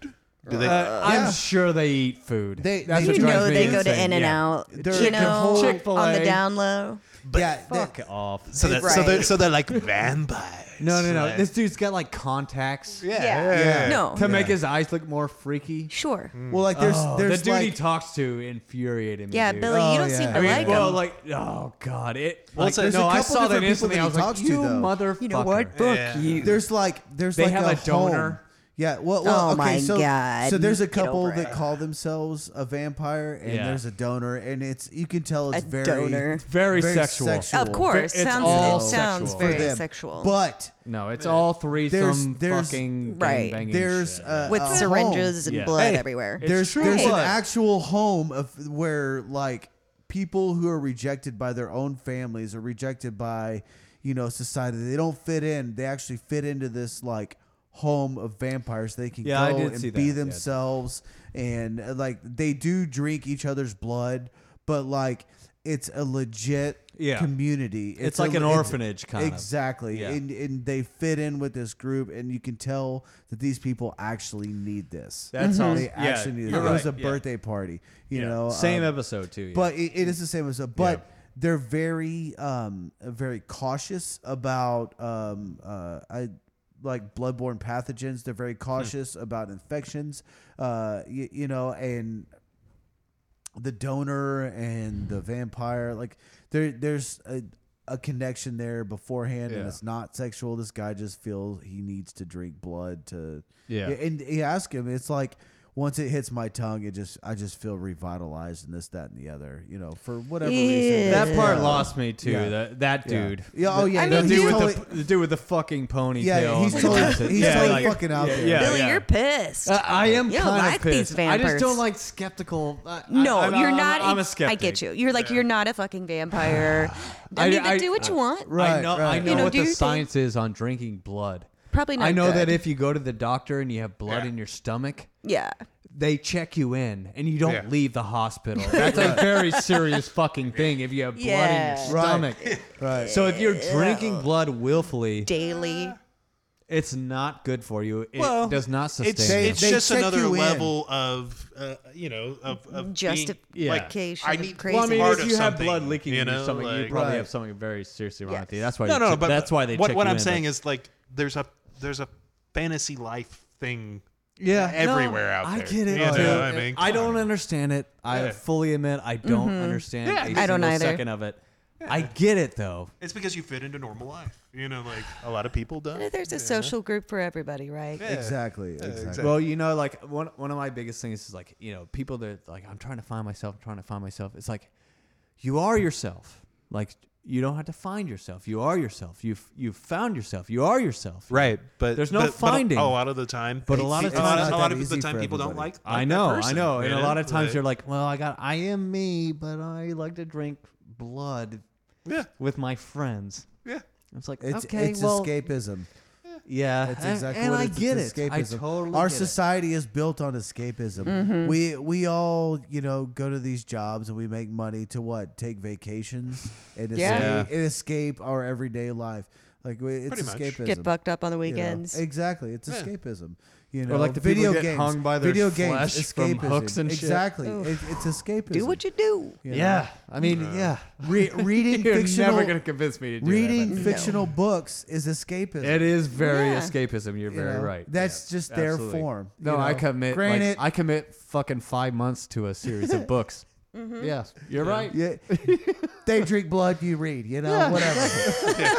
Do they Uh, yeah. I'm sure they eat food. They- That's they- what You drives know me they go to insane. In and Yeah. Out. They're- you Chick- know, Chick-fil-A. on the down low. yeah, they- Fuck off. so that so Right. they're so they're like vampires. No, no, no. Like- This dude's got like contacts Yeah. Yeah. No. to make his eyes look more freaky. Sure. Well, like there's Oh, there's the dude like, he talks to infuriated me. Yeah, dude. Billy, you Oh, don't yeah. seem to I mean, like well, him. like oh god, it. Well, like, it's a- there's a no, I couple saw different that people instantly. that I he was like, talks to, you though. motherfucker. You know what? Fuck Yeah. you. There's like there's They like have a home. donor. Yeah. Well, well Oh okay, my so, God. So there's a Get over couple that it. call themselves a vampire, and Yeah. there's a donor, and it's you can tell it's A very donor. Very, very sexual. sexual. of course. It's sounds all it sounds sexual. for very them. sexual. But No, it's all three There's- some there's- fucking Right. gangbanging there's shit. uh, with a home. syringes and oh, Yeah. blood Hey, everywhere. It's there's true, there's an but- actual home of where like people who are rejected by their own families or rejected by you know society they don't fit in they actually fit into this like home of vampires they can Yeah, I go did and see be that, yeah. themselves and uh, like they do drink each other's blood but like it's a legit Yeah. community it's, like a- an orphanage kind of. exactly Yeah. and, and they fit in with this group and you can tell that these people actually need this That's all. they Yeah, actually needed. you're it was a right, yeah. birthday party, you Yeah. know. same um, episode too. Yeah. but it, it is the same as a. But Yeah. they're very, um, very cautious about, um, uh, I like bloodborne pathogens. They're Hmm. very cautious about infections, uh, y- you know, and the donor and the vampire like there there's a, a connection there beforehand and Yeah. it's not sexual this guy just feels he needs to drink blood to Yeah. and he asked him it's like once it hits my tongue it just i just feel revitalized and this that and the other you know for whatever reason that that's- part yeah. lost me too. Yeah. That that Yeah. dude. yeah oh yeah I no, mean, The he's dude, totally, with the, the dude with the fucking ponytail. yeah he's and totally shit. he's yeah, totally like- fucking out there yeah, Billy, you're pissed. Uh, I am You don't kind like of pissed. these I just don't vampires. like skeptical. uh, I, no, I, I, you're I'm, not. e- I'm a I skeptic. get you. You're like you're not a fucking vampire. I I- mean, I- uh, do what you want. Right, I know. right. I know You know, what do the your thing. science is on drinking blood. Probably not. I know good. that if you go to the doctor and you have blood Yeah. in your stomach, yeah, they check you in and you don't Yeah. leave the hospital. That's a very serious fucking thing if you have blood Yeah. in your Right. stomach. right So if you're drinking blood willfully, daily. it's not good for you. It Well, does not sustain. It's, They- you. it's they just check another you in. level of, uh, you know, of, of being, like, Justification I of need crazy. well, I mean, part if of you have something, blood leaking you in your know, stomach, you like- probably Right. have something very seriously wrong with you. That's why. no, you no, no, check- but that's why they. What, check what you I'm in, saying but- is like there's a there's a fantasy life thing. Yeah. everywhere No, out there. I get it. You too. know, I mean, I come don't on. understand it. I Yeah. Mm-hmm. fully admit I don't understand. Yeah, a I don't single either. Second of it. I get it though. It's because you fit into normal life. You know, like a lot of people do. there's a social group for everybody, right? exactly exactly Well, you know, like one one of my biggest things is like you know people that like I'm trying to find myself, I'm trying to find myself. It's like you are yourself. Like you don't have to find yourself. You are yourself. You've you've found yourself. You are yourself. Right, but There's no but- but finding. a lot of the time, But a lot of a lot, times- a lot of It's not the that time, easy people for don't everybody. like. I like that know, I person, know. And you a lot of times Like, you're like, well, I got I am me, but I like to drink blood yeah, with my friends. yeah. It's like it's, okay, it's well, escapism yeah, That's and- exactly and, what I it is. get It's it. I escapism. totally Our get it. Mm-hmm. society is built on escapism. We we all you know go to these jobs and we make money to what take vacations and Yeah. escape, and escape our everyday life. Like we, it's much. escapism. Get fucked up on the you know? weekends. Exactly, it's escapism. You know, like the people video who get games, hung by their video games, flesh from escapism. hooks and shit. exactly, It, it's escapism. Do what you do. you know? Yeah, I mean, yeah. Re- reading You're fictional never gonna convince me to do reading that. fictional books is escapism. but- It is very Yeah. escapism. you You're very know? right. That's Yeah, just their absolutely. form. No, you I know? commit. Granted, Like, I commit fucking five months to a series of books. Yes, you're right. Mm-hmm. Yeah. they drink blood, you read, you know, whatever.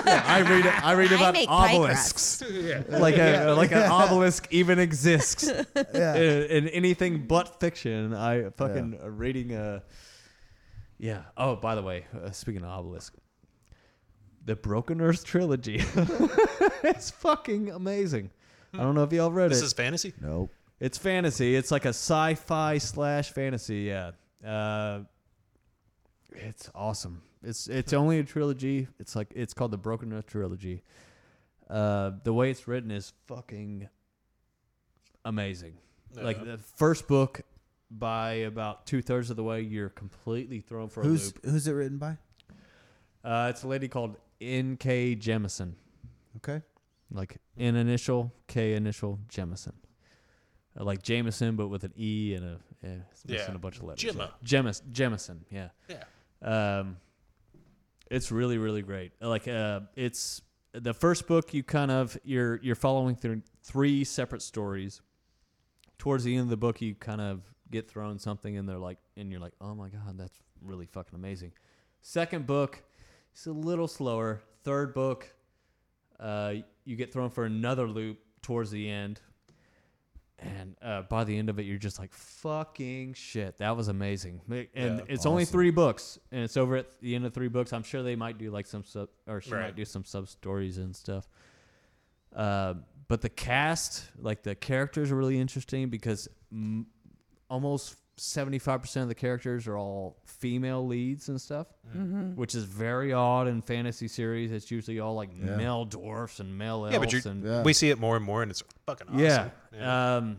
Yeah, I read. I read I about make pie obelisks. Like a like an obelisk even exists in, Yeah. in anything but fiction. I fucking uh, reading a. Yeah. Oh, by the way, uh, speaking of obelisk, the Broken Earth trilogy. it's fucking amazing. I don't know if y'all read This it. is fantasy. Nope. It's fantasy. It's like a sci-fi slash fantasy. Yeah. Uh, it's awesome. It's it's only a trilogy. It's like it's called the Broken Earth trilogy. Uh, the way it's written is fucking amazing. Like the first book, by about two thirds of the way, you're completely thrown for a Who's loop. who's it written by? Uh, it's a lady called N. K. Jemison Okay. like N initial, K initial, Jemison. Uh, Like Jameson, but with an E and a yeah, it's missing Yeah. a bunch of letters. Gemma. Yeah. Jemis, Jemison, yeah. Yeah. Um, it's really really great. Uh, Like uh, it's the first book you kind of you're you're following through three separate stories towards the end of the book you kind of get thrown something and they're like and you're like oh my god that's really fucking amazing second book it's a little slower third book uh, you get thrown for another loop towards the end and uh, by the end of it you're just like fucking shit that was amazing Like, and it's only three books and it's over at the end of three books i'm sure they might do like some sub or she might Right. do some sub stories and stuff uh, but the cast, like the characters, are really interesting because m- almost seventy-five percent of the characters are all female leads and stuff, Mm. which is very odd in fantasy series. It's usually all like male dwarfs and male elves. Yeah, but you're- and, Yeah. We see it more and more, and it's fucking awesome. yeah. Um,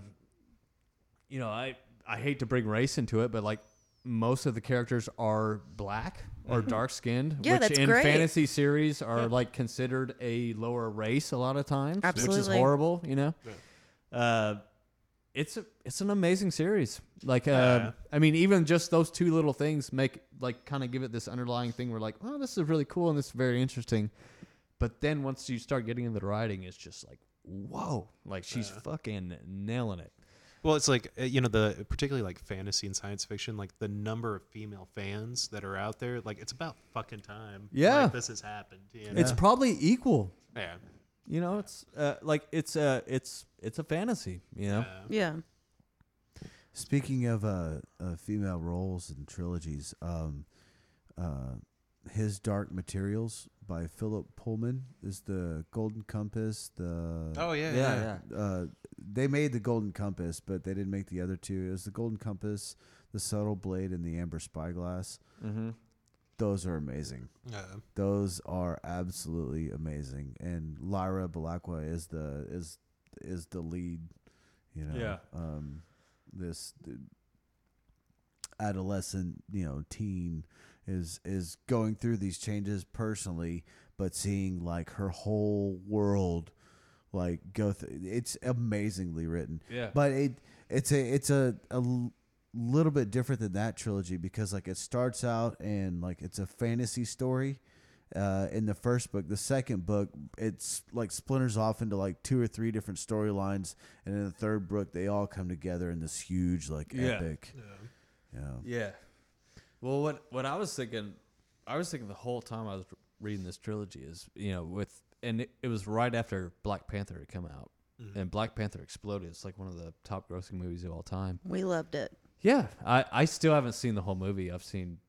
you know, I I hate to bring race into it, but like most of the characters are black or Mm-hmm. dark skinned, Yeah, which that's in great. fantasy series are like considered a lower race a lot of times, which is Absolutely. horrible. You know, uh, it's a, it's an amazing series. Like, uh, Yeah. I mean, even just those two little things make like kind of give it this underlying thing. We're like, oh, this is really cool and this is very interesting. But then once you start getting into the writing, it's just like, whoa, like she's fucking nailing it. Well, it's like uh, you know the particularly like fantasy and science fiction, like the number of female fans that are out there. Like it's about fucking time. Yeah. like, this has happened. You know? It's probably equal. yeah. You know, it's uh, like it's uh, it's it's a fantasy. You know, Uh, Yeah. Speaking of uh, uh, female roles and trilogies, um, uh, his Dark Materials by Philip Pullman is the Golden Compass. The Oh yeah, yeah. Uh, they made the Golden Compass, but they didn't make the other two. It was the Golden Compass, the Subtle Blade, and the Amber Spyglass. Mm-hmm. Those are amazing. Uh, Those are absolutely amazing. And Lyra Balakwa is the is is the lead. You know, Yeah. um, this the adolescent, you know, teen is is going through these changes personally, but seeing like her whole world like go through. It's amazingly written. Yeah. But it it's a it's a, a l- little bit different than that trilogy because like it starts out and like it's a fantasy story. Uh, in the first book, the second book, it's like splinters off into like two or three different storylines, and in the third book, they all come together in this huge like Yeah. epic. Yeah. Yeah. Well, what what I was thinking, I was thinking the whole time I was reading this trilogy is you know with and it, it was right after Black Panther had come out, mm, and Black Panther exploded. It's like one of the top grossing movies of all time. We loved it. Yeah, I I still haven't seen the whole movie. I've seen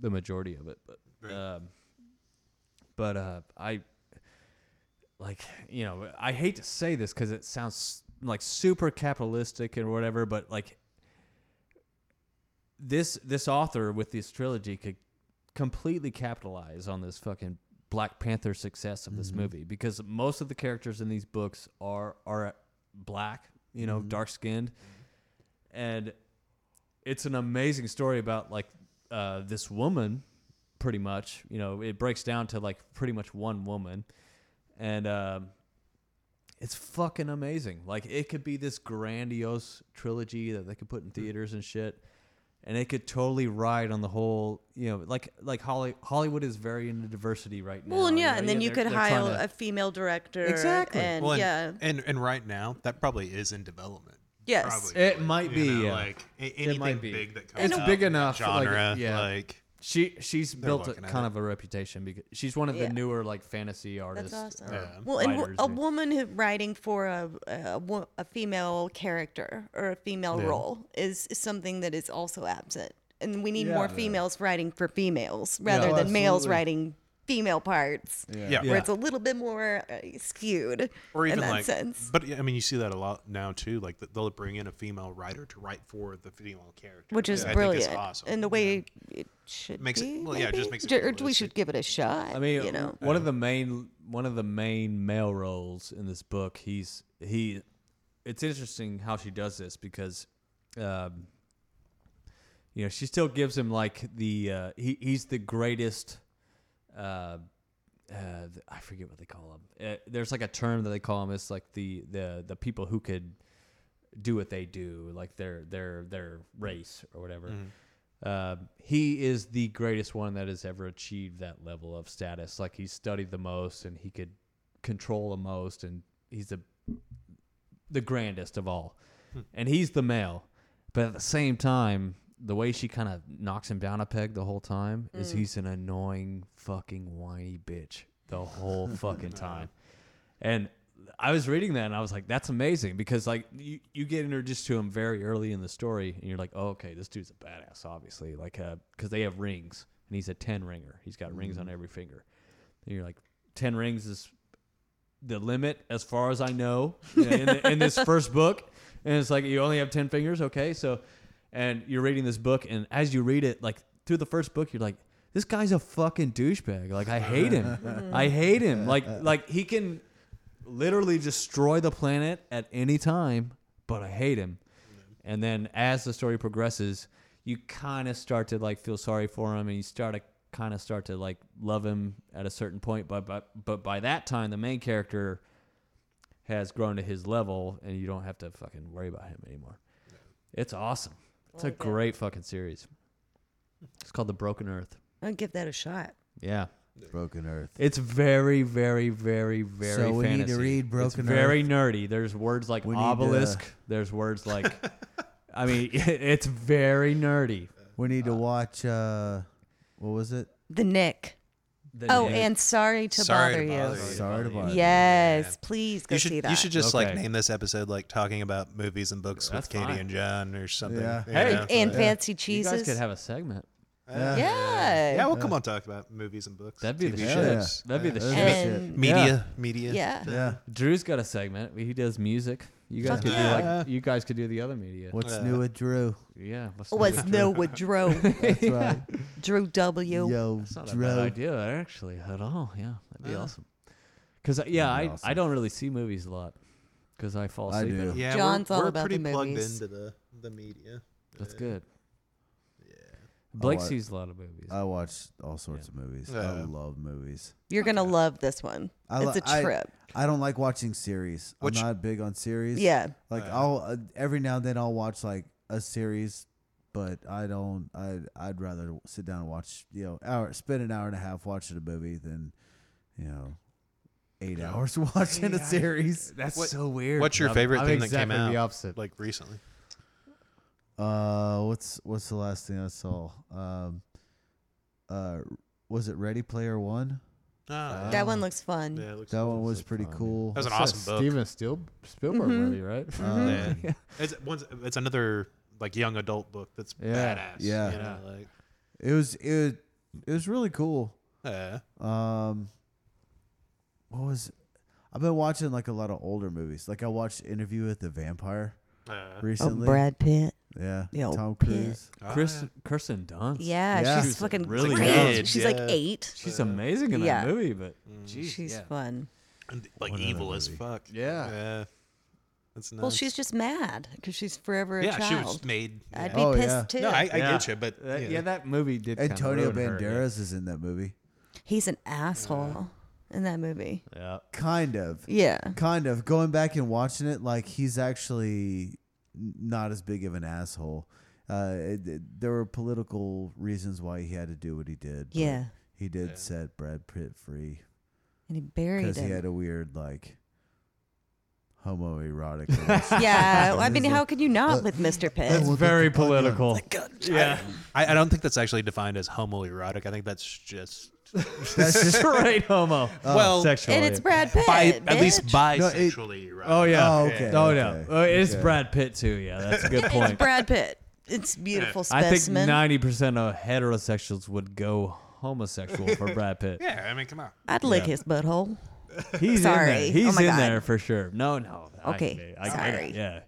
the majority of it, but um, but uh, I like you know I hate to say this because it sounds like super capitalistic and whatever, but like this this author with this trilogy could completely capitalize on this fucking Black Panther success of this movie because most of the characters in these books are are black, you know, dark skinned, and it's an amazing story about like uh, this woman, pretty much. You know, it breaks down to like pretty much one woman, and um, it's fucking amazing. Like it could be this grandiose trilogy that they could put in Mm-hmm. theaters and shit, and it could totally ride on the whole. You know, like like Holly, Hollywood is very into diversity right now. Well, and you yeah, know, and then you they're- could they're trying hire to- a female director. Exactly. And well, and, yeah. and and right now that probably is in development. Yes. Probably, It might you be, know, yeah. like a- anything It might be. big that comes. It's out big in that enough, like, Genre, like, yeah. She she's built a, looking at kind it. of a reputation because she's one of the Yeah. newer like fantasy artists. awesome. or Yeah. Well, and w- writers a and- woman who, writing for a, a wo- a female character or a female role is something that is also absent, and we need more females writing for females rather Oh, than males absolutely. writing female parts, yeah, where it's a little bit more uh, skewed or even in that like, sense. but yeah, I mean, you see that a lot now too. Like th- they'll bring in a female writer to write for the female character, Which is I think brilliant, awesome. and the way it should Makes it- be, well, yeah, it maybe? just makes it Ju- or we realistic. should give it a shot. I mean, you know, one of the main one of the main male roles in this book. He's he. It's interesting how she does this because, um, you know, she still gives him like the uh, he he's the greatest. Uh, uh, th- I forget what they call him. Uh, there's like a term that they call him. It's like the the the people who could do what they do, like their their their race or whatever. Uh, he is the greatest one that has ever achieved that level of status. Like he studied the most and he could control the most, and he's the the grandest of all. And he's the male, but at the same time, the way she kind of knocks him down a peg the whole time is he's an annoying fucking whiny bitch the whole fucking time. And I was reading that and I was like, that's amazing because like you, you get introduced to him very early in the story and you're like, oh, okay, this dude's a badass, obviously. Like, because they have rings and he's a 10 ringer. He's got rings on every finger. And you're like, 10 rings is the limit as far as I know in, the, in this first book. And it's like, you only have 10 fingers. Okay. So, and you're reading this book and as you read it, like through the first book, you're like, this guy's a fucking douchebag. Like I hate him. I hate him. Like, like he can literally destroy the planet at any time, but I hate him. And then as the story progresses, you kind of start to like feel sorry for him, and you start to kind of start to like love him at a certain point. But but but by that time, the main character has grown to his level, and you don't have to fucking worry about him anymore. It's awesome. It's a great fucking series. It's called The Broken Earth. I'll give that a shot. Yeah. Broken Earth. It's very, very, very, very. So we need to fantasy. read It's Broken very nerdy. There's words like We need to- obelisk. There's words like, I mean, it's very nerdy. We need to watch. Uh, what was it? The Nick. The Oh, name- and sorry to Sorry bother to you. bother Sorry to bother. Yes, please go You see should, that. you should just like Okay. name this episode like talking about movies and books That's with Katie fine. and John or something. Yeah. you Hey, know? and fancy you cheeses. guys could have a segment. Yeah. yeah. yeah, we'll come on talk about movies and books. That'd be TV the shit. yeah. shows. That'd be the Yeah. shit. And media, media. yeah. Yeah. Drew's got a segment. He does music. You guys Fuck could do yeah. like you guys could do the other media. What's Yeah. new with Drew? Yeah. what's new Was with no with Drew. That's right. Drew W. Yo, That's not a bad Drew. idea actually at all. Yeah, that'd be Uh. awesome. Because yeah, I, That'd be I awesome. don't really see movies a lot because I fall I asleep. do. at 'em. Yeah, John's we're, all we're about the pretty plugged movies. into the, the media. Uh, That's good. Yeah. Blake I wa- sees a lot of movies. I watch all sorts of movies. I Yeah. love movies. You're gonna love this one. I it's li- a trip. I, I don't like watching series. Which- I'm not big on series. yeah. Like I'll uh, every now and then I'll watch like a series, but I don't. I I'd rather sit down and watch you know hour spend an hour and a half watching a movie than you know eight hours watching a series. That's What- so weird. what's your I'm- favorite I'm thing that exactly came out The opposite. like recently? Uh, what's what's the last thing I saw? Um, uh, was it Ready Player One? Ah, That one looks fun. yeah, it looks That one was like pretty fun, yeah. cool. That was an awesome book. Steven Spiel- Mm-hmm. Spielberg movie, right? Um, Yeah. It's one's, it's another like young adult book that's Yeah. badass. Yeah. you know, like it was it was, it was really cool. yeah, Um, what was? I've been watching like a lot of older movies. Like I watched Interview with the Vampire yeah. Oh, recently. Brad Pitt. Yeah, The old Tom pit. Cruise. Uh, Chris, Kirsten Dunst. Yeah, Yeah. she's She's fucking really great. good, She's yeah. like eight. She's amazing in Yeah. that movie, but geez, She's yeah. fun. mm. And, like evil as fuck. Yeah. yeah. That's nice. Well, she's just mad because she's forever a yeah, child. she was made. I'd yeah. be Oh, pissed yeah. too. no, I, I Yeah. get you, but That- yeah. yeah, that movie did. kinda Antonio ruin her, yeah. Banderas is in that movie. He's an asshole in that movie. Yeah. Kind of, Yeah. kind of. Going back and watching it, like he's actually n- not as big of an asshole. Uh, it, it- there were political reasons why he had to do what he did. but Yeah. he did set Brad Pitt free And he buried because him. he had a weird like homoerotic. relationship. yeah. I mean, He's how like, could you not with Mr. Pitt? It's very political. yeah. I, I don't think that's actually defined as homoerotic. I think that's just that's just Straight homo. well, Sexual. and it's Brad Pitt. bi- at least bitch. bisexually erotic. Oh yeah. Oh, okay, Oh okay, no. Uh, It's okay. Brad Pitt too. Yeah, that's a good It's point. Brad Pitt. It's a beautiful I think specimen. ninety percent of heterosexuals would go homosexual for Brad Pitt. yeah. I mean, come on. I'd lick his butthole. He's in Sorry. there. He's Oh my in God. there for sure. No, no. I- Okay. I, get it. Sorry. Yeah.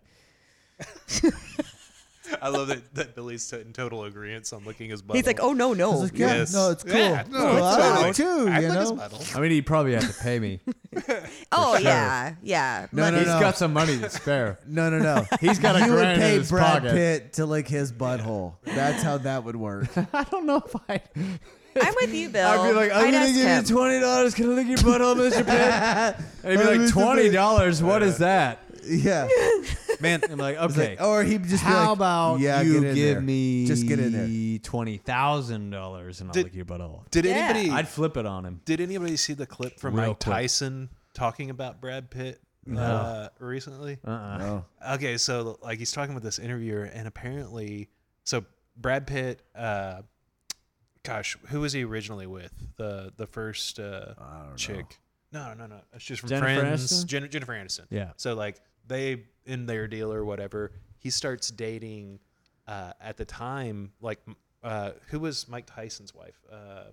I love that, that Billy's in total agreement on licking his butt. He's like, oh no, no. like, yeah, Yes. no, it's cool. Yeah, no, Cool, it's I like totally- it too, I'd you lick his know? butthole. I mean, he'd probably have to pay me. oh yeah, yeah. No, Money. He's no. got some money to spare. No, no, no. He's got a you would grand in pay his Brad pocket. Pitt to lick his butthole. That's how that would work. I don't know if I. I'm with you, Bill. I'd be like, I'm I'd gonna ask give him. you twenty dollars. Can I lick your butthole, Mr. Pitt? And he'd be like, Mr. twenty Pitt. dollars. What is that? Yeah. man. I'm like, "Oh," It's like, okay. or he just be how like, about yeah, you get in give there. me just get in there. twenty thousand dollars and I'll Did- lick your butt off. Did Yeah. anybody I'd flip it on him. did anybody see the clip from Real Mike quick. Tyson talking about Brad Pitt uh, recently? Uh-uh. Oh, okay so like he's talking with this interviewer and apparently so brad pitt uh gosh who was he originally with the the first uh I don't chick no no no it's just from Jennifer friends Aniston? Jen- jennifer aniston Yeah. so like they in their deal or whatever he starts dating uh at the time like m- uh who was mike tyson's wife uh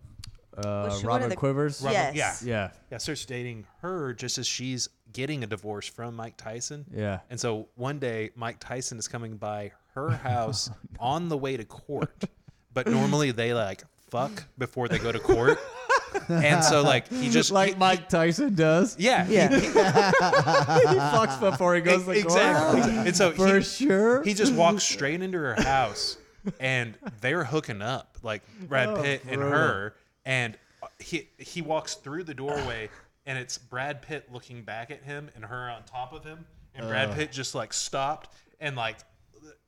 Uh, she one of Robin the- Quivers. Robin- Yes. yeah Yeah, yeah starts dating her just as she's getting a divorce from mike tyson yeah. and so one day, Mike Tyson is coming by her house Oh, on the way to court. But normally they like fuck before they go to court. and so like he just like he- Mike Tyson does. yeah he- Yeah. he fucks before he goes to court. exactly. And so For he, sure. he just walks straight into her house, and they're hooking up like Brad Oh, Pitt and brutal. her, and he he walks through the doorway, and it's Brad Pitt looking back at him and her on top of him, and Brad Pitt just like stopped and like.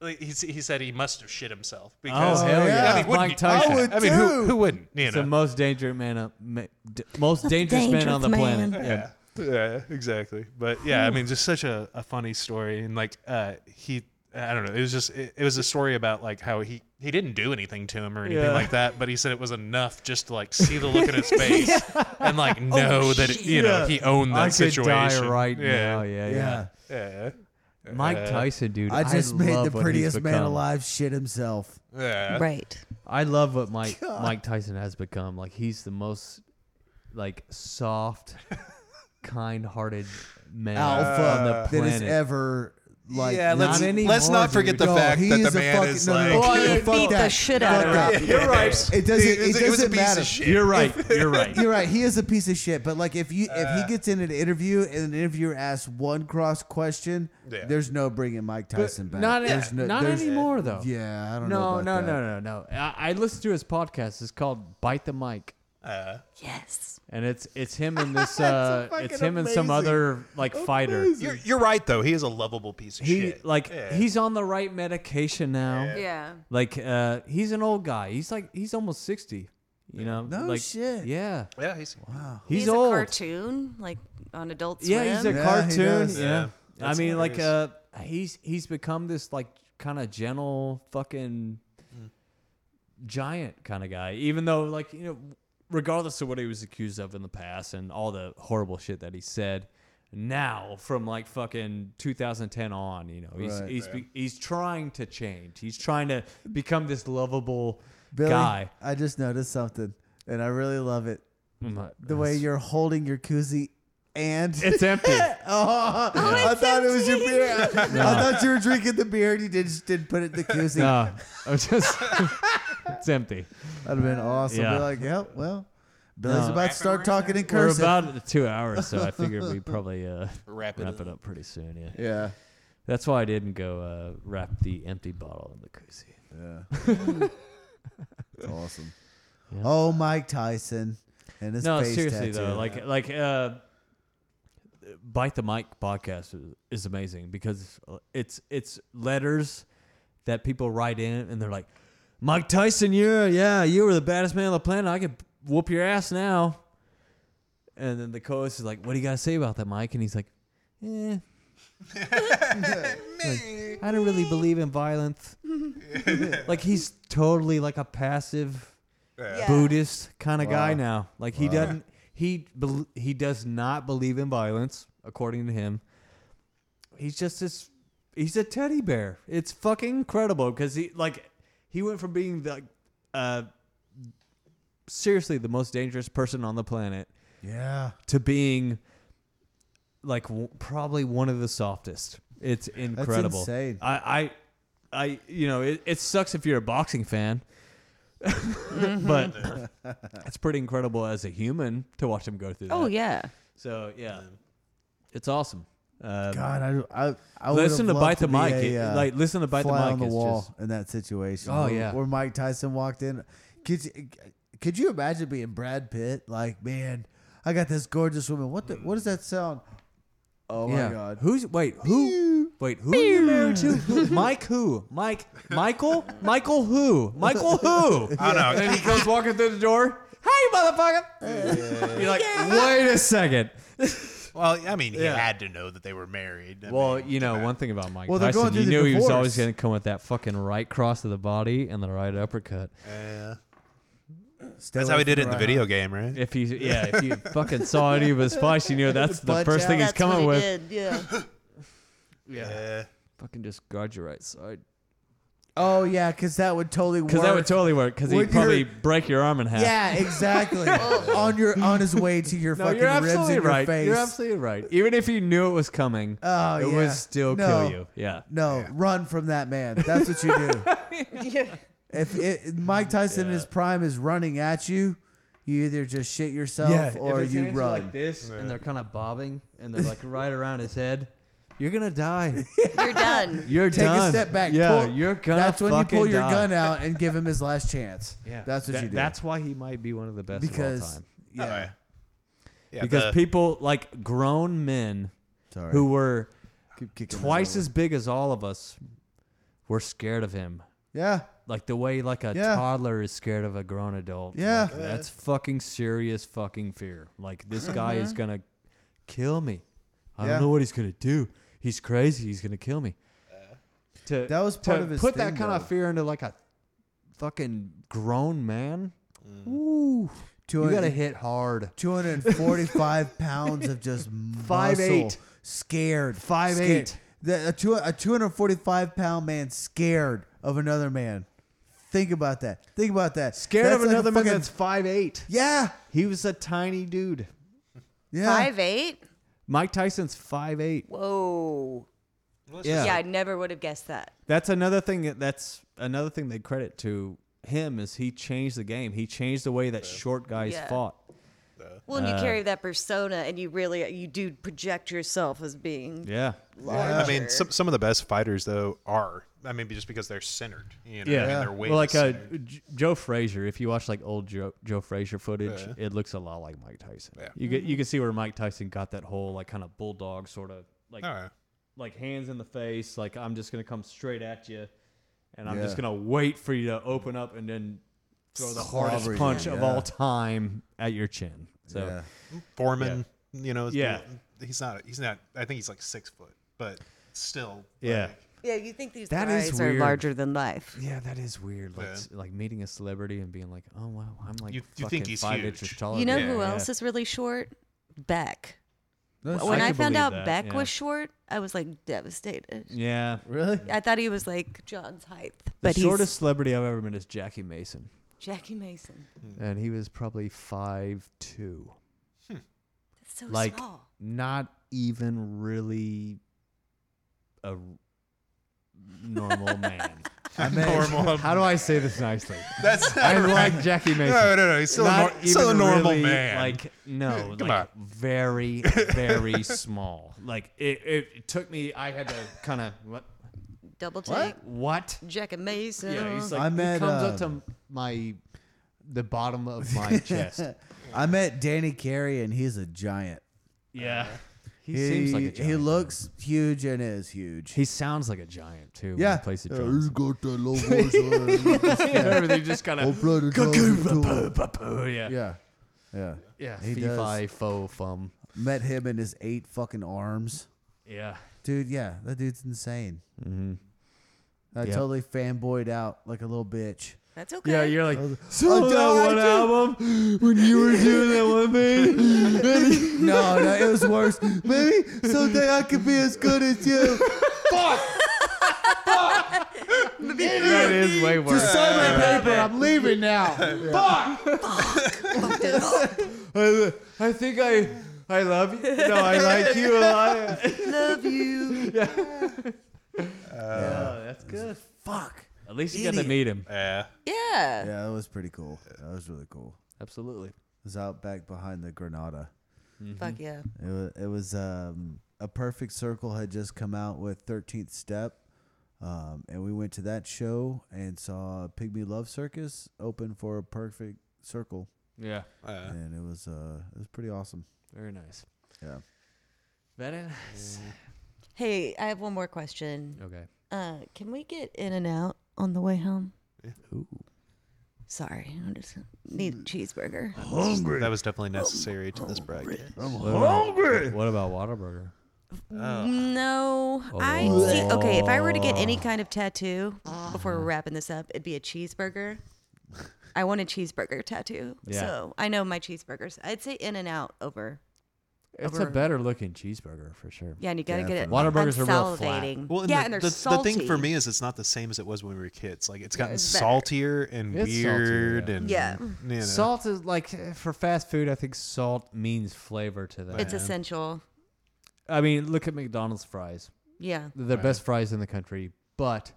He, he said he must have shit himself because hell Oh, yeah. I mean, wouldn't Mike you- Tyson. I, I would mean, who, too. who wouldn't? You It's the know? most dangerous man, on- ma- d- most dangerous man on dangerous the man. planet. Yeah. Yeah, exactly. But yeah, I mean, just such a, a funny story. And like, uh, he, I don't know. It was just, it, it was a story about like how he, he didn't do anything to him or anything Yeah. like that, but he said it was enough just to like see the look in his face and like know that, it, you know, he owned that Oh, I could situation. die right yeah. now. Yeah, yeah. Yeah. Yeah. Mike Tyson, dude. I just made love the what he's prettiest man become. alive shit himself. Yeah. right. I love what Mike Mike Tyson has become. Like he's the most like soft, kind-hearted man Alpha on the Uh, that planet. has ever like Yeah, let's- not any let's not forget the no, fact that he's the a man fucking, is no, no, like- no, Well, no, he fuck beat that. the shit out of Fuck him. that. You're right. It doesn't. It was- It it was a doesn't piece of matter. shit. You're right. You're right. You're right. He is a piece of shit. But like, if you if he gets in an interview and the interviewer asks one cross question, Yeah. there's no bringing Mike Tyson back. Not, There's no- not there's- e- anymore though. Yeah, I don't know. No, no, about that. no, no, no. I, I listened to his podcast. It's called Bite the Mic. Yes. And it's it's him and this uh it's him and some amazing. other like fighter. You're, you're right though. He is a lovable piece of He shit. like Yeah. he's on the right medication now. Yeah. Like uh he's an old guy. He's like he's almost 60, you know. No like, shit. Yeah. yeah, he's He's, He's, a old. cartoon, like on Adult Swim. yeah, he's a Yeah, he cartoon. does. yeah. I That's mean like uh hilarious. he's he's become this like kind of gentle fucking giant kind of guy even though like you know regardless of what he was accused of in the past and all the horrible shit that he said now from like fucking 2010 on you know he's Right. he's be, he's trying to change he's trying to become this lovable Billy, guy I just noticed something, and I really love it. I'm like, The way you're holding your koozie and it's empty Oh, I thought it was your beer. I, I thought you were drinking the beer and you did, just didn't put it in the koozie. no i'm just it's empty That'd have been awesome. Yeah. Be like, yep, well, Billy's No. about to start talking in We're cursive. about at two hours, so I figured we probably uh, Wrap it wrap it up pretty soon. Yeah, yeah. that's why I didn't go uh, wrap the empty bottle in the koozie. Awesome. Oh, Mike Tyson and his no, face seriously tattoo. though, like like uh, bite the mic podcast is, is amazing because it's it's letters that people write in and they're like, Mike Tyson, you're yeah, you were the baddest man on the planet. I could whoop your ass now. And then the co-host is like, "What do you got to say about that, Mike?" And he's like, "Eh." Like, I don't really believe in violence. like he's totally like a passive Buddhist kind of guy now. Like he doesn't he bel he does not believe in violence according to him. He's just this he's a teddy bear. It's fucking incredible cuz he like he went from being the uh seriously the most dangerous person on the planet yeah. to being like w- probably one of the softest. It's incredible. insane. I, I, I, you know, it, it sucks if you're a boxing fan, Mm-hmm. but it's pretty incredible as a human to watch him go through. Oh that. yeah. So yeah, it's awesome. Uh, God, I, I, I would listen have to loved bite the be mic. a, It- uh, like listen to bite the fly mic. on the it's wall just- in that situation. Oh, where- yeah. where Mike Tyson walked in. Could you, could you imagine being Brad Pitt? Like, man, I got this gorgeous woman. What the, what does that sound? Oh yeah. my god. Who's wait? Who Wait, who are you married to? Who- Mike who? Mike Michael? Michael who? Michael who? I don't know. And he comes walking through the door. Hey, motherfucker! You're like, wait a second. Well, I mean, he Yeah. had to know that they were married. I Well, mean, you know, one thing about Mike Well, they're Tyson, going you through the knew he was always divorce. going to come with that fucking right cross to the body and the right uppercut. Stay that's away how he from did it in the right video game, right? If he, yeah, if you fucking saw any of his fights, you knew that's the Punch first out. thing he's That's what coming he with. did. Yeah. Yeah. Fucking just guard your right side. Oh yeah, because that would totally work. Because that would totally work. Because Would he'd probably your- break your arm in half. yeah, exactly. on your on his way to your No, fucking you're ribs absolutely in right. your face. You're absolutely right. Even if you knew it was coming, Oh, it yeah. would still No. kill you. Yeah. no, run from that man. That's what you do. If it, Mike Tyson in his prime is running at you, you either just shit yourself or you run. this, and they're kind of bobbing, and they're like right around his head. You're gonna die. You're done. You're Take done. a step back. Yeah, Pull- you're gonna. That's when you pull fucking your die. gun out and give him his last chance. Yeah, that's what That- you do. That's why he might be one of the best of all because time. yeah. Oh, yeah. Yeah, because the- people like grown men Sorry. who were Keep kicking twice him as big as all of us were scared of him over. yeah. like the way like a Yeah. toddler is scared of a grown adult. Yeah. Like, that's fucking serious fucking fear. Like this guy is gonna kill me. I Yeah. don't know what he's gonna do. He's crazy. He's gonna kill me. To That was to part of his put that thing, kind though. of fear into like a fucking grown man. Two You gotta hundred hit hard. two hundred and forty-five pounds of just Five muscle, eight. scared, Five scared. eight. The, a two a two hundred forty-five pound man scared of another man. Think about that. Think about that. Scared That's of like a another man fucking- that's five eight. yeah, He was a tiny dude. yeah. Five eight. Mike Tyson's five eight. Whoa. Yeah. Yeah, I never would have guessed that. That's another thing. that- That's another thing they credit to him is he changed the game. He changed the way that short guys Yeah. fought. Well, and you Uh, carry that persona, and you really you do project yourself as being. Yeah. larger. I mean, some some of the best fighters though are. I mean, just because they're centered, you know, and their weight Well, is like uh, centered. J- Joe Frazier, if you watch like old Joe, Joe Frazier footage, it looks a lot like Mike Tyson. Yeah. You get you can see where Mike Tyson got that whole like kind of bulldog sort of like All right. like hands in the face, like I'm just gonna come straight at you, and I'm Yeah. just gonna wait for you to open up and then throw the Slobber hardest you, punch of yeah. all time at your chin. So. Yeah. Foreman, you know, Yeah. he's not he's not I think he's like six foot, but still Yeah. like, yeah, you think these That is guys are weird. larger than life. Yeah, that is weird. Like, s- like meeting a celebrity and being like, "Oh wow, I'm like You- you fucking think he's five huge. inches taller." You know than who Yeah. else is really short? Beck. That's- when I I, can found believe out that, Beck yeah. was short, I was like devastated. Yeah, really? I thought he was like John's height, the but he's shortest celebrity I've ever met is Jackie Mason, Jackie Mason. and he was probably five two. That's so Like, small. not even really a r- normal man. I mean, normal. How do I say this nicely? That's I like Jackie Mason. no, no, no. He's still, a, Not nor- still a even normal really, man. Like no, Come like very, very small. Like it, it, it took me. I had to kind of what Double take. what Jackie Mason. Yeah, he's like I met, he comes up um, to my the bottom of my chest. I met Danny Carey and he's a giant. Yeah. He, He seems like a giant. He looks huge and is huge. He sounds like a giant too. when yeah. he plays the Uh, drums. he's got that low voice, uh, Everything just kind I'll of play the drums too. yeah, yeah, Yeah. Yeah. yeah. He Fee does. fi fo fum. Met him and his eight fucking arms. Yeah, Dude, yeah, that dude's insane. Mm-hmm. I Yep. totally fanboyed out like a little bitch. That's okay. yeah. You're like I so died. that one album when you were doing that one thing. no, no, it was worse. Maybe someday I could be as good as you. that is way worse. Sign my paper. I'm leaving now. I, I think I I love you. No, I like you a lot. love you. Uh, Oh, that's good. Fuck. At least you got Idiot. to meet him. yeah. Yeah. Yeah, that was pretty cool. That was really cool. Absolutely. It was out back behind the Granada. Mm-hmm. Fuck yeah. It was, it was um, a perfect circle had just come out with 13th Step, um, and we went to that show and saw Pygmy Love Circus open for a perfect circle, Yeah. Uh, and it was uh, it was pretty awesome. Very nice. Yeah. Very nice. Hey, I have one more question. Okay. Uh, can we get in and out on the way home? Sorry, I'm just need a cheeseburger. Hungry. That was definitely necessary to this bracket. Hungry. What about Whataburger? Oh. Oh. No, I Oh. see. Okay, if I were to get any kind of tattoo before we're wrapping this up, it'd be a cheeseburger. I want a cheeseburger tattoo. Yeah. So I know my cheeseburgers. I'd say in and out over. It's a Over- better looking cheeseburger for sure. Yeah, and you gotta get it. Whataburgers I'm are real flat. salivating. Well, and yeah, the, and they're the, the salty. thing for me is it's not the same as it was when we were kids. Like it's gotten it's better. saltier and It's saltier, weird yeah. and Yeah. you know. Salt is like eh, for fast food. I think salt means flavor to them. it's essential. I mean, look at McDonald's fries. Yeah. They're the best fries in the country, but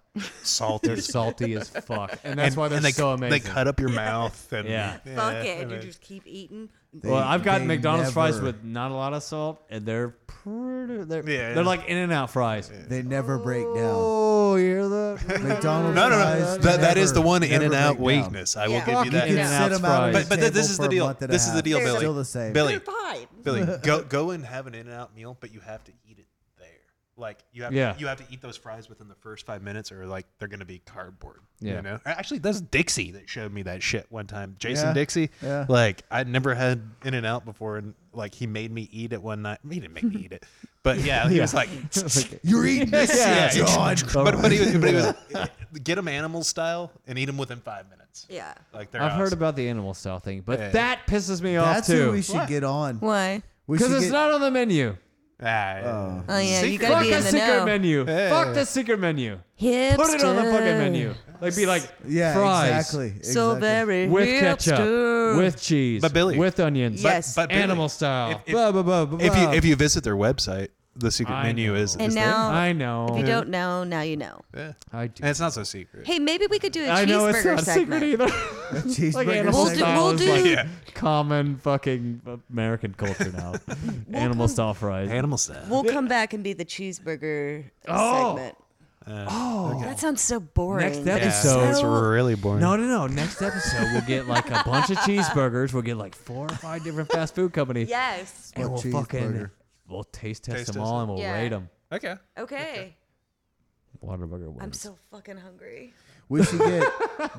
salty. they're salty as fuck, and that's and, why they're and they, so amazing. They cut up your mouth and Yeah. Fuck it. and You it- just keep eating. well, I've gotten they McDonald's fries never- with not a lot of salt, and they're pretty. They're, Yeah, they're yeah. like In and Out fries. They never break down. Oh, you're the McDonald's. No, no, no. fries That, that is the never- one in never and break out down. weakness. I will Yeah. give you fucking that. In and Out Sit 'em out on fries. the But- but th- this table is for the a deal. month and a This is the half. deal, It's Billy. Still the same. Billy, Fine. Billy, go go and have an in and out meal, but you have to eat it there. Like you have Yeah. you have to eat those fries within the first five minutes, or like they're gonna be cardboard. Yeah. You know, actually, that's Dixie that showed me that shit one time. Jason Yeah. Dixie. Yeah. Like I'd never had in and out before, and like he made me eat it one night. He didn't make me eat it, but yeah, he was like, You're eating this, yeah, yeah, John. John. But but he was, but he was get them animal style and eat them within five minutes. Yeah. Like they're I've heard awesome. about the animal style thing, but Yeah. that pisses me That's off who too. we should get on. Why? We because should it's get- not on the menu. Ah, Oh yeah, you Secret- gotta Fuck be the in the secret know. menu. Fuck the secret menu. Hipster. Put it on the fucking menu. Like be like Yeah, fries exactly. So exactly. very with ketchup, hipster. with cheese, But Billy- with onions, But- Yes. but Billy, animal style. if- if- blah, blah, blah, blah, if you blah. if you visit their website, the secret I menu know. is, And is there. now- I know. Oh, If you don't know, now you know. Yeah. I do. And it's not so secret. Hey, maybe we could do a I cheeseburger know it's not secret segment. either. cheeseburger like animal We'll do- style we'll is do- like Yeah. common fucking American culture now. animal style fries. Animal style. We'll come back and be the cheeseburger Oh. segment. oh, That sounds so boring. next episode. so it's really boring. No, no, no. Next episode, we'll get like a bunch of cheeseburgers. We'll get like four or five different fast food companies. yes. And we'll What fucking cheeseburger? we'll taste test Taste them test all it. and we'll Yeah. rate them. Okay. Okay. Waterburger wins. I'm so fucking hungry. We should get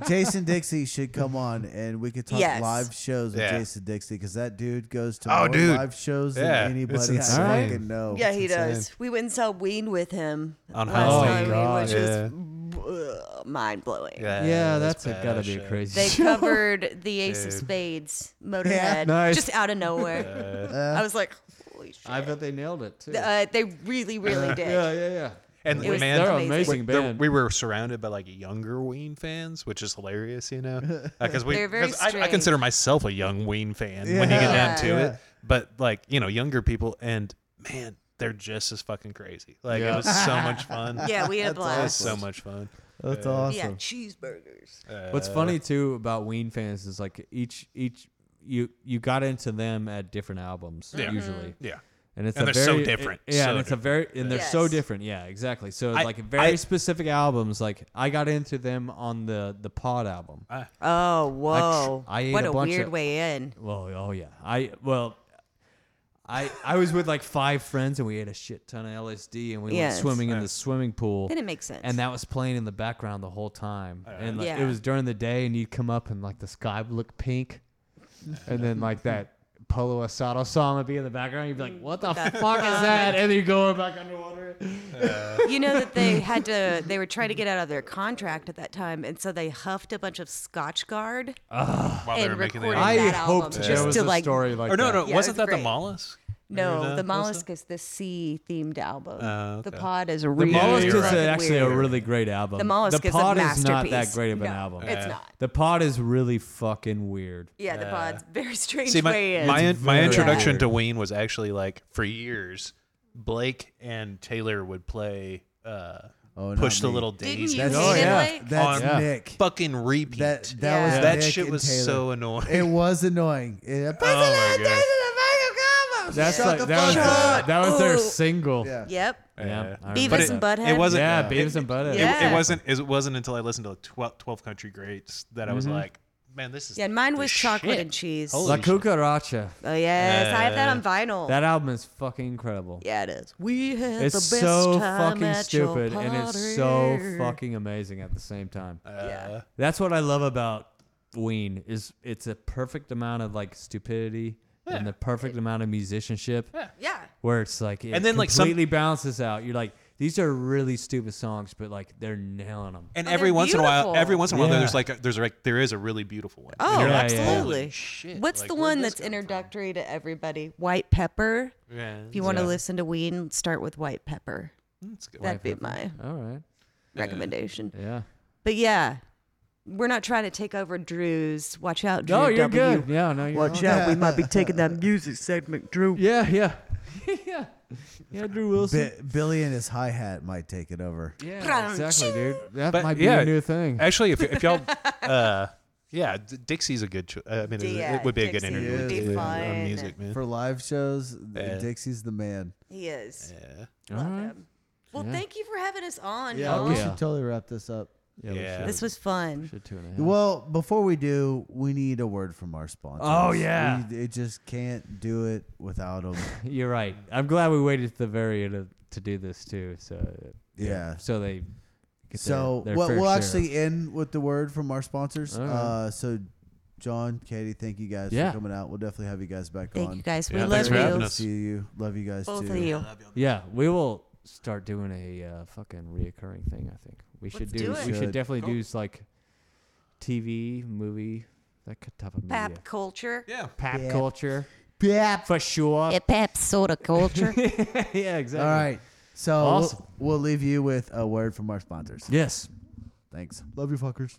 Jason Dixie should come on and we could talk Yes. live shows with Yeah. Jason Dixie because that dude goes to Oh, more dude. live shows Yeah, than it's anybody I insane. fucking Oh, know. Yeah, he insane. does. We went and saw Ween with him On last Halloween. time, Oh my God, which yeah. was uh, mind blowing. yeah, that's, bad a, gotta be shit. a crazy. They show. covered the Ace of Dude. Spades, Motorhead, Nice. Uh, just out of nowhere. I was like, holy shit. I bet they nailed it too. Uh, they really, really did. yeah, yeah, yeah. And It was- man, They're amazing. an amazing there- band. we were surrounded by like younger Ween fans, which is hilarious, you know, because we. They're very 'cause I, I strange. consider myself a young Ween fan when you get down to Yeah. it, but like you know, younger people, and man, they're just as fucking crazy. Like Yeah. it was so much fun. Yeah, we had a it blast. was so much fun. That's awesome. Yeah, cheeseburgers. What's funny too about Ween fans is like each each you you got into them at different albums Mm-hmm. Yeah. usually. Yeah. And it's And a they're so very, different, it- yeah, so and it's a very and they're so Yes. different. Yeah, exactly. So I- like very I- specific albums. Like I got into them on the the Pod album. Oh, whoa. I ate what a a, bunch weird of- way in. Well, oh yeah. I well, I I was with like five friends and we ate a shit ton of LSD and we Yes. went swimming in the swimming pool. Then it makes sense. And that was playing in the background the whole time. And like, it Yeah. was during the day and you'd come up and like the sky would look pink, and then like that. Polo Asado song would be in the background. You'd be like, "What the fuck is that?" And then you go back underwater. you know that they had to they were trying to get out of their contract at that time and so they huffed a bunch of scotch guard Oh, While they and were making the recorded I that hoped album there just was to a like story like Or no, that. no, Yeah, it was wasn't that the great. mollusk? Or no the mollusk what's is the sea themed album Oh, the okay. pod is a The really Mollusk you're is right. a- fucking actually a weird- really great album. the mollusk the is a pod masterpiece is not that great of an No, album. it's Yeah. not The pod is really fucking weird. yeah the pod's very strange See, way my in my, my very introduction weird. to Ween was actually like for years, Blake and Taylor would play uh, Oh, not "Push the me. Little Didn't Daisies" you on That's, Oh, hated yeah. Blake? That's Yeah. Nick. fucking repeat. That That, that Yeah. was That Nick shit and was Taylor. so annoying. It was annoying. It- oh my god. That's Shut like, the that was fuck their, up. that was their Ooh. single. Yeah. yep Yeah, I Beavis remember and that. Butthead. It wasn't. Yeah, it- Beavis and Butthead. It, it Yeah. Mm-hmm. wasn't. It wasn't until I listened to 12, 12 Country Greats that I was like, man, this is Yeah, and mine the was chocolate shit. and cheese. La Cucaracha. Oh yes, I have that on vinyl. That album is fucking incredible. yeah, it is. We had it's the best so time fucking at your stupid and it's so party. fucking amazing at the same time. Uh, Yeah. That's what I love about Ween is it's a perfect amount of like stupidity and the perfect amount of musicianship Yeah. where it's like it And then, like, some- completely balances out. You're like these are really stupid songs, but like they're nailing them. And Oh, every they're once in a while, beautiful. every once in a while, Yeah. there's like a, there's like there is a really beautiful one. Oh, Yeah, yeah, absolutely. yeah. Shit, What's like, the where'd one this that's come from? introductory to everybody? White pepper. Yeah, If you want Yeah. to listen to Ween, start with white pepper. that's good. That'd be pepper. my All right. recommendation. Yeah. But yeah, we're not trying to take over Drew's. Watch out, Drew. No, you're W. good. Yeah, no, you're Watch all- out. We might be taking that music segment, Drew. Yeah, yeah. yeah. Yeah, Drew Wilson. Bi- Billy and his hi hat might take it over. Yeah, exactly, dude. That But, might be yeah, a new thing. Actually, if, if y'all, uh, yeah, D- Dixie's a good. Cho- uh, I mean, it- Yeah, it would be a good Dixie interview. would with be Dixie on fun. music, man. For live shows, Yeah. Dixie's the man. He is. Yeah. All right. Well, Yeah. thank you for having us on. Yeah, y'all. we yeah. should totally wrap this up. Yeah. we Yeah. should. This was fun. Should tune in. Well, before we do, we need a word from our sponsor. Oh, yeah. we, it just can't do it without them. You're right. I'm glad we waited to the very end of, to do this too. So Yeah. So they. Get so their, their we'll, fair we'll share. actually end with the word from our sponsors. All right. Uh, so, John, Katie, thank you guys Yeah. for coming out. We'll definitely have you guys back Thank on. you guys. We Yeah, love thanks for having you. us. See you. Love you guys Both too. of you. Yeah, we will start doing a uh, fucking reoccurring thing. I think we should Let's do We it. should definitely Cool. do s- like TV, movie, that ki- type of media. Pap culture. Yeah. Pap Pap. culture Bap. for sure. pap sort of culture. yeah, exactly. All right. So we'll- Awesome. we'll leave you with a word from our sponsors. Yes. Thanks. Love you, fuckers.